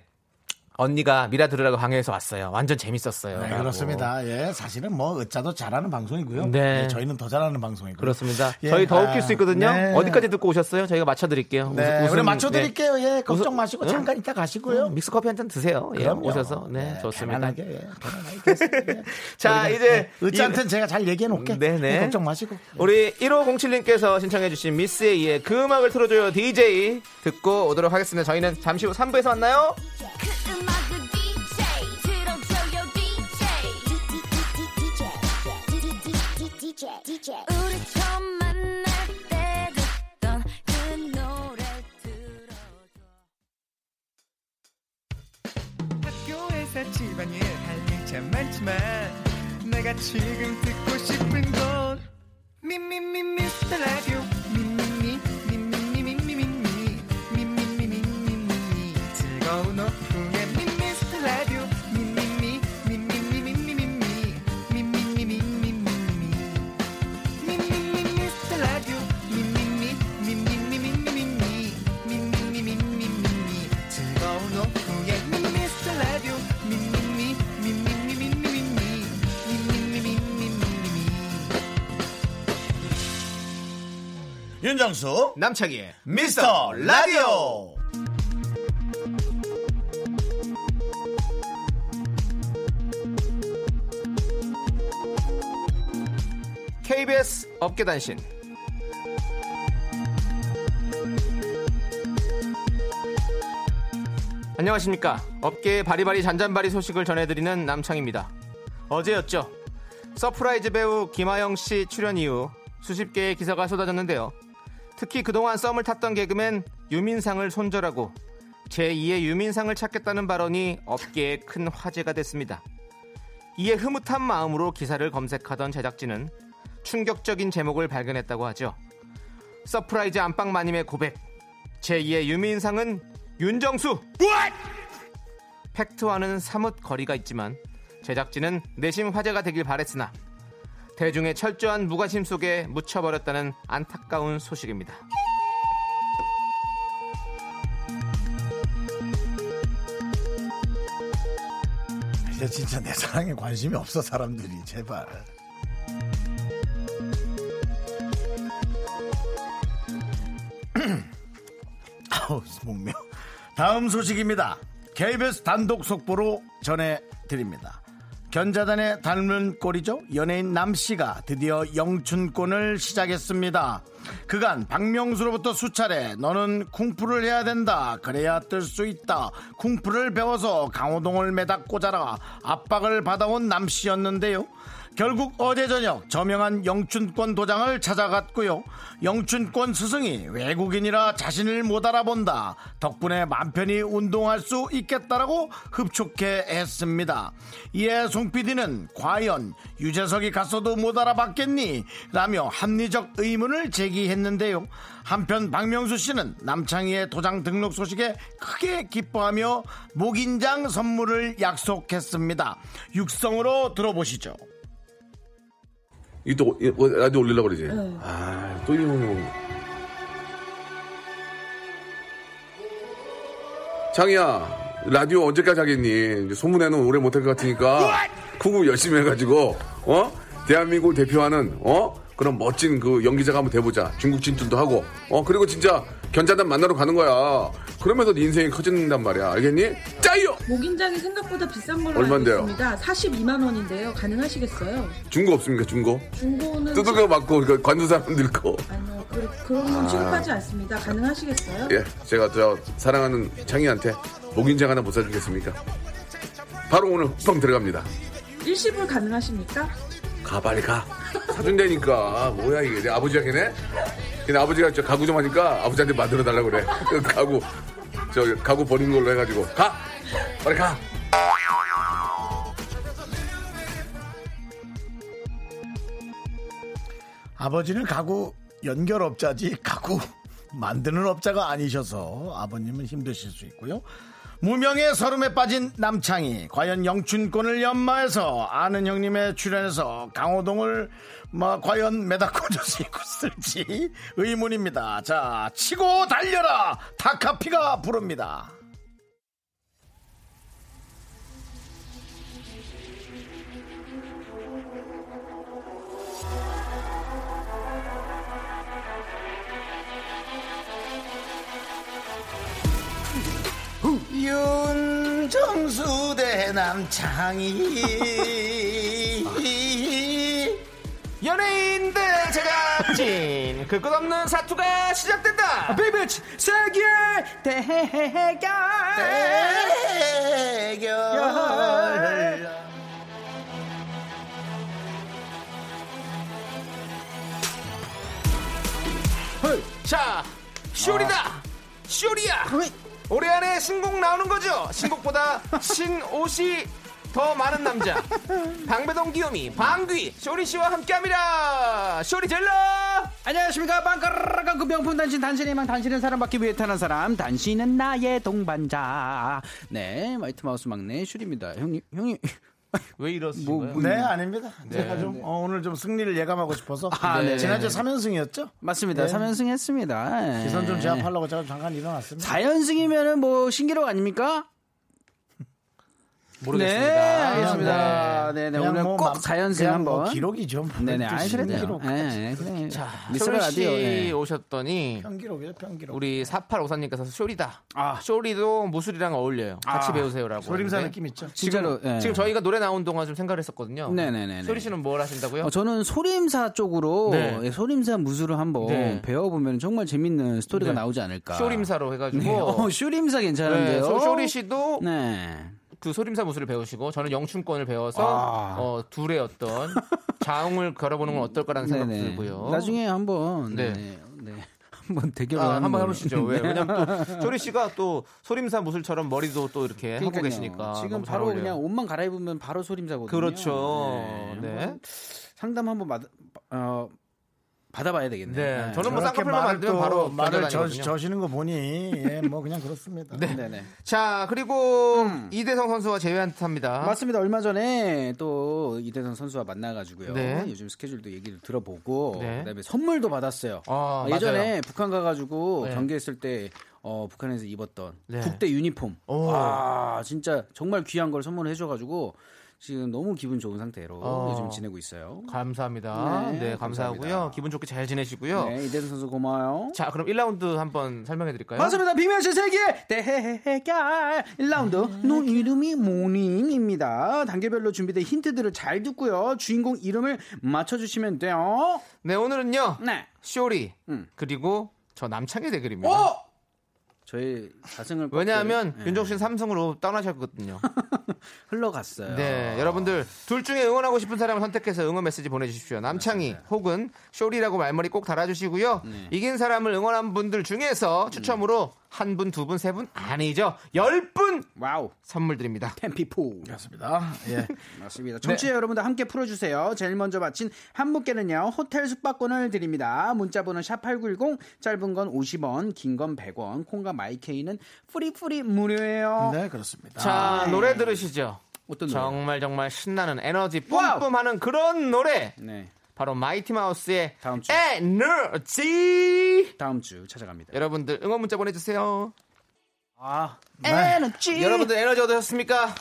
Speaker 2: 언니가 미라 들으라고 강요해서 왔어요. 완전 재밌었어요.
Speaker 1: 네,
Speaker 2: 라고.
Speaker 1: 그렇습니다. 예, 사실은 뭐 으짜도 잘하는 방송이고요.
Speaker 2: 네.
Speaker 1: 예, 저희는 더 잘하는 방송이고요.
Speaker 2: 그렇습니다.
Speaker 1: 예,
Speaker 2: 저희 더
Speaker 1: 아,
Speaker 2: 웃길 수 있거든요.
Speaker 1: 네.
Speaker 2: 어디까지 듣고 오셨어요? 저희가 맞춰드릴게요.
Speaker 1: 네,
Speaker 2: 웃음-
Speaker 1: 우리
Speaker 2: 웃음- 네.
Speaker 1: 맞춰드릴게요. 예, 걱정
Speaker 2: 웃음-
Speaker 1: 마시고
Speaker 2: 응?
Speaker 1: 잠깐 이따 가시고요.
Speaker 2: 네. 믹스커피 한 잔 드세요. 예,
Speaker 1: 그럼요.
Speaker 2: 오셔서. 네, 좋습니다.
Speaker 1: 편안하게, 예, 편안하게 됐습니다. 예.
Speaker 2: 자,
Speaker 1: 우리가,
Speaker 2: 이제 음,
Speaker 1: 예, 으짜한테는 제가 잘 얘기해 놓을게.
Speaker 2: 네네.
Speaker 1: 예, 걱정 마시고.
Speaker 2: 우리 1507님께서 신청해주신 미스에 의해 그 음악을 틀어줘요 DJ 듣고 오도록 하겠습니다. 저희는 잠시 후 3부에서 만나요.
Speaker 4: 그 음악을 DJ 들어줘요 DJ 우리 처음 만날 때 듣던 그 노래 들어줘
Speaker 5: 학교에서 집안일 할 일 참 많지만 내가 지금 듣고 싶은 건 미미미 미스터 라디오 미미미 미미미 미미미 미미미 미미미 즐거운 오후에 미스터 라디오 미미미 미미미 미미미 미미미 미미미
Speaker 1: 윤정수,
Speaker 2: 남창희의
Speaker 1: 미스터 라디오.
Speaker 2: KBS 업계단신 안녕하십니까 업계의 바리바리 잔잔바리 소식을 전해드리는 남창입니다 어제였죠 서프라이즈 배우 김하영씨 출연 이후 수십 개의 기사가 쏟아졌는데요 특히 그동안 썸을 탔던 개그맨 유민상을 손절하고 제2의 유민상을 찾겠다는 발언이 업계에 큰 화제가 됐습니다 이에 흐뭇한 마음으로 기사를 검색하던 제작진은 충격적인 제목을 발견했다고 하죠. 서프라이즈 안방 마님의 고백. 제2의 유민상은 윤정수. 팩트와는 사뭇 거리가 있지만 제작진은 내심 화제가 되길 바랬으나 대중의 철저한 무관심 속에 묻혀버렸다는 안타까운 소식입니다.
Speaker 1: 이제 진짜 내 사랑에 관심이 없어, 사람들이. 제발. 아우, 목명. 다음 소식입니다. KBS 단독 속보로 전해드립니다. 견자단의 닮은 꼴이죠. 연예인 남씨가 드디어 영춘권을 시작했습니다. 그간 박명수로부터 수차례 너는 쿵푸를 해야 된다. 그래야 뜰 수 있다. 쿵푸를 배워서 강호동을 매다 꽂아라. 압박을 받아온 남씨였는데요. 결국 어제 저녁 저명한 영춘권 도장을 찾아갔고요. 영춘권 스승이 외국인이라 자신을 못 알아본다. 덕분에 맘 편히 운동할 수 있겠다라고 흡족해 했습니다. 이에 송 PD는 과연 유재석이 갔어도 못 알아봤겠니? 라며 합리적 의문을 제기했는데요. 한편 박명수 씨는 남창희의 도장 등록 소식에 크게 기뻐하며 목인장 선물을 약속했습니다. 육성으로 들어보시죠.
Speaker 6: 이또 뭐, 라디오 올리려고 그러지. 아, 또 이놈. 장이야, 라디오 언제까지 하겠니? 이제 소문에는 오래 못할 것 같으니까 쿠구 열심히 해가지고 어 대한민국 대표하는 어 그런 멋진 그 연기자가 한번 돼보자. 중국 진출도 하고 어 그리고 진짜 견자단 만나러 가는 거야. 그러면서 네 인생이 커진단 말이야. 알겠니? 짜요.
Speaker 7: 목인장이 생각보다 비싼 걸로
Speaker 6: 얼만데요?
Speaker 7: 알고 있습니다. 42만 원인데요. 가능하시겠어요?
Speaker 6: 중고 없습니까? 중고?
Speaker 7: 중고는
Speaker 6: 두들겨 맞고 그 관두 사람들 거.
Speaker 7: 아니요. 그, 그런 건 취급하지 않습니다. 가능하시겠어요?
Speaker 6: 예, 제가 저 사랑하는 창희한테 목인장 하나 못 사주겠습니까? 바로 오늘 훅방 들어갑니다.
Speaker 7: 일시불 가능하십니까?
Speaker 6: 가 빨리 가 사준다니까 뭐야 이게 내 아버지가 걔네 걔네 아버지가 저 가구 좀 하니까 아버지한테 만들어 달라고 그래 그 가구 저 가구 버린 걸로 해가지고 가 빨리 가
Speaker 1: 아버지는 가구 연결 업자지 가구 만드는 업자가 아니셔서 아버님은 힘드실 수 있고요. 무명의 서름에 빠진 남창이 과연 영춘권을 연마해서 아는 형님의 출연에서 강호동을 뭐 과연 매다꿔줄 수 있을지 의문입니다. 자 치고 달려라 다카피가 부릅니다. 윤정수 대 남창이
Speaker 2: 연예인들 제작진 그 끝없는 사투가 시작된다 비비치 세계 대결
Speaker 1: 대결
Speaker 2: 자
Speaker 8: 아.
Speaker 2: 쇼리다 쇼리야 올해 안에 신곡 나오는 거죠 신곡보다 신옷이 더 많은 남자 방배동 귀요미 방귀 쇼리씨와 함께합니다 쇼리 젤러
Speaker 8: 안녕하십니까 빵가라가 그 명품 단신 단신의 망 단신은 사랑받기 위해 태어난 사람 단신은 나의 동반자 네 마이트 마우스 막내 슈리입니다 형님 형님
Speaker 2: 왜 이러시는
Speaker 8: 뭐,
Speaker 2: 거예요?
Speaker 8: 뭐,
Speaker 1: 네 아닙니다 제가 좀 어, 오늘 좀 승리를 예감하고 싶어서
Speaker 8: 아, 네.
Speaker 1: 지난주 3연승이었죠
Speaker 8: 맞습니다
Speaker 1: 네.
Speaker 8: 3연승 했습니다 네.
Speaker 1: 기선 좀 제압하려고 제가 잠깐 일어났습니다
Speaker 8: 아, 4연승이면은 뭐 신기록 아닙니까? 모르겠습니다. 네,
Speaker 3: 아,
Speaker 8: 알겠습니다. 네, 네.
Speaker 1: 그냥
Speaker 8: 오늘
Speaker 1: 뭐
Speaker 8: 꼭
Speaker 1: 맘-
Speaker 8: 4연승
Speaker 1: 그냥 뭐
Speaker 8: 한번.
Speaker 1: 기록이 좀
Speaker 8: 네네, 아이, 그랬네요.
Speaker 1: 기록
Speaker 8: 예, 예, 그래. 미스터
Speaker 2: 아, 쇼리씨
Speaker 8: 라디오. 예.
Speaker 2: 오셨더니
Speaker 1: 평기록이죠 평기록
Speaker 2: 우리 4854님께서 쇼리다
Speaker 8: 아.
Speaker 2: 쇼리도 무술이랑 어울려요 같이
Speaker 8: 아.
Speaker 2: 배우세요라고
Speaker 1: 조림사
Speaker 2: 하는데
Speaker 1: 느낌 있죠
Speaker 8: 진짜로. 예.
Speaker 2: 지금 저희가 노래 나온 동안 좀 생각을 했었거든요
Speaker 8: 네네네네.
Speaker 2: 쇼리씨는 뭘 하신다고요?
Speaker 8: 어, 저는 소림사 쪽으로
Speaker 2: 네.
Speaker 8: 예, 소림사 무술을 한번
Speaker 2: 네.
Speaker 8: 배워보면 정말 재밌는 스토리가
Speaker 2: 네.
Speaker 8: 나오지 않을까.
Speaker 2: 쇼림사로 해가지고
Speaker 8: 네. 어, 쇼림사
Speaker 2: 네,
Speaker 8: 괜찮은데요.
Speaker 2: 소- 쇼리 씨도
Speaker 8: 네.
Speaker 2: 그 소림사 무술을 배우시고 저는 영춘권을 배워서
Speaker 8: 아.
Speaker 2: 어, 둘의 어떤 자웅을 걸어보는 건 어떨까라는 생각
Speaker 8: 네네.
Speaker 2: 들고요.
Speaker 8: 나중에 한번
Speaker 2: 네.
Speaker 8: 네. 네. 한번 네. 대결을
Speaker 2: 아, 한번
Speaker 8: 걸로.
Speaker 2: 해보시죠. 왜? 왜냐면 또 쇼리 씨가 또 소림사 무술처럼 머리도 또 이렇게 하고
Speaker 8: 그러니까요.
Speaker 2: 계시니까
Speaker 8: 지금
Speaker 2: 너무 잘
Speaker 8: 바로
Speaker 2: 어울려요.
Speaker 8: 그냥 옷만 갈아입으면 바로 소림사거든요.
Speaker 2: 그렇죠.
Speaker 8: 네.
Speaker 2: 네.
Speaker 8: 한번 상담 한번 받, 어, 받아봐야 되겠네요.
Speaker 2: 네.
Speaker 8: 네.
Speaker 2: 저는 뭐
Speaker 1: 저렇게
Speaker 2: 쌍꺼풀만
Speaker 1: 말을
Speaker 2: 만들면
Speaker 1: 또-
Speaker 2: 바로
Speaker 1: 말을 저,
Speaker 2: 전자다니거든요.
Speaker 1: 저시는 거 보니 예, 뭐 그냥 그렇습니다
Speaker 8: 네네. 음.
Speaker 2: 자 그리고 이대성 선수와 제외한 듯합니다.
Speaker 8: 맞습니다. 얼마 전에 또 이대성 선수와 만나가지고요.
Speaker 2: 네.
Speaker 8: 요즘 스케줄도 얘기를 들어보고
Speaker 2: 네.
Speaker 8: 그다음에 선물도 받았어요.
Speaker 2: 아,
Speaker 8: 예전에
Speaker 2: 맞아요.
Speaker 8: 북한 가가지고
Speaker 2: 네.
Speaker 8: 경기했을 때 어, 북한에서 입었던
Speaker 2: 네.
Speaker 8: 국대 유니폼.
Speaker 2: 오.
Speaker 8: 아 진짜 정말 귀한 걸 선물해 줘가지고 지금 너무 기분 좋은 상태로
Speaker 2: 어.
Speaker 8: 요즘 지내고 있어요.
Speaker 2: 감사합니다. 네,
Speaker 8: 네,
Speaker 2: 감사하고요.
Speaker 8: 감사합니다.
Speaker 2: 기분 좋게 잘 지내시고요.
Speaker 8: 네, 이대성 선수 고마워요.
Speaker 2: 자 그럼 1라운드 한번 설명해 드릴까요?
Speaker 8: 맞습니다. 빅매치 세계 대결
Speaker 2: 네.
Speaker 8: 1라운드 노 이름이 모닝입니다. 단계별로 준비된 힌트들을 잘 듣고요. 주인공 이름을 맞춰주시면 돼요.
Speaker 2: 네 오늘은요.
Speaker 8: 네.
Speaker 2: 쇼리
Speaker 8: 음. 어?
Speaker 2: 그리고 저 남창의 대결입니다.
Speaker 8: 저희 자승을
Speaker 2: 왜냐하면
Speaker 8: 꺾을- 네,
Speaker 2: 윤종 씨는 삼성으로 떠나셨거든요.
Speaker 8: 흘러갔어요.
Speaker 2: 네, 여러분들 둘 중에 응원하고 싶은 사람을 선택해서 응원 메시지 보내주십시오. 남창희 혹은 쇼리라고 말머리 꼭 달아주시고요. 이긴 사람을 응원한 분들 중에서 추첨으로 한 분, 두 분, 세 분 아니죠. 열 분
Speaker 8: 와우.
Speaker 2: 선물 드립니다.
Speaker 8: 템피포.
Speaker 1: 그렇습니다 예.
Speaker 8: 맞습니다. 청취자 여러분들 함께 풀어주세요. 제일 먼저 마친 한 분께는요. 호텔 숙박권을 드립니다. 문자번호 샵8910 짧은 건 50원 긴 건 100원 콩과 마이케이는 프리프리 무료예요.
Speaker 1: 네 그렇습니다
Speaker 2: 자, 노래 들으시죠.
Speaker 8: 아, 어떤 노래?
Speaker 2: 정말 정말 신나는 에너지
Speaker 8: 와우!
Speaker 2: 뿜뿜하는 그런 노래.
Speaker 8: 네.
Speaker 2: 바로 마이티 마우스의
Speaker 8: 다음 주.
Speaker 2: 에너지.
Speaker 8: 다음 주 찾아갑니다.
Speaker 2: 여러분들 응원 문자 보내주세요.
Speaker 8: 아,
Speaker 2: 에너지. 여러분들 에너지 얻으셨습니까?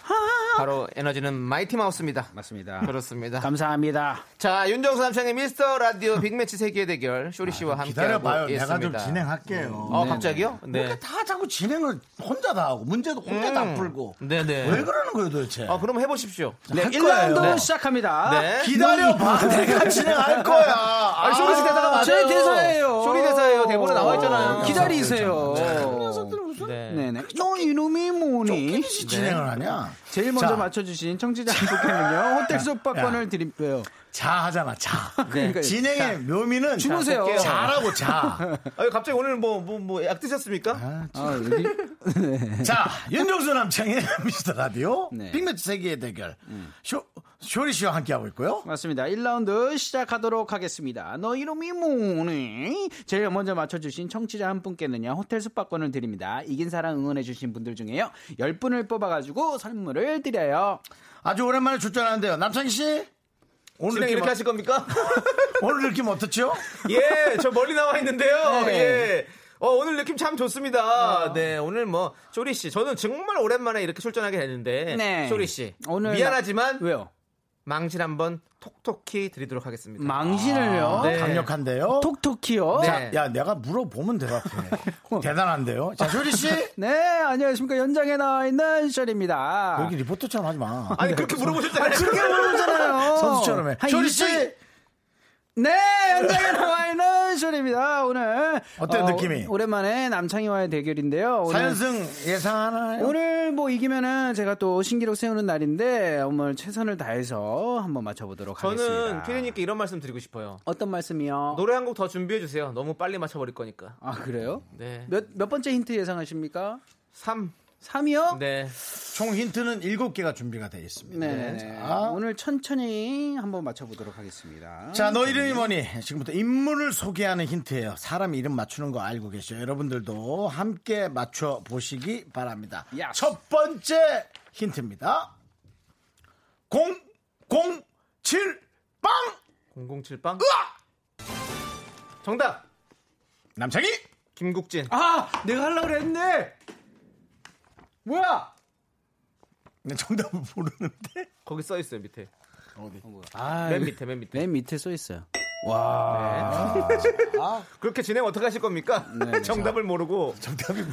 Speaker 2: 바로 에너지는 마이티 마우스입니다.
Speaker 8: 맞습니다.
Speaker 2: 그렇습니다.
Speaker 8: 감사합니다.
Speaker 2: 자, 윤정수 남창의 미스터 라디오 빅매치 세계 대결 쇼리 씨와 함께
Speaker 1: 아, 기다려봐요
Speaker 2: 하고 있습니다.
Speaker 1: 내가 좀 진행할게요
Speaker 2: 어, 갑자기요?
Speaker 1: 이렇게
Speaker 2: 네.
Speaker 1: 그러니까 다 자꾸 진행을 혼자 다 하고 문제도 혼자
Speaker 8: 음.
Speaker 1: 다 풀고
Speaker 2: 네, 네.
Speaker 1: 왜 그러는 거예요 도대체
Speaker 2: 아, 그럼 해 보십시오.
Speaker 8: 네,
Speaker 1: 할
Speaker 8: 1라운드
Speaker 1: 거예요.
Speaker 8: 시작합니다. 음.
Speaker 2: 네.
Speaker 1: 기다려봐 내가 진행할 거야
Speaker 2: 아니, 쇼리 씨 대사가 맞아요. 어,
Speaker 8: 제 대사예요.
Speaker 2: 쇼리 대사예요. 대본에 나와 있잖아요.
Speaker 1: 그
Speaker 8: 기다리세요.
Speaker 2: 네.
Speaker 8: 네네. 너 이름이 뭐니?
Speaker 1: 시그 진행을 하냐?
Speaker 8: 제일 먼저
Speaker 1: 네. 자,
Speaker 8: 맞춰주신 청취자 분께는요 호텔 숙박권을 드릴게요.
Speaker 1: 자 하잖아 자. 네.
Speaker 8: 그러니까요.
Speaker 1: 진행의
Speaker 8: 자,
Speaker 1: 묘미는
Speaker 8: 주무세요.
Speaker 1: 자, 자라고 자.
Speaker 2: 아유, 갑자기 오늘 뭐, 뭐, 뭐, 약 드셨습니까?
Speaker 8: 아, 여기?
Speaker 1: 네. 자 윤정수 남창의 미스터 라디오
Speaker 8: 네.
Speaker 1: 빅매치 세계의 대결 쇼 쇼리 씨와 함께 하고 있고요.
Speaker 8: 맞습니다. 1라운드 시작하도록 하겠습니다. 너 이름이 뭐니? 제일 먼저 맞춰주신 청취자 한 분께는요, 호텔 숙박권을 드립니다. 이긴 사람 응원해주신 분들 중에요, 10분을 뽑아가지고 선물을 드려요.
Speaker 1: 아주 오랜만에 출전하는데요. 남창희 씨 오늘
Speaker 2: 진행
Speaker 1: 느낌
Speaker 2: 이렇게
Speaker 1: 어-
Speaker 2: 하실 겁니까?
Speaker 1: 오늘 느낌 어떻죠?
Speaker 2: 예, 저 멀리 나와 있는데요.
Speaker 1: 네.
Speaker 2: 예. 어, 오늘 느낌 참 좋습니다. 네, 오늘 뭐, 쇼리 씨. 저는 정말 오랜만에 이렇게 출전하게 됐는데.
Speaker 8: 네.
Speaker 2: 쇼리 씨.
Speaker 8: 오늘
Speaker 2: 미안하지만,
Speaker 8: 왜요?
Speaker 2: 망신 한번 톡톡히 드리도록 하겠습니다.
Speaker 8: 망신을요?
Speaker 2: 네.
Speaker 1: 아, 강력한데요.
Speaker 8: 톡톡히요?
Speaker 2: 네.
Speaker 1: 자, 야 내가 물어보면 대답해. 대단한데요. 자 쇼리 씨
Speaker 8: 네, 안녕하십니까. 연장에 나와 있는 셜입니다.
Speaker 1: 여기 리포터처럼 하지 마.
Speaker 8: 네.
Speaker 2: 아니, 그렇게 물어보셨잖아요.
Speaker 8: 그렇게 물어보잖아요.
Speaker 1: 선수처럼 해.
Speaker 8: 한
Speaker 1: 쇼리 씨
Speaker 8: 일주일- 네, 현장에 나와 있는 쇼리입니다. 오늘
Speaker 1: 어때요, 느낌이?
Speaker 8: 오랜만에 남창희와의 대결인데요. 오늘,
Speaker 1: 사연승 예상하나요?
Speaker 8: 오늘 뭐 이기면은 제가 또 신기록 세우는 날인데 오늘 최선을 다해서 한번 맞춰보도록
Speaker 2: 저는
Speaker 8: 하겠습니다.
Speaker 2: 피디님께 이런 말씀 드리고 싶어요.
Speaker 8: 어떤 말씀이요?
Speaker 2: 노래 한 곡 더 준비해 주세요. 너무 빨리 맞춰버릴 거니까.
Speaker 8: 아 그래요?
Speaker 2: 네.
Speaker 8: 몇 몇 번째 힌트 예상하십니까?
Speaker 2: 3.
Speaker 8: 3이요?
Speaker 2: 네.
Speaker 1: 총 힌트는 7개가 준비가 되어 있습니다.
Speaker 8: 네.
Speaker 1: 자.
Speaker 8: 오늘 천천히 한번 맞춰보도록 하겠습니다.
Speaker 1: 자, 너 이름이 뭐니? 지금부터 인물을 소개하는 힌트예요. 사람 이름 맞추는 거 알고 계시죠? 여러분들도 함께 맞춰 보시기 바랍니다.
Speaker 8: Yes.
Speaker 1: 첫 번째 힌트입니다. 0 0 7 빵!
Speaker 2: 007빵. 정답.
Speaker 1: 남창희!
Speaker 2: 김국진.
Speaker 8: 아, 내가 하려고 그랬는데. 뭐야?
Speaker 1: 네, 정답을 모르는데.
Speaker 2: 거기 써 있어요, 밑에.
Speaker 8: 아,
Speaker 2: 맨 밑에, 맨 밑에.
Speaker 8: 맨 밑에 써 있어요.
Speaker 1: 아.
Speaker 2: 그렇게 진행 어떻게 하실 겁니까?
Speaker 8: 네,
Speaker 2: 정답을 모르고
Speaker 1: 정답이, 네.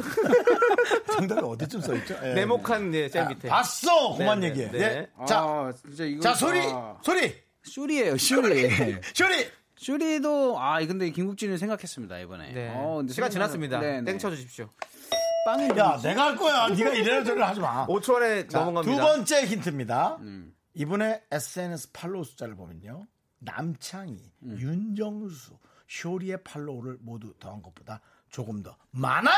Speaker 1: 정답이 어디쯤 써있죠? 예.
Speaker 2: 네모칸 예, 제일 밑에.
Speaker 1: 봤어! 그만
Speaker 2: 네,
Speaker 1: 얘기해.
Speaker 2: 네.
Speaker 1: 예.
Speaker 8: 아,
Speaker 1: 자,
Speaker 8: 진짜 이거
Speaker 1: 자, 소리!
Speaker 8: 아,
Speaker 1: 소리!
Speaker 8: 쇼리예요, 쇼리.
Speaker 1: 쇼리!
Speaker 8: 쇼리도 아, 근데 김국진을 생각했습니다 이번에.
Speaker 2: 네.
Speaker 8: 어, 근데
Speaker 2: 시간
Speaker 8: 생각나-
Speaker 2: 지났습니다.
Speaker 8: 네, 네.
Speaker 2: 땡쳐 주십시오.
Speaker 8: 빵이
Speaker 1: 야,
Speaker 8: 뭐지?
Speaker 1: 내가 할 거야. 네가 이래라 저래라 하지 마.
Speaker 2: 5초 안에
Speaker 1: 자,
Speaker 2: 넘어갑니다.
Speaker 1: 두 번째 힌트입니다. 이분의 SNS 팔로우 숫자를 보면요. 남창희, 윤정수, 쇼리의 팔로우를 모두 더한 것보다 조금 더 많아요.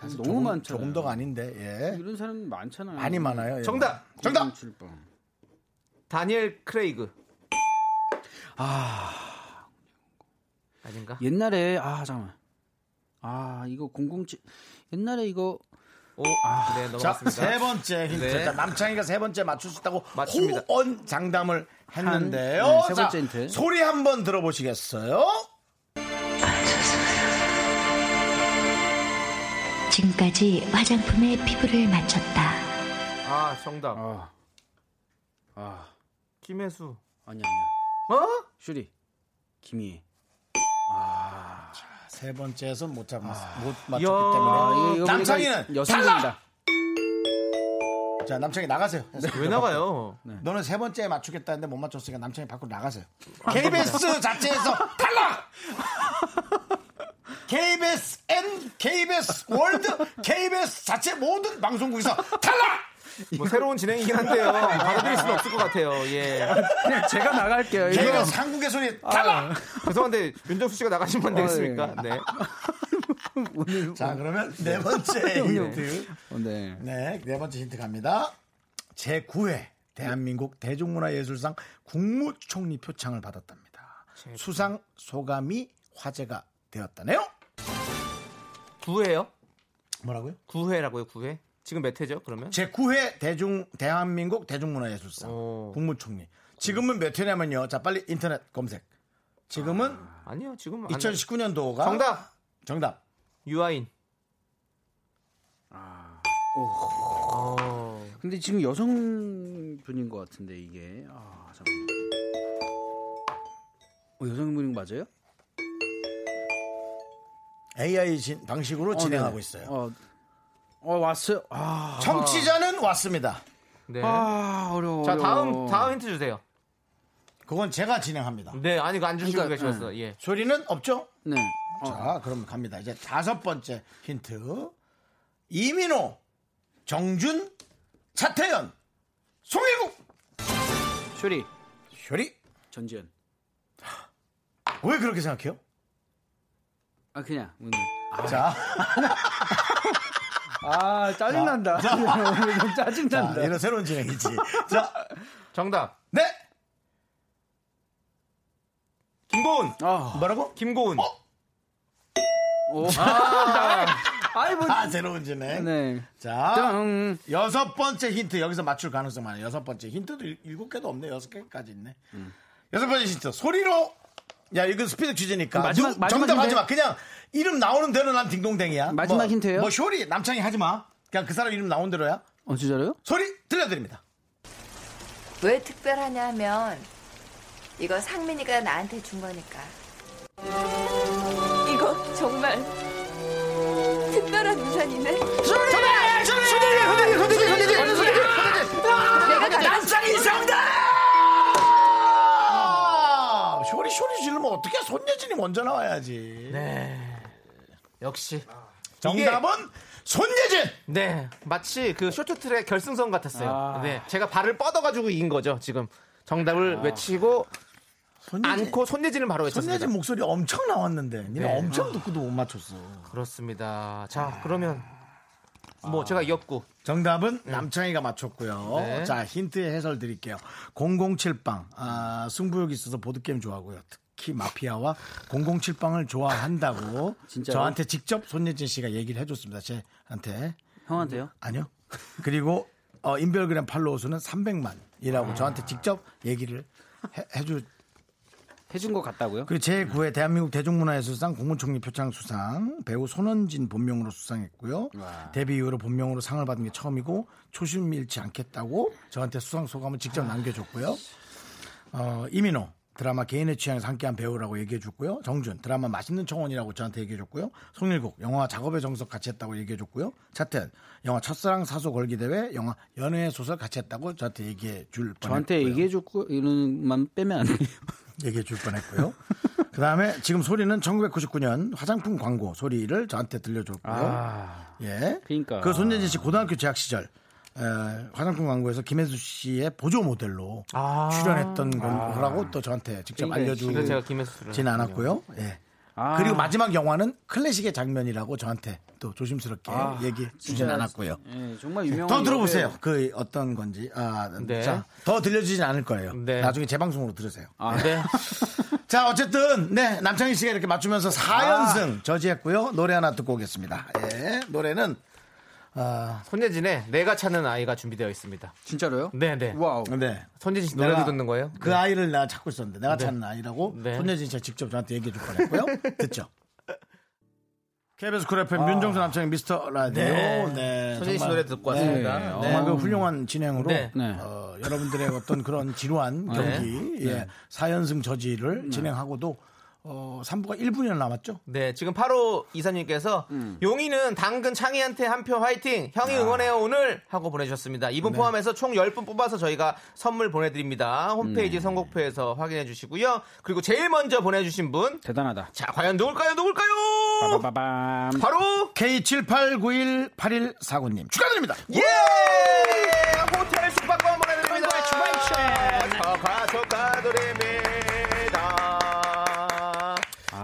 Speaker 1: 사실
Speaker 8: 너무
Speaker 1: 조금,
Speaker 8: 많잖아요.
Speaker 1: 조금 더가 아닌데, 예.
Speaker 8: 이런 사람 많잖아요.
Speaker 1: 많이 많아요. 예.
Speaker 2: 정답.
Speaker 1: 정답.
Speaker 8: 출범.
Speaker 2: 다니엘 크레이그. 아. 아닌가?
Speaker 8: 옛날에 아, 잠깐만. 아, 이거 007 옛날에 이거
Speaker 2: 오.
Speaker 8: 아.
Speaker 2: 네,
Speaker 1: 자,
Speaker 2: 넘어갔습니다.
Speaker 1: 세 번째 힌트.
Speaker 2: 네.
Speaker 1: 자, 남창희가 세 번째 맞출 수 있다고
Speaker 2: 맞춥니다.
Speaker 1: 호언 장담을 했는데요.
Speaker 8: 한, 네, 세
Speaker 1: 자,
Speaker 8: 번째 힌트.
Speaker 1: 소리 한번 들어보시겠어요?
Speaker 4: 지금까지 화장품에 피부를 맞췄다.
Speaker 2: 아, 정답.
Speaker 8: 아. 아,
Speaker 2: 김혜수.
Speaker 8: 아니야, 아니야.
Speaker 2: 어?
Speaker 8: 쇼리. 김희애.
Speaker 1: 세 번째에서 못, 잡, 못 맞췄기
Speaker 2: 야.
Speaker 1: 때문에.
Speaker 8: 아, 이거- 이거 보니까
Speaker 1: 남창희는
Speaker 8: 여성분이다.
Speaker 1: 자, 남창희 나가세요.
Speaker 8: 아,
Speaker 2: 왜 나가요?
Speaker 8: 네.
Speaker 1: 너는 세 번째에 맞추겠다는데 못 맞췄으니까 남창이 밖으로 나가세요.
Speaker 8: 아, 네.
Speaker 1: KBS 자체에서 탈락! KBS N, KBS 월드, KBS 자체 모든 방송국에서 탈락!
Speaker 2: 뭐 새로운 진행이긴 한데요. 받아들일 수는 없을 것 같아요. 예.
Speaker 8: 그냥 제가 나갈게요. 아, 이거.
Speaker 1: KBS 한국의 소리 탈락!
Speaker 2: 죄송한데 윤정수 씨가 나가시면 안 되겠습니까?
Speaker 8: 아,
Speaker 2: 네.
Speaker 8: 오늘
Speaker 1: 자, 그러면 네 번째 힌트.
Speaker 8: 어, 네.
Speaker 1: 네, 네 번째 힌트 갑니다. 제9회 대한민국 대중문화예술상 국무총리 표창을 받았답니다. 수상 소감이 화제가 되었다네요.
Speaker 2: 구회요?
Speaker 1: 뭐라고요?
Speaker 2: 구회라고요. 구회? 지금 몇 회죠? 그러면?
Speaker 1: 제9회 대중 대한민국 대중문화예술상
Speaker 2: 오.
Speaker 1: 국무총리. 지금은 몇 회냐면요. 자, 빨리 인터넷 검색. 지금은
Speaker 2: 아니요. 지금 안-
Speaker 1: 2019년도가
Speaker 2: 정답.
Speaker 1: 정답.
Speaker 2: 유아인.
Speaker 8: 근데 지금 여성분인 것 같은데 이게 아 잠깐. 어, 여성분인 거 맞아요?
Speaker 1: AI 진, 방식으로 진행하고
Speaker 8: 네.
Speaker 1: 있어요.
Speaker 8: 어, 어, 왔어요. 아,
Speaker 1: 청취자는 왔습니다.
Speaker 2: 네.
Speaker 8: 아 어려워.
Speaker 2: 자, 다음
Speaker 8: 어려워.
Speaker 2: 다음 힌트 주세요.
Speaker 1: 그건 제가 진행합니다.
Speaker 2: 네, 아니 그안 주시고
Speaker 8: 그러니까,
Speaker 2: 계셨어. 예.
Speaker 1: 소리는 없죠?
Speaker 8: 네.
Speaker 1: 자, 그럼 갑니다. 이제 다섯 번째 힌트. 이민호, 정준, 차태현, 송일국,
Speaker 8: 쇼리
Speaker 1: 쇼리.
Speaker 8: 전지현.
Speaker 1: 왜 그렇게 생각해요?
Speaker 8: 아 그냥 오늘.
Speaker 1: 자,
Speaker 8: 아 짜증난다. 오늘 좀
Speaker 1: 자,
Speaker 8: 짜증난다.
Speaker 1: 아, 이런 새로운 진행이지. 자,
Speaker 2: 정답.
Speaker 1: 네.
Speaker 2: 김고은.
Speaker 8: 아,
Speaker 1: 뭐라고?
Speaker 2: 김고은.
Speaker 8: 오. 아, 아이 뭐.
Speaker 1: 아, 새로운 진행.
Speaker 8: 네.
Speaker 1: 자,
Speaker 8: 짱.
Speaker 1: 여섯 번째 힌트 여기서 맞출 가능성 많아요. 여섯 번째 힌트도 일- 일곱 개도 없네. 여섯 개까지 있네.
Speaker 8: 음.
Speaker 1: 여섯 번째 힌트 소리로. 야, 이건 스피드 퀴즈니까.
Speaker 8: 마지막-
Speaker 1: 누-
Speaker 8: 마지막
Speaker 1: 정답
Speaker 8: 힌트?
Speaker 1: 하지 마. 그냥 이름 나오는 대로 난 딩동댕이야.
Speaker 8: 마지막
Speaker 1: 뭐,
Speaker 8: 힌트예요?
Speaker 1: 뭐 쇼리 남창이 하지 마. 그냥 그 사람 이름 나온 대로야.
Speaker 8: 어 진짜로요?
Speaker 1: 소리 들려드립니다.
Speaker 9: 왜 특별하냐면 이거 상민이가 나한테 준 거니까. 이거 정말 특별한 유산이네. 내가 나
Speaker 1: 아, 쇼리 쇼리 지르면 어떻게 손예진이 먼저 나와야지.
Speaker 2: 역시.
Speaker 1: 정답은 손예진.
Speaker 2: 네. 마치 그 쇼트트랙 결승선 같았어요.
Speaker 8: 아.
Speaker 2: 네. 제가 발을 뻗어가지고 이긴 거죠, 지금. 정답을 외치고 안고 손예진을 바로 외쳤습니다.
Speaker 1: 손예진 목소리 엄청 나왔는데 니네
Speaker 2: 네.
Speaker 1: 엄청 듣고도 못 맞췄어.
Speaker 2: 그렇습니다. 자, 그러면 뭐 제가 이겼고
Speaker 1: 정답은
Speaker 8: 음.
Speaker 1: 남창희가 맞췄고요.
Speaker 2: 네.
Speaker 1: 자 힌트의 해설 드릴게요. 007빵 아, 승부욕이 있어서 보드 게임 좋아하고요. 특히 마피아와 007빵을 좋아한다고
Speaker 8: 진짜요?
Speaker 1: 저한테 직접 손예진 씨가 얘기를 해줬습니다. 제한테
Speaker 8: 형한테요?
Speaker 1: 아니요. 그리고 어, 인별그램 팔로우 수는
Speaker 8: 아.
Speaker 1: 300만이라고 저한테 직접 얘기를 해, 해주.
Speaker 8: 해준 것 같다고요?
Speaker 1: 그리고 제9회 대한민국 대중문화예술상 국무총리 표창 수상 배우 손원진 본명으로 수상했고요. 데뷔 이후로 본명으로 상을 받은 게 처음이고 초심 잃지 않겠다고 저한테 수상 소감을 직접
Speaker 8: 아.
Speaker 1: 남겨줬고요. 어, 이민호 드라마 개인의 취향에서 함께한 배우라고 얘기해줬고요. 정준 드라마 맛있는 청원이라고 저한테 얘기해줬고요. 송일국 영화 작업의 정석 같이 했다고 얘기해줬고요. 차태현 영화 첫사랑 사소 걸기 대회 영화 연애의 소설 같이 했다고 저한테 얘기해줄 뻔했고요.
Speaker 8: 저한테 얘기해줬고 이런만 빼면 안 돼요.
Speaker 1: 얘기해 줄 뻔했고요. 그 다음에 지금 소리는 1999년 화장품 광고 소리를 저한테 들려줬고요. 예.
Speaker 8: 그러니까.
Speaker 1: 그 손예진 씨 고등학교 재학 시절 에, 화장품 광고에서 김혜수 씨의 보조 모델로 출연했던 거라고 또 저한테 직접
Speaker 8: 아. 그러니까
Speaker 2: 그래서 네. 제가
Speaker 1: 알려주진
Speaker 2: 김혜수를
Speaker 1: 않았고요. 예.
Speaker 8: 아.
Speaker 1: 그리고 마지막 영화는 클래식의 장면이라고 저한테 또 조심스럽게
Speaker 8: 아.
Speaker 1: 얘기 주진 않았고요.
Speaker 8: 예, 정말
Speaker 1: 네,
Speaker 8: 유명한
Speaker 1: 더 들어보세요. 그 어떤 건지. 아,
Speaker 2: 네.
Speaker 1: 자, 더 들려주진 않을 거예요.
Speaker 2: 네.
Speaker 1: 나중에 재방송으로 들으세요.
Speaker 8: 아,
Speaker 2: 네.
Speaker 1: 자, 어쨌든, 네, 남창희 씨가 이렇게 맞추면서
Speaker 2: 아.
Speaker 1: 4연승 저지했고요. 노래 하나 듣고 오겠습니다. 예, 노래는, 아,
Speaker 2: 손예진의 내가 찾는 아이가 준비되어 있습니다.
Speaker 8: 진짜로요?
Speaker 2: 네, 네.
Speaker 8: 와우.
Speaker 1: 네.
Speaker 2: 손예진 씨 노래
Speaker 1: 내가
Speaker 2: 듣는 거예요?
Speaker 1: 그 아이를 내가 찾고 있었는데, 내가 찾는 아이라고
Speaker 2: 네.
Speaker 1: 손예진 씨가 직접 저한테 얘기해 줄 뻔했고요. 듣죠. KBS 쿨 FM 윤종수 남창희 미스터 라디오. 네.
Speaker 2: 손예진 씨
Speaker 1: 정말,
Speaker 2: 노래 듣고 왔습니다.
Speaker 1: 네,
Speaker 2: 네.
Speaker 1: 정말 그 훌륭한 진행으로
Speaker 2: 네.
Speaker 8: 네.
Speaker 1: 어, 여러분들의 어떤 그런 지루한 경기,
Speaker 2: 네.
Speaker 1: 예, 4연승 저지를 진행하고도 어, 3부가 1분이나 남았죠?
Speaker 2: 네, 지금 8호 이사님께서
Speaker 8: 음.
Speaker 2: 용인은 당근 창희한테 한 표 화이팅! 형이 응원해요 오늘! 하고 보내주셨습니다.
Speaker 8: 네.
Speaker 2: 이분 포함해서 총 10분 뽑아서 저희가 선물 보내드립니다. 홈페이지
Speaker 8: 음.
Speaker 2: 선곡표에서 확인해 주시고요. 그리고 제일 먼저 보내주신 분.
Speaker 8: 대단하다.
Speaker 2: 자, 과연 누굴까요?
Speaker 8: 아,
Speaker 2: 누굴까요?
Speaker 8: 빠밤.
Speaker 2: 바로!
Speaker 1: K78918149님 축하드립니다.
Speaker 2: 예! 호텔 숙박권 보내드립니다. 축하 축하드립니다.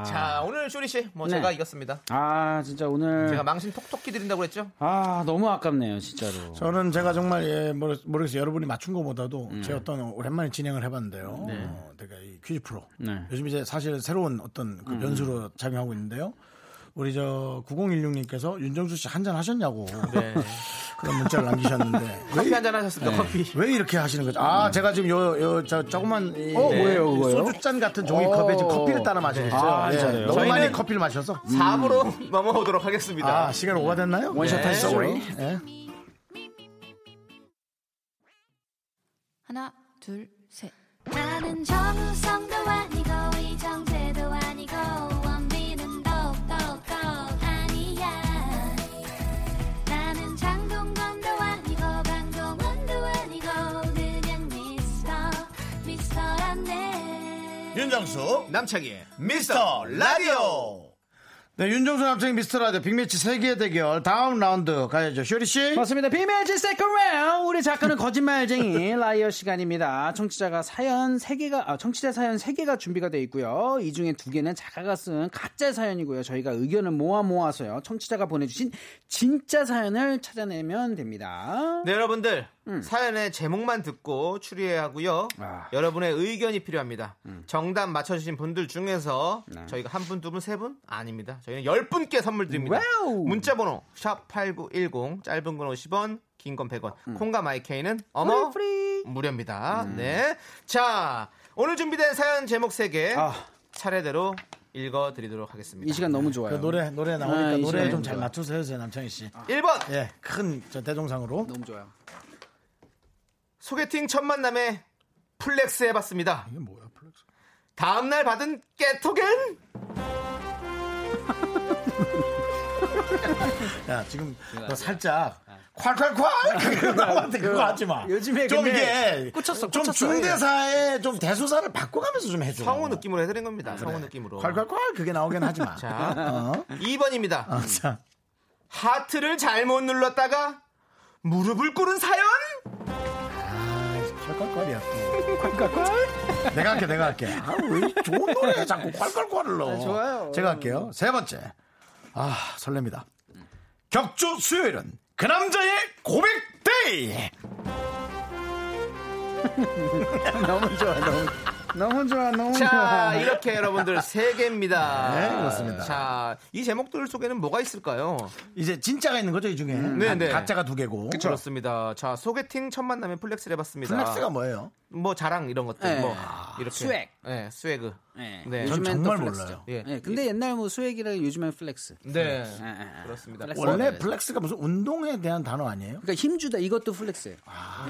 Speaker 2: 자, 오늘 쇼리씨, 뭐
Speaker 8: 네.
Speaker 2: 제가 이겼습니다.
Speaker 8: 아 진짜 오늘
Speaker 2: 제가 망신 톡톡히 드린다고 그랬죠?
Speaker 8: 아 너무 아깝네요 진짜로.
Speaker 1: 저는 제가 정말 예, 모르- 모르겠어요. 여러분이 맞춘 것보다도
Speaker 2: 네.
Speaker 1: 제 어떤 오랜만에 진행을 해봤는데요. 어, 제가 이 퀴즈 프로
Speaker 8: 네.
Speaker 1: 요즘 이제 사실 새로운 어떤
Speaker 2: 음.
Speaker 1: 그 변수로 참여하고 있는데요. 우리 저 9016님께서 윤정수 씨 한잔 하셨냐고
Speaker 2: 네.
Speaker 1: 그런 문자를 남기셨는데
Speaker 2: 커피 한잔 하셨습니까? 커피.
Speaker 1: 왜 이렇게 하시는 거죠? 아 제가 지금 요 요저 조그만 이-
Speaker 8: 어, 뭐예요, 그거요?
Speaker 1: 소주잔 같은 종이컵에 지금 커피를 따라 마시고 있어요.
Speaker 8: 아,
Speaker 1: 예,
Speaker 8: 진짜요?
Speaker 1: 너무 많이
Speaker 2: 저희는- 음.
Speaker 1: 커피를 마셔서
Speaker 2: 4부로 넘어오도록 하겠습니다.
Speaker 1: 아 시간 오가됐나요?
Speaker 8: 원샷
Speaker 1: 네.
Speaker 8: 하시죠.
Speaker 1: Sorry. 예.
Speaker 9: 하나 둘 셋.
Speaker 4: 나는 정우성도 아니고 이정재도 아니고 원빈은 더욱더 아니야 나는 장동건도 아니고 방종원도 아니고 그냥 미스터 미스터란데
Speaker 1: 윤정수
Speaker 2: 남창희.
Speaker 1: 미스터 라디오 네, 윤종수 남창 미스터라디오 빅매치 세계 대결 다음 라운드 가야죠. 쇼리 씨.
Speaker 8: 맞습니다. 비밀지 세컨 라운드 우리 작가는 거짓말쟁이 라이어 시간입니다. 청취자가 사연 3개가 아, 청취자 사연 3개가 준비가 돼 있고요. 이 중에 두 개는 작가가 쓴 가짜 사연이고요. 저희가 의견을 모아 모아서요. 청취자가 보내 주신 진짜 사연을 찾아내면 됩니다.
Speaker 2: 네, 여러분들 사연의 제목만 듣고 추리해야 하고요.
Speaker 8: 음. 아. 음.
Speaker 2: 여러분의 의견이 필요합니다. 정답 맞춰주신 분들 중에서
Speaker 8: 네.
Speaker 2: 저희가 한 분, 두 분, 세 분? 아닙니다. 저희는 열 분께 선물 드립니다.
Speaker 8: 와우.
Speaker 2: 문자번호 샵 #8910 짧은 건 50원, 긴 건 100원.
Speaker 8: 음.
Speaker 2: 콩과 마이케이는 어머
Speaker 8: 프리,
Speaker 2: 무료입니다.
Speaker 8: 음.
Speaker 2: 네, 자 오늘 준비된 사연 제목 세 개
Speaker 8: 아.
Speaker 2: 차례대로 읽어드리도록 하겠습니다.
Speaker 8: 이 시간 너무
Speaker 1: 그
Speaker 8: 좋아요.
Speaker 1: 노래 노래 나오니까
Speaker 8: 아, 이
Speaker 1: 노래
Speaker 8: 시간에
Speaker 1: 좀 잘
Speaker 8: 좋아.
Speaker 1: 맞추세요, 제 남창희 씨.
Speaker 2: 1번
Speaker 1: 예, 큰 저 대종상으로.
Speaker 8: 너무 좋아요.
Speaker 2: 소개팅 첫 만남에 플렉스 해봤습니다.
Speaker 1: 이게 뭐야, 플렉스? 어.
Speaker 2: 다음날 받은 깨톡엔
Speaker 1: 야, 지금 너 살짝 콸콸콸 나한테 그거 하지 마.
Speaker 8: 요즘에
Speaker 1: 좀
Speaker 8: 근데
Speaker 1: 이게
Speaker 8: 꽂혔어,
Speaker 1: 좀
Speaker 8: 꽂혔어.
Speaker 1: 중대사에 좀 대소사를 바꿔가면서 좀 해줘.
Speaker 2: 성우 느낌으로 해드린 겁니다. 성우 느낌으로.
Speaker 1: 콸콸콸 그게 나오긴 하지 마.
Speaker 2: 자,
Speaker 1: 어?
Speaker 2: 2번입니다.
Speaker 1: 어, 자,
Speaker 2: 하트를 잘못 눌렀다가 무릎을 꿇은 사연?
Speaker 1: 콸콸콸이야. 콸콸콸. 내가 할게, 내가 할게. 아, 왜 좋은 노래에 자꾸 콸콸콸을 넣어.
Speaker 8: 좋아요.
Speaker 1: 제가 할게요. 세 번째. 아, 설렙니다. 격주 수요일은 그 남자의 고백 데이.
Speaker 8: 너무 좋아. 너무 너무 좋아. 너무
Speaker 2: 자,
Speaker 8: 좋아.
Speaker 2: 이렇게 여러분들 세개입니다
Speaker 1: 네, 그렇습니다.
Speaker 2: 자, 이 제목들 속에는 뭐가 있을까요?
Speaker 1: 이제 진짜가 있는 거죠, 이 중에.
Speaker 2: 네, 네.
Speaker 1: 가짜가 두 개고.
Speaker 2: 렇습니다 자, 소개팅 첫 만남에 플렉스를 해봤습니다.
Speaker 1: 플렉스가 뭐예요?
Speaker 2: 뭐 자랑 이런 것들.
Speaker 8: 네.
Speaker 2: 뭐, 이렇게.
Speaker 8: 스웩.
Speaker 2: 네, 스웨그.
Speaker 8: 네.
Speaker 2: 네.
Speaker 1: 전
Speaker 8: 요즘엔
Speaker 1: 정말
Speaker 8: 또 플렉스죠.
Speaker 1: 몰라요.
Speaker 2: 예.
Speaker 8: 예, 근데 옛날 뭐 수액이랑 요즘엔 플렉스.
Speaker 2: 네.
Speaker 8: 예, 예, 예.
Speaker 2: 그렇습니다.
Speaker 8: 플렉스.
Speaker 1: 원래
Speaker 8: 네.
Speaker 1: 플렉스가 무슨 운동에 대한 단어 아니에요?
Speaker 8: 그러니까 힘주다 이것도 플렉스예요.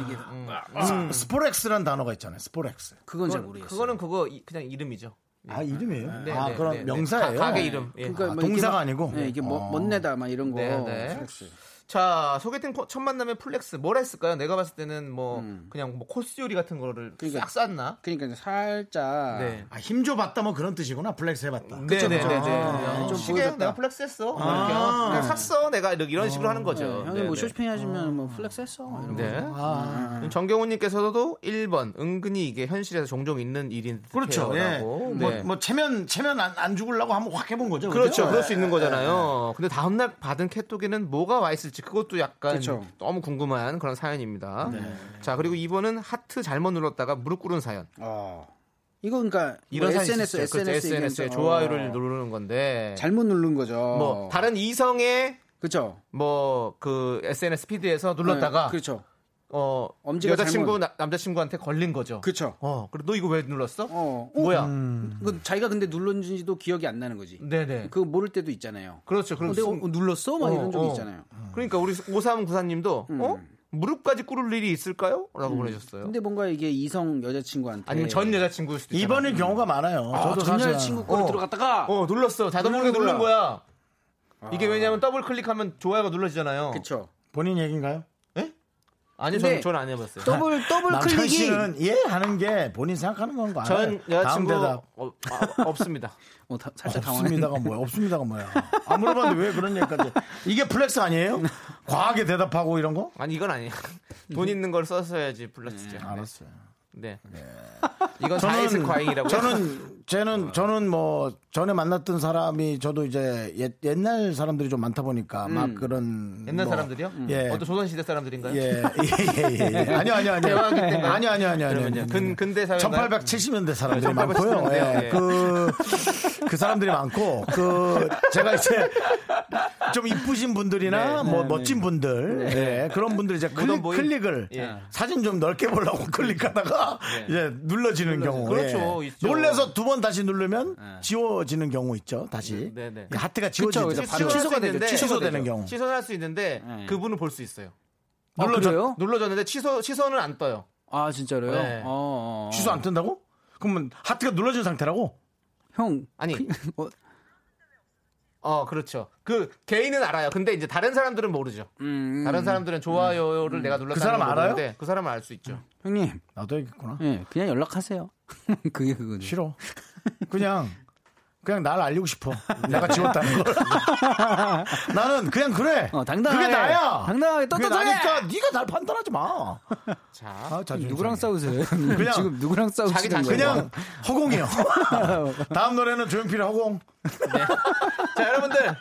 Speaker 8: 이게
Speaker 1: 음, 스포렉스란 단어가 있잖아요. 스포렉스.
Speaker 8: 그건 잘 모르겠어요.
Speaker 2: 그거는 그거 이- 그냥 이름이죠.
Speaker 1: 아 이름이에요?
Speaker 2: 네,
Speaker 1: 아
Speaker 2: 네,
Speaker 1: 그럼
Speaker 2: 네, 네.
Speaker 1: 명사예요.
Speaker 2: 가, 게 이름. 예.
Speaker 8: 그러니까
Speaker 1: 아,
Speaker 8: 뭐 이게
Speaker 1: 동사가
Speaker 8: 막-
Speaker 1: 아니고?
Speaker 8: 네, 이게 뭐
Speaker 1: 어.
Speaker 8: 멋내다 막 이런 거.
Speaker 2: 네, 네.
Speaker 8: 플렉스.
Speaker 2: 자 소개팅 포- 첫 만남에 플렉스 뭘 했을까요? 내가 봤을 때는 뭐 그냥 뭐 코스 요리 같은 거를
Speaker 8: 음. 그러니까.
Speaker 2: 싹 쌌나?
Speaker 8: 그러니까 이제 살짝
Speaker 2: 네.
Speaker 1: 아, 힘 줘봤다 뭐 그런 뜻이구나. 플렉스 해봤다.
Speaker 2: 네네네. 네, 네,
Speaker 8: 아, 좀
Speaker 2: 시계
Speaker 8: 보여줬다.
Speaker 2: 내가 플렉스 했어. 아. 그냥 샀어. 내가 이렇게 이런 식으로 하는
Speaker 8: 네,
Speaker 2: 거죠.
Speaker 8: 형이
Speaker 2: 네,
Speaker 8: 뭐
Speaker 2: 네.
Speaker 8: 쇼핑 하시면 뭐 플렉스 했어. 이런
Speaker 2: 네.
Speaker 8: 거. 아.
Speaker 2: 음, 정경훈님께서도 1번 은근히 이게 현실에서 종종 있는 일인 듯
Speaker 1: 그렇죠.
Speaker 2: 해요,
Speaker 1: 예.
Speaker 2: 라고.
Speaker 1: 뭐,
Speaker 2: 네.
Speaker 1: 뭐 체면 체면 안, 안 죽으려고 한번 확 해본 거죠.
Speaker 2: 그렇죠.
Speaker 8: 뭐.
Speaker 1: 그죠?
Speaker 2: 그럴 수
Speaker 8: 네.
Speaker 2: 있는 거잖아요. 근데 다음날 받은 캣톡에는 뭐가 와 있을지 그것도 약간
Speaker 8: 그렇죠. 네.
Speaker 2: 너무 궁금한 그런 사연입니다. 자, 그리고 이번은 하트 잘못 눌렀다가 무릎 꿇은 사연.
Speaker 1: 아.
Speaker 8: 어. 이거 그러니까
Speaker 2: 이런
Speaker 8: 뭐
Speaker 2: 사연이
Speaker 8: SNS
Speaker 2: 있었죠. 그렇죠.
Speaker 8: SNS
Speaker 2: SNS에 좋아요를 누르는 건데
Speaker 8: 어. 잘못 어. 누른 거죠.
Speaker 2: 뭐 다른 이성의
Speaker 8: 그렇죠.
Speaker 2: 뭐 그 SNS 피드에서 눌렀다가
Speaker 8: 네, 그렇죠.
Speaker 2: 어
Speaker 8: 엄지가
Speaker 2: 여자친구
Speaker 8: 잘못-
Speaker 2: 나- 남자친구한테 걸린 거죠.
Speaker 8: 그렇죠.
Speaker 2: 어, 그래 너 이거 왜 눌렀어?
Speaker 8: 어.
Speaker 2: 뭐야?
Speaker 8: 그 자기가 근데 눌렀는지도 기억이 안 나는 거지.
Speaker 2: 네네.
Speaker 8: 그거 모를 때도 있잖아요.
Speaker 2: 그렇죠. 그럼
Speaker 8: 어, 내가 어, 눌렀어? 막
Speaker 2: 어,
Speaker 8: 이런 적이
Speaker 2: 어.
Speaker 8: 있잖아요. 음.
Speaker 2: 그러니까 우리 5394님도 어? 무릎까지 꿇을 일이 있을까요?라고 보내셨어요.
Speaker 8: 근데 뭔가 이게 이성 여자친구한테
Speaker 2: 아니면 전 여자친구일 수도 있잖아.
Speaker 1: 이번일 경우가 많아요. 저도
Speaker 8: 전
Speaker 1: 사실
Speaker 8: 여자친구 거를
Speaker 2: 어.
Speaker 8: 들어갔다가
Speaker 2: 어 눌렀어. 자동 모르게
Speaker 8: 누르는 아.
Speaker 2: 누른 거야. 이게 왜냐면 더블 클릭하면 좋아요가 눌러지잖아요.
Speaker 8: 그쵸.
Speaker 1: 본인 얘기인가요?
Speaker 2: 아니
Speaker 8: 근데
Speaker 2: 저는 저는 안 해봤어요.
Speaker 8: 더블 더블
Speaker 1: 남창희
Speaker 8: 클릭이
Speaker 1: 씨는 예 하는 게 본인 생각하는 건가?
Speaker 2: 전
Speaker 1: 다음
Speaker 2: 여자친구
Speaker 1: 대답.
Speaker 2: 아, 어, 아, 없습니다.
Speaker 8: 어, 다- 살짝 당황했네.
Speaker 1: 없습니다가 뭐야? 없습니다가 뭐야? 안 물어봤는데 왜 그런 얘기까지? 이게 플렉스 아니에요? 과하게 대답하고 이런 거?
Speaker 2: 아니 이건 아니에요. 돈 있는 걸 써서야지 플러스죠.
Speaker 1: 알았어요.
Speaker 2: 네. 이건 자이스 과잉이라고. 어.
Speaker 1: 저는 쟤는 저는 뭐 전에 만났던 사람이 저도 이제 옛, 옛날 사람들이 좀 많다 보니까 막 그런
Speaker 2: 음. 옛날
Speaker 1: 뭐,
Speaker 2: 사람들이요? 음.
Speaker 1: 예.
Speaker 2: 어떤 조선 시대 사람들인가요?
Speaker 1: 예, 예, 예, 예, 예. 아니요, 아니요, 아니요.
Speaker 2: 대화 그때인가요?
Speaker 1: 아니요, 아니요, 아니요. 아니요.
Speaker 2: 그러면요. 근 근대 사회
Speaker 1: 1870년대 사람들이
Speaker 2: 1870
Speaker 1: 많고요.
Speaker 2: 년대요.
Speaker 1: 예.
Speaker 2: 예.
Speaker 1: 그, 그 사람들이 많고, 그, 제가 이제 좀 이쁘신 분들이나 뭐 멋진 분들, 예, 그런 분들 이제 클릭,
Speaker 2: 모임?
Speaker 1: 클릭을
Speaker 2: 예.
Speaker 1: 사진 좀 넓게 보려고 클릭하다가 이제 눌러지는 경우.
Speaker 2: 그렇죠,
Speaker 1: 예.
Speaker 2: 있죠.
Speaker 1: 놀래서 두 번 다시 누르면 지워지는 경우 있죠, 다시.
Speaker 2: 네, 네.
Speaker 1: 이 하트가 지워지죠.
Speaker 8: 그쵸,
Speaker 1: 바로.
Speaker 8: 취소가
Speaker 2: 취소가
Speaker 8: 되죠.
Speaker 2: 되는데
Speaker 1: 취소되는 경우.
Speaker 2: 취소할 수 있는데
Speaker 1: 네.
Speaker 8: 예.
Speaker 2: 그분을 볼 수 있어요.
Speaker 8: 아,
Speaker 1: 눌러줘-
Speaker 8: 그래요?
Speaker 2: 눌러줬는데 취소 취소는 안 떠요.
Speaker 8: 아 진짜로요?
Speaker 2: 네.
Speaker 8: 어, 어, 어.
Speaker 1: 취소 안 뜬다고? 그러면 하트가 눌러진 상태라고?
Speaker 8: 형
Speaker 2: 아니.
Speaker 8: 어,
Speaker 2: 어, 그렇죠. 그 개인은 알아요. 근데 이제 다른 사람들은 모르죠.
Speaker 8: 음,
Speaker 2: 다른 사람들은 좋아요를 내가 눌렀다는
Speaker 1: 음. 사람
Speaker 2: 걸
Speaker 1: 알아요?
Speaker 2: 모르는데 그 사람은 알 수 있죠.
Speaker 8: 형님
Speaker 1: 나도 얘기했구나.
Speaker 8: 예 그냥 연락하세요. 그게 그거죠.
Speaker 1: 싫어. 그냥 그냥 날 알리고 싶어. 내가 지웠다는 걸. 나는 그냥 그래.
Speaker 8: 어, 당당하게.
Speaker 1: 그게 나야.
Speaker 8: 당당하게
Speaker 1: 그게
Speaker 8: 떳떳하게.
Speaker 1: 나니까 네가 날 판단하지 마. 아, 자,
Speaker 8: 누구랑 싸우세요?
Speaker 1: 그냥-
Speaker 8: 지금 누구랑 싸우시는 거예요?
Speaker 1: 그냥 허공이요. 다음 노래는 조용필의 허공.
Speaker 2: 자, 여러분들.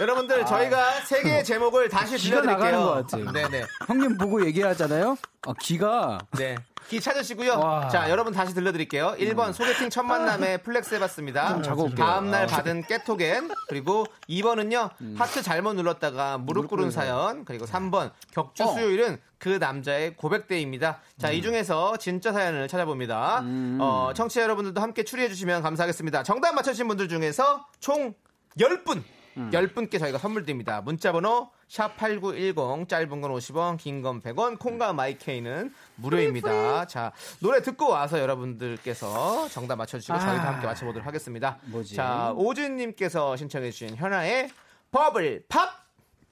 Speaker 2: 여러분들, 저희가 세 개의 제목을 다시
Speaker 8: 아. 음. 기가 나가는 것
Speaker 2: 들려드릴게요.
Speaker 8: 같아요.
Speaker 2: 네네.
Speaker 8: 형님 보고 얘기하잖아요. 아, 기가
Speaker 2: 네. 기 찾으시고요.
Speaker 8: 와. 음.
Speaker 2: 자, 여러분 다시 들려드릴게요. 1번 소개팅 첫 만남에 플렉스 해봤습니다.
Speaker 8: 아.
Speaker 2: 다음날 받은 깨톡엔 그리고 2번은요
Speaker 8: 음.
Speaker 2: 하트 잘못 눌렀다가 무릎 꿇은 사연 그리고
Speaker 8: 어.
Speaker 2: 3번 격주 수요일은 그 남자의 고백대입니다. 자,
Speaker 8: 음.
Speaker 2: 이 중에서 진짜 사연을 찾아봅니다. 어, 청취자 여러분들도 함께 추리해주시면 감사하겠습니다. 정답 맞춰주신 분들 중에서 총 10분!
Speaker 8: 음.
Speaker 2: 10분께 저희가 선물 드립니다. 문자번호 샵8910 짧은 건 50원 긴 건 100원
Speaker 8: 음.
Speaker 2: 콩과 마이케이는 무료입니다. 자 노래 듣고 와서 여러분들께서 정답 맞춰주시고 저희도 함께 맞춰보도록 하겠습니다.
Speaker 8: 아. 뭐지?
Speaker 2: 자 오준님께서 신청해주신 현아의 버블 팝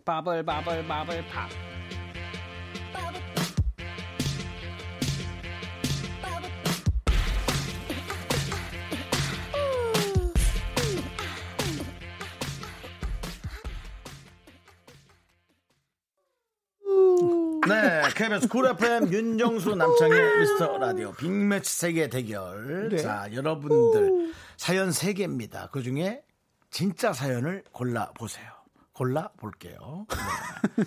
Speaker 8: 바벌 바벌 바벌 팝.
Speaker 1: 네, KBS 쿨 FM 윤정수 남창의 미스터 라디오 빅매치 세계 대결.
Speaker 8: 네.
Speaker 1: 자, 여러분들 사연 세개입니다그 중에 진짜 사연을 골라보세요. 골라볼게요. 네.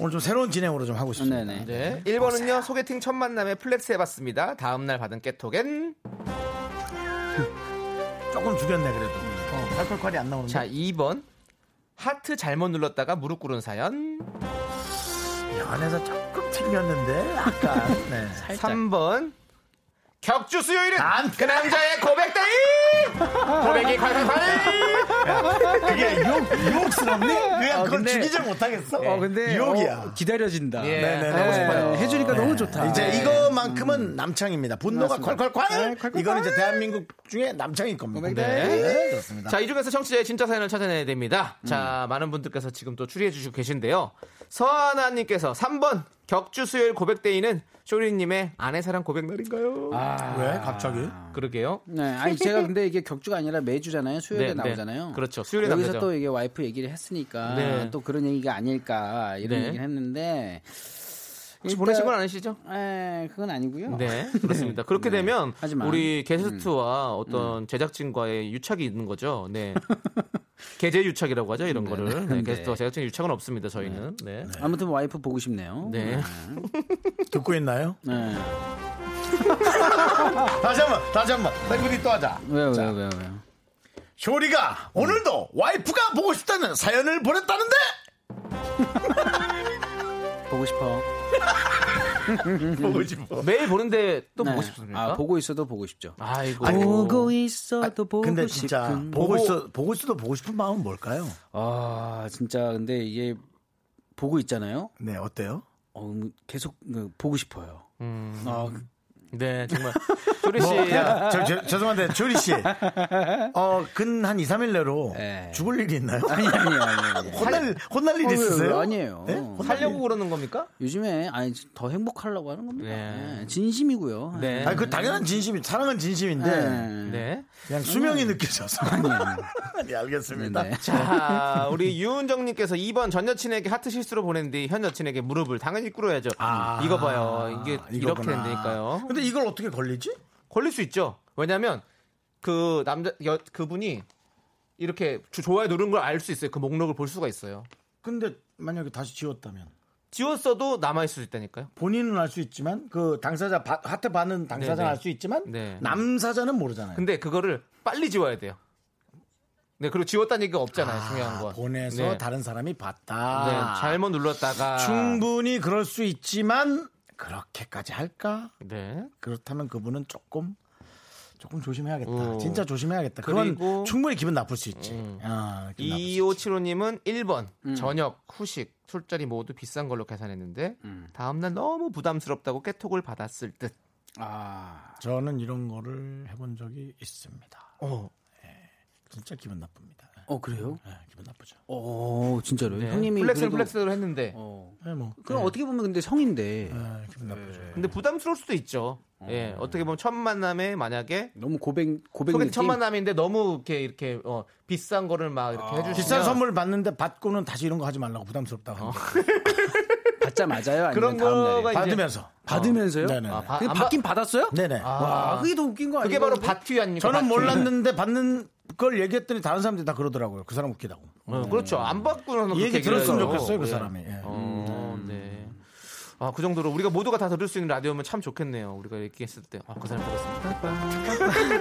Speaker 1: 오늘 좀 새로운 진행으로 좀 하고 싶습니다.
Speaker 8: 네네.
Speaker 2: 네. 1번은요 소개팅 첫 만남에 플렉스 해봤습니다. 다음날 받은 깨톡엔
Speaker 1: 조금 줄였네, 그래도. 어, 팔팔팔이 안 나오는데.
Speaker 8: 음.
Speaker 2: 자 2번 하트 잘못 눌렀다가 무릎 꿇은 사연
Speaker 1: 안에서 조금 튕겼는데, 아까. 네.
Speaker 2: 3번 격주 수요일은
Speaker 1: 안
Speaker 2: 그 남자의 고백대이 고백이 콸콸콸
Speaker 1: 그게 유혹, 유혹스럽니? 그냥
Speaker 8: 어,
Speaker 1: 그걸
Speaker 8: 근데-
Speaker 1: 죽이질 못하겠어.
Speaker 8: 어 근데
Speaker 1: 유혹이야.
Speaker 8: 어, 기다려진다.
Speaker 2: 예.
Speaker 1: 네네네.
Speaker 2: 하고
Speaker 8: 네,
Speaker 2: 싶어요.
Speaker 8: 해주니까 너무 좋다.
Speaker 1: 아, 이제
Speaker 8: 네.
Speaker 1: 이것만큼은 남창입니다. 분노가
Speaker 8: 네,
Speaker 1: 콸콸콸.
Speaker 8: 콸콸콸.
Speaker 1: 이거는 이제 대한민국 중에 남창일 겁니다.
Speaker 8: 네.
Speaker 1: 그렇습니다.
Speaker 2: 자, 이 중에서 청취자의 진짜 사연을 찾아내야 됩니다. 자, 많은 분들께서 지금 또 추리해 주시고 계신데요. 서하나님께서 3번 격주 수요일 고백데이는 쇼리님의 아내 사랑 고백날인가요?
Speaker 1: 왜 갑자기?
Speaker 2: 그러게요.
Speaker 8: 네, 아니 제가 근데 이게 격주가 아니라 매주잖아요. 수요일에
Speaker 2: 네, 네.
Speaker 8: 나오잖아요.
Speaker 2: 그렇죠. 수요일에
Speaker 8: 여기서
Speaker 2: 나오죠.
Speaker 8: 또 이게 와이프 얘기를 했으니까
Speaker 2: 네.
Speaker 8: 또 그런 얘기가 아닐까 이런
Speaker 2: 네.
Speaker 8: 얘기를 했는데
Speaker 2: 혹시
Speaker 8: 일단-
Speaker 2: 보내신 건 아니시죠?
Speaker 8: 에 그건 아니고요.
Speaker 2: 네, 그렇습니다. 그렇게 되면
Speaker 8: 어, 하지만.
Speaker 2: 우리 게스트와 어떤 제작진과의 유착이 있는 거죠. 네. 게재 유착이라고 하죠, 이런 거를. 네, 게스트와 제작진 유착은 없습니다, 저희는. 네.
Speaker 8: 아무튼 와이프 보고 싶네요.
Speaker 2: 네.
Speaker 1: 듣고 있나요?
Speaker 8: 네.
Speaker 1: 다시 한 번, 다시 한 번. 백분이 또 하자.
Speaker 8: 왜요, 왜요, 왜요, 왜요?
Speaker 1: 효리가 오늘도 와이프가 보고 싶다는 사연을 보냈다는데?
Speaker 8: 보고 싶어.
Speaker 1: 음. 보고 싶어.
Speaker 2: 매일 보는데 또
Speaker 8: 네.
Speaker 2: 보고 싶습니까?
Speaker 8: 아, 보고 있어도 보고 싶죠.
Speaker 2: 아이고.
Speaker 8: 보고 있어도 보고
Speaker 1: 근데 진짜
Speaker 8: 싶은.
Speaker 1: 보고 있어 보고 있어도 보고 싶은 마음은 뭘까요?
Speaker 8: 아, 진짜 근데 이게 보고 있잖아요.
Speaker 1: 네, 어때요?
Speaker 8: 어, 계속 그, 보고 싶어요. 아,
Speaker 2: 네, 정말. 쇼리 씨.
Speaker 1: 뭐, 야, 저, 저- 죄송한데 조리 씨, 어, 근 한 2, 3일 내로
Speaker 8: 네.
Speaker 1: 죽을 일이 있나요?
Speaker 8: 아니 아니 아니. 아니.
Speaker 1: 혼날 혼날 일
Speaker 8: 어, 왜,
Speaker 1: 있으세요? 네?
Speaker 8: 왜 아니에요.
Speaker 2: 살려고 그러는 겁니까?
Speaker 8: 요즘에 아니 더 행복하려고 하는 겁니다.
Speaker 2: 네.
Speaker 8: 네, 진심이고요.
Speaker 2: 네.
Speaker 1: 아니, 그 당연한 진심이 사랑은 진심인데
Speaker 2: 네.
Speaker 1: 그냥 수명이 느껴져서. 네, 알겠습니다.
Speaker 2: 자, 우리 유은정님께서 2번 전 여친에게 하트 실수로 보냈는데 현 여친에게 무릎을 당연히 꿇어야죠.
Speaker 1: 아,
Speaker 2: 음, 이거 봐요. 이게 이렇게
Speaker 1: 이거구나.
Speaker 2: 된다니까요.
Speaker 1: 근데 이걸 어떻게 걸리지?
Speaker 2: 걸릴 수 있죠. 왜냐면 그 남자 여, 그분이 이렇게 주- 좋아요 누른 걸 알 수 있어요. 그 목록을 볼 수가 있어요.
Speaker 1: 근데 만약에 다시 지웠다면
Speaker 2: 지웠어도 남아 있을 수 있다니까요.
Speaker 1: 본인은 알 수 있지만 그 당사자 바- 하트 받는 당사자
Speaker 2: 네네.
Speaker 1: 는 알 수 있지만
Speaker 2: 네.
Speaker 1: 남사자는 모르잖아요.
Speaker 2: 근데 그거를 빨리 지워야 돼요. 네, 그리고 지웠다는 얘기가 없잖아요. 중요한 건.
Speaker 1: 보내서
Speaker 2: 네.
Speaker 1: 다른 사람이
Speaker 2: 네,
Speaker 1: 봤다.
Speaker 2: 잘못 눌렀다가
Speaker 1: 충분히 그럴 수 있지만 그렇게까지 할까?
Speaker 2: 네.
Speaker 1: 그렇다면 그분은 조금 조금 조심해야겠다.
Speaker 2: 오.
Speaker 1: 진짜 조심해야겠다. 그건
Speaker 2: 그리고- 음.
Speaker 1: 충분히 기분 나쁠 수 있지. 아, 기분 나쁠 수 있지.
Speaker 2: 2575님은 1번 저녁 후식 술자리 모두 비싼 걸로 계산했는데 다음날 너무 부담스럽다고 깨톡을 받았을 듯.
Speaker 8: 아,
Speaker 2: 어.
Speaker 1: 저는 이런 거를 해본 적이 있습니다. 예, 진짜 기분 나쁩니다. 예.
Speaker 8: 어 그래요?
Speaker 1: 네, 기분 나쁘죠.
Speaker 8: 어 진짜로요?
Speaker 2: 네.
Speaker 8: 형님이
Speaker 2: 플렉스를
Speaker 8: 그래도-
Speaker 2: 플렉스를 했는데.
Speaker 8: 어.
Speaker 1: 네, 뭐.
Speaker 8: 그럼 어떻게 보면 근데 성인데
Speaker 2: 어-
Speaker 1: 네, 기분 나쁘죠.
Speaker 2: 근데 부담스러울 수도 있죠. 예, 어떻게 보면 첫 만남에 만약에
Speaker 8: 너무 고백
Speaker 2: 소개팅
Speaker 8: 고백 뭐 느낌.
Speaker 2: 첫 만남인데 너무 이렇게 이렇게 어, 비싼 거를 막 이렇게 해주시면
Speaker 1: 비싼 선물 받는데 받고는 다시 이런 거 하지 말라고 부담스럽다. 고
Speaker 8: 받자마자요? 아니면
Speaker 2: 어. 그런
Speaker 8: 다음 날에
Speaker 2: 거가 그러니까 이제
Speaker 1: 받으면서. 어.
Speaker 8: 받으면서요?
Speaker 1: 네네.
Speaker 2: 아, 바-
Speaker 8: 그게
Speaker 2: 안
Speaker 8: 받긴 받았어요?
Speaker 1: 네네.
Speaker 8: 와 그게 더 웃긴 거 아니에요?
Speaker 2: 그게 바로 바튜 아닙니까?
Speaker 1: 저는
Speaker 2: 바튜.
Speaker 1: 몰랐는데 받는 걸 얘기했더니 다른 사람들이 다 그러더라고요. 그 사람 웃기다고.
Speaker 2: 어, 그렇죠. 안 받고는
Speaker 1: 이 얘기
Speaker 2: 그렇게
Speaker 1: 들었으면
Speaker 2: 얘기를 해요.
Speaker 1: 좋겠어요, 그
Speaker 2: 예.
Speaker 1: 사람이. 예.
Speaker 2: 어, 네. 아, 그 정도로 우리가 모두가 다 들을 수 있는 라디오면 참 좋겠네요. 우리가 얘기했을 때. 아, 그 사람 들었습니다.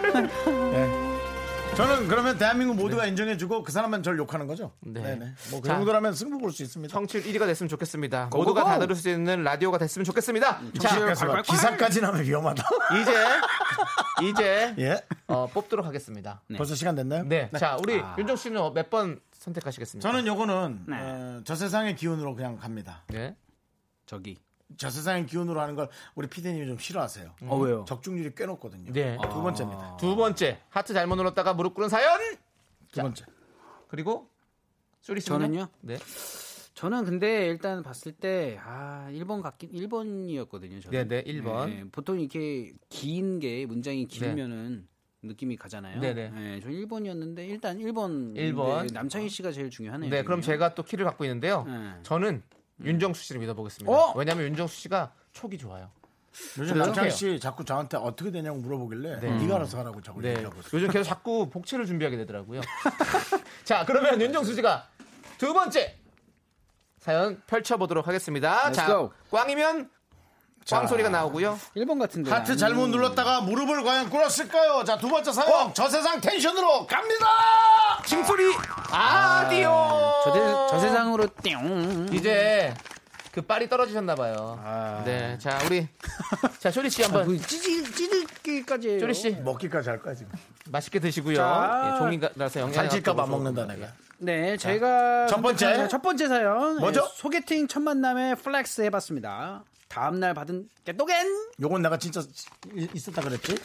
Speaker 1: 저는 그러면 대한민국 모두가 인정해주고 그 사람은 절 욕하는 거죠.
Speaker 2: 네.
Speaker 1: 네. 네 뭐그
Speaker 2: 자.
Speaker 1: 정도라면 승부 볼 수 있습니다.
Speaker 2: 청취율 1위가 됐으면 좋겠습니다. 모두가 다 들을 수 있는 라디오가 됐으면 좋겠습니다. 자,
Speaker 1: 그래서 기사까지 나면 위험하다.
Speaker 2: 이제 이제
Speaker 1: 예.
Speaker 2: 어, 뽑도록 하겠습니다.
Speaker 1: 벌써 시간 됐나요?
Speaker 2: 네. 자, 우리 윤정 씨는 몇 번 선택하시겠습니까?
Speaker 1: 저는 요거는
Speaker 8: 네.
Speaker 1: 어, 저 세상의 기운으로 그냥 갑니다.
Speaker 2: 네.
Speaker 8: 저기.
Speaker 1: 저 세상의 기운으로 하는 걸 우리 피디님이 좀 싫어하세요.
Speaker 8: 어 왜요?
Speaker 1: 적중률이 꽤 높거든요. 아.
Speaker 2: 네.
Speaker 1: 음. 두 번째입니다.
Speaker 2: 두 번째. 하트 잘못 눌렀다가 무릎 꿇은 사연.
Speaker 1: 두 번째.
Speaker 2: 그리고 쏘리 씨는
Speaker 8: 저는요?
Speaker 2: 네.
Speaker 8: 저는 근데 일단 봤을 때, 아, 1번 같긴, 1번이었거든요. 저는. 예,
Speaker 2: 네네, 1번.
Speaker 8: 보통 이렇게 긴 게 문장이 길면은 느낌이 가잖아요.
Speaker 2: 네네.
Speaker 8: 네, 저 1번이었는데, 일단 1번.
Speaker 2: 일 번.
Speaker 8: 남창희 씨가 제일 중요하네요.
Speaker 2: 네, 그럼 제가 또 키를 갖고 있는데요.
Speaker 8: 네.
Speaker 2: 저는 윤정수 씨를 믿어보겠습니다.
Speaker 8: 어?
Speaker 2: 왜냐하면 윤정수 씨가 촉이 좋아요.
Speaker 1: 요즘 남창희 씨 자꾸 저한테 어떻게 되냐고 물어보길래 네. 가 알아서 하라고 자꾸
Speaker 2: 네.
Speaker 1: 얘기하고 있어요.
Speaker 2: 요즘 계속 자꾸 복채를 준비하게 되더라고요. 자, 그러면 윤정수 씨가 두 번째 사연 펼쳐보도록 하겠습니다.
Speaker 8: Let's
Speaker 2: 자,
Speaker 8: go.
Speaker 2: 꽝이면 꽝 소리가 나오고요.
Speaker 8: 1번 같은데.
Speaker 1: 하트
Speaker 8: 나는.
Speaker 1: 잘못 눌렀다가 무릎을 과연 꿇었을까요? 자, 두 번째 사연. 저 세상 텐션으로 갑니다!
Speaker 2: 징소리 아디오.
Speaker 8: 저, 대- 저 세상으로 띵.
Speaker 2: 이제 그 빨이 떨어지셨나봐요.
Speaker 1: 아.
Speaker 2: 네, 자 우리 자 쇼리 씨
Speaker 8: 아, 그
Speaker 2: 한번
Speaker 8: 찌질, 찌질기까지. 해요.
Speaker 2: 쇼리 씨
Speaker 1: 먹기까지 할 거야, 지금.
Speaker 2: 맛있게 드시고요.
Speaker 8: 자.
Speaker 2: 예, 종이라서 영양
Speaker 1: 살찔까봐 안 먹는다, 내가.
Speaker 8: 네, 제가
Speaker 1: 첫 번째?
Speaker 8: 선택한 사연, 첫 번째 사연.
Speaker 1: 뭐죠?
Speaker 8: 예, 소개팅 첫 만남에 플렉스 해봤습니다. 다음 날 받은 깨똑엔
Speaker 1: 요건 내가 진짜 이- 있었다 그랬지?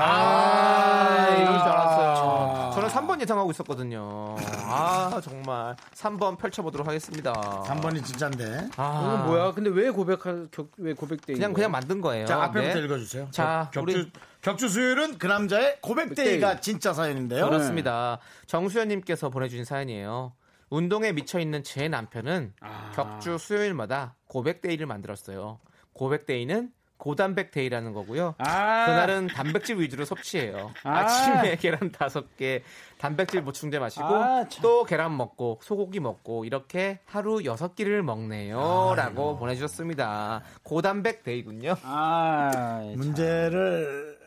Speaker 2: 아, 이럴 줄
Speaker 1: 아.
Speaker 2: 알았어요. 저는 3번 예상하고 있었거든요. 아 정말 3번 펼쳐보도록 하겠습니다.
Speaker 1: 3번이 진짜인데.
Speaker 2: 아,
Speaker 8: 이건 뭐야? 근데 왜 고백할 격- 왜 고백돼?
Speaker 2: 그냥 그냥 만든 거예요.
Speaker 1: 자, 앞에부터
Speaker 2: 네.
Speaker 1: 읽어주세요.
Speaker 2: 자,
Speaker 1: 격, 주
Speaker 2: 우리-
Speaker 1: 격주 수요일은 그 남자의 고백데이가 진짜 사연인데요.
Speaker 2: 그렇습니다.
Speaker 8: 네.
Speaker 2: 정수현님께서 보내주신 사연이에요. 운동에 미쳐 있는 제 남편은
Speaker 8: 아.
Speaker 2: 격주 수요일마다 고백 데이를 만들었어요. 고백 데이는 고단백 데이라는 거고요.
Speaker 8: 아.
Speaker 2: 그날은 단백질 위주로 섭취해요. 아. 침에 계란 다섯 개, 단백질 보충제 마시고
Speaker 8: 아, 참.
Speaker 2: 또 계란 먹고 소고기 먹고 이렇게 하루 여섯 끼를
Speaker 8: 아,
Speaker 2: 먹네요라고 보내주셨습니다. 고단백 데이군요.
Speaker 8: 아,
Speaker 1: 문제를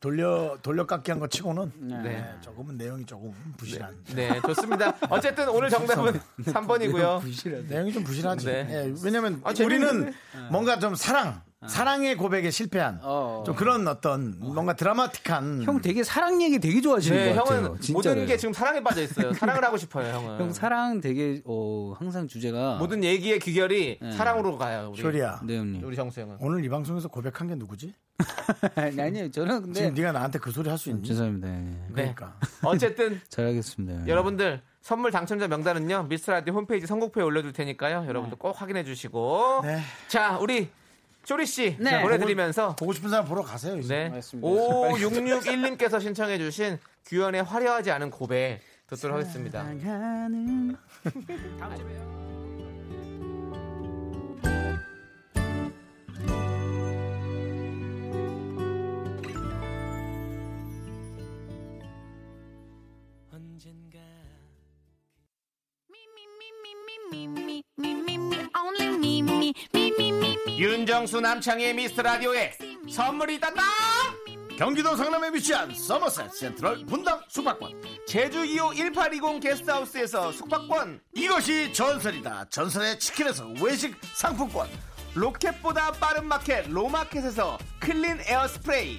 Speaker 1: 돌려, 돌려깎기 한 거 치고는
Speaker 2: 네.
Speaker 1: 네, 조금은 내용이 조금 부실한.
Speaker 2: 네, 좋습니다. 어쨌든 오늘 정답은 3번이고요.
Speaker 1: 내용이 좀 부실하지.
Speaker 2: 네.
Speaker 1: 예, 왜냐면
Speaker 2: 아, 재밌는데? 아.
Speaker 1: 우리는 뭔가 좀 사랑, 사랑의 고백에 실패한
Speaker 8: 어.
Speaker 1: 좀 그런 어떤 뭔가 드라마틱한
Speaker 8: 형 되게 사랑 얘기 되게 좋아하시는
Speaker 2: 네,
Speaker 8: 것 같아요.
Speaker 2: 형은
Speaker 8: 진짜로요.
Speaker 2: 모든 게 지금 사랑에 빠져 있어요. 사랑을 하고 싶어요, 형은.
Speaker 8: 형 사랑 되게 어, 항상 주제가
Speaker 2: 모든 얘기의 귀결이
Speaker 8: 예.
Speaker 2: 사랑으로 가요. 우리,
Speaker 1: 쇼리야.
Speaker 8: 네 형님.
Speaker 2: 우리 정수 형은.
Speaker 1: 오늘 이 방송에서 고백한 게 누구지?
Speaker 2: 네.
Speaker 8: 아니, 아니요 저는 근데
Speaker 1: 지금 네가 나한테 그 소리 할 수
Speaker 2: 음,
Speaker 1: 있니?
Speaker 8: 죄송합니다. 예.
Speaker 1: 그러니까.
Speaker 2: 네. 어쨌든
Speaker 8: 잘하겠습니다.
Speaker 2: 여러분들 선물 당첨자 명단은요 미스라디 홈페이지 선곡표에 올려둘 테니까요.
Speaker 8: 네.
Speaker 2: 여러분들 꼭 확인해 주시고.
Speaker 1: 네.
Speaker 2: 자, 우리 쇼리 씨
Speaker 8: 네.
Speaker 2: 보내드리면서.
Speaker 1: 보고 싶은 사람 보러 가세요. 이제.
Speaker 2: 네.
Speaker 8: 알겠습니다.
Speaker 2: 5661님께서 신청해주신 규현의 화려하지 않은 고백 듣도록 하겠습니다.
Speaker 8: 사랑하는
Speaker 4: me, me, me, me, me, only me, me, me, me, me, me.
Speaker 2: 윤정수 남창의 미스라디오에 선물이 있단다!
Speaker 1: 경기도 성남에 위치한 서머셋 센트럴 분당 숙박권.
Speaker 2: 제주 2호 1820 게스트하우스에서 숙박권
Speaker 1: 이것이 전설이다. 전설의 치킨에서 외식 상품권.
Speaker 2: 로켓보다 빠른 마켓 로마켓에서 클린 에어 스프레이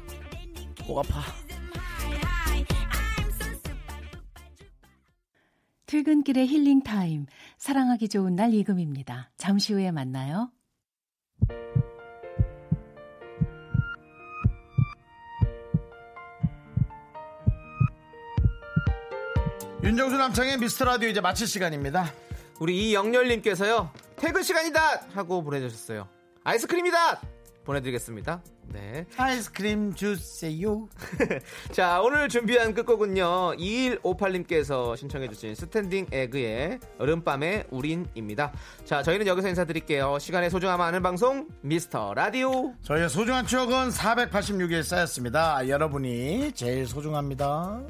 Speaker 1: 목 아파
Speaker 10: 퇴근길의 힐링 타임. 사랑하기 좋은 날 이금입니다. 잠시 후에 만나요.
Speaker 1: 윤정수 남창의 미스터라디오 이제 마칠 시간입니다
Speaker 2: 우리 이영렬님께서요 퇴근 시간이다 하고 보내주셨어요 아이스크림이다 보내드리겠습니다 네.
Speaker 1: 아이스크림 주세요
Speaker 2: 자 오늘 준비한 끝곡은요 2158님께서 신청해주신 스탠딩 에그의 얼음밤의 우린입니다 자 저희는 여기서 인사드릴게요 시간의 소중함 아는 방송 미스터 라디오
Speaker 1: 저희의 소중한 추억은 486일 쌓였습니다 여러분이 제일 소중합니다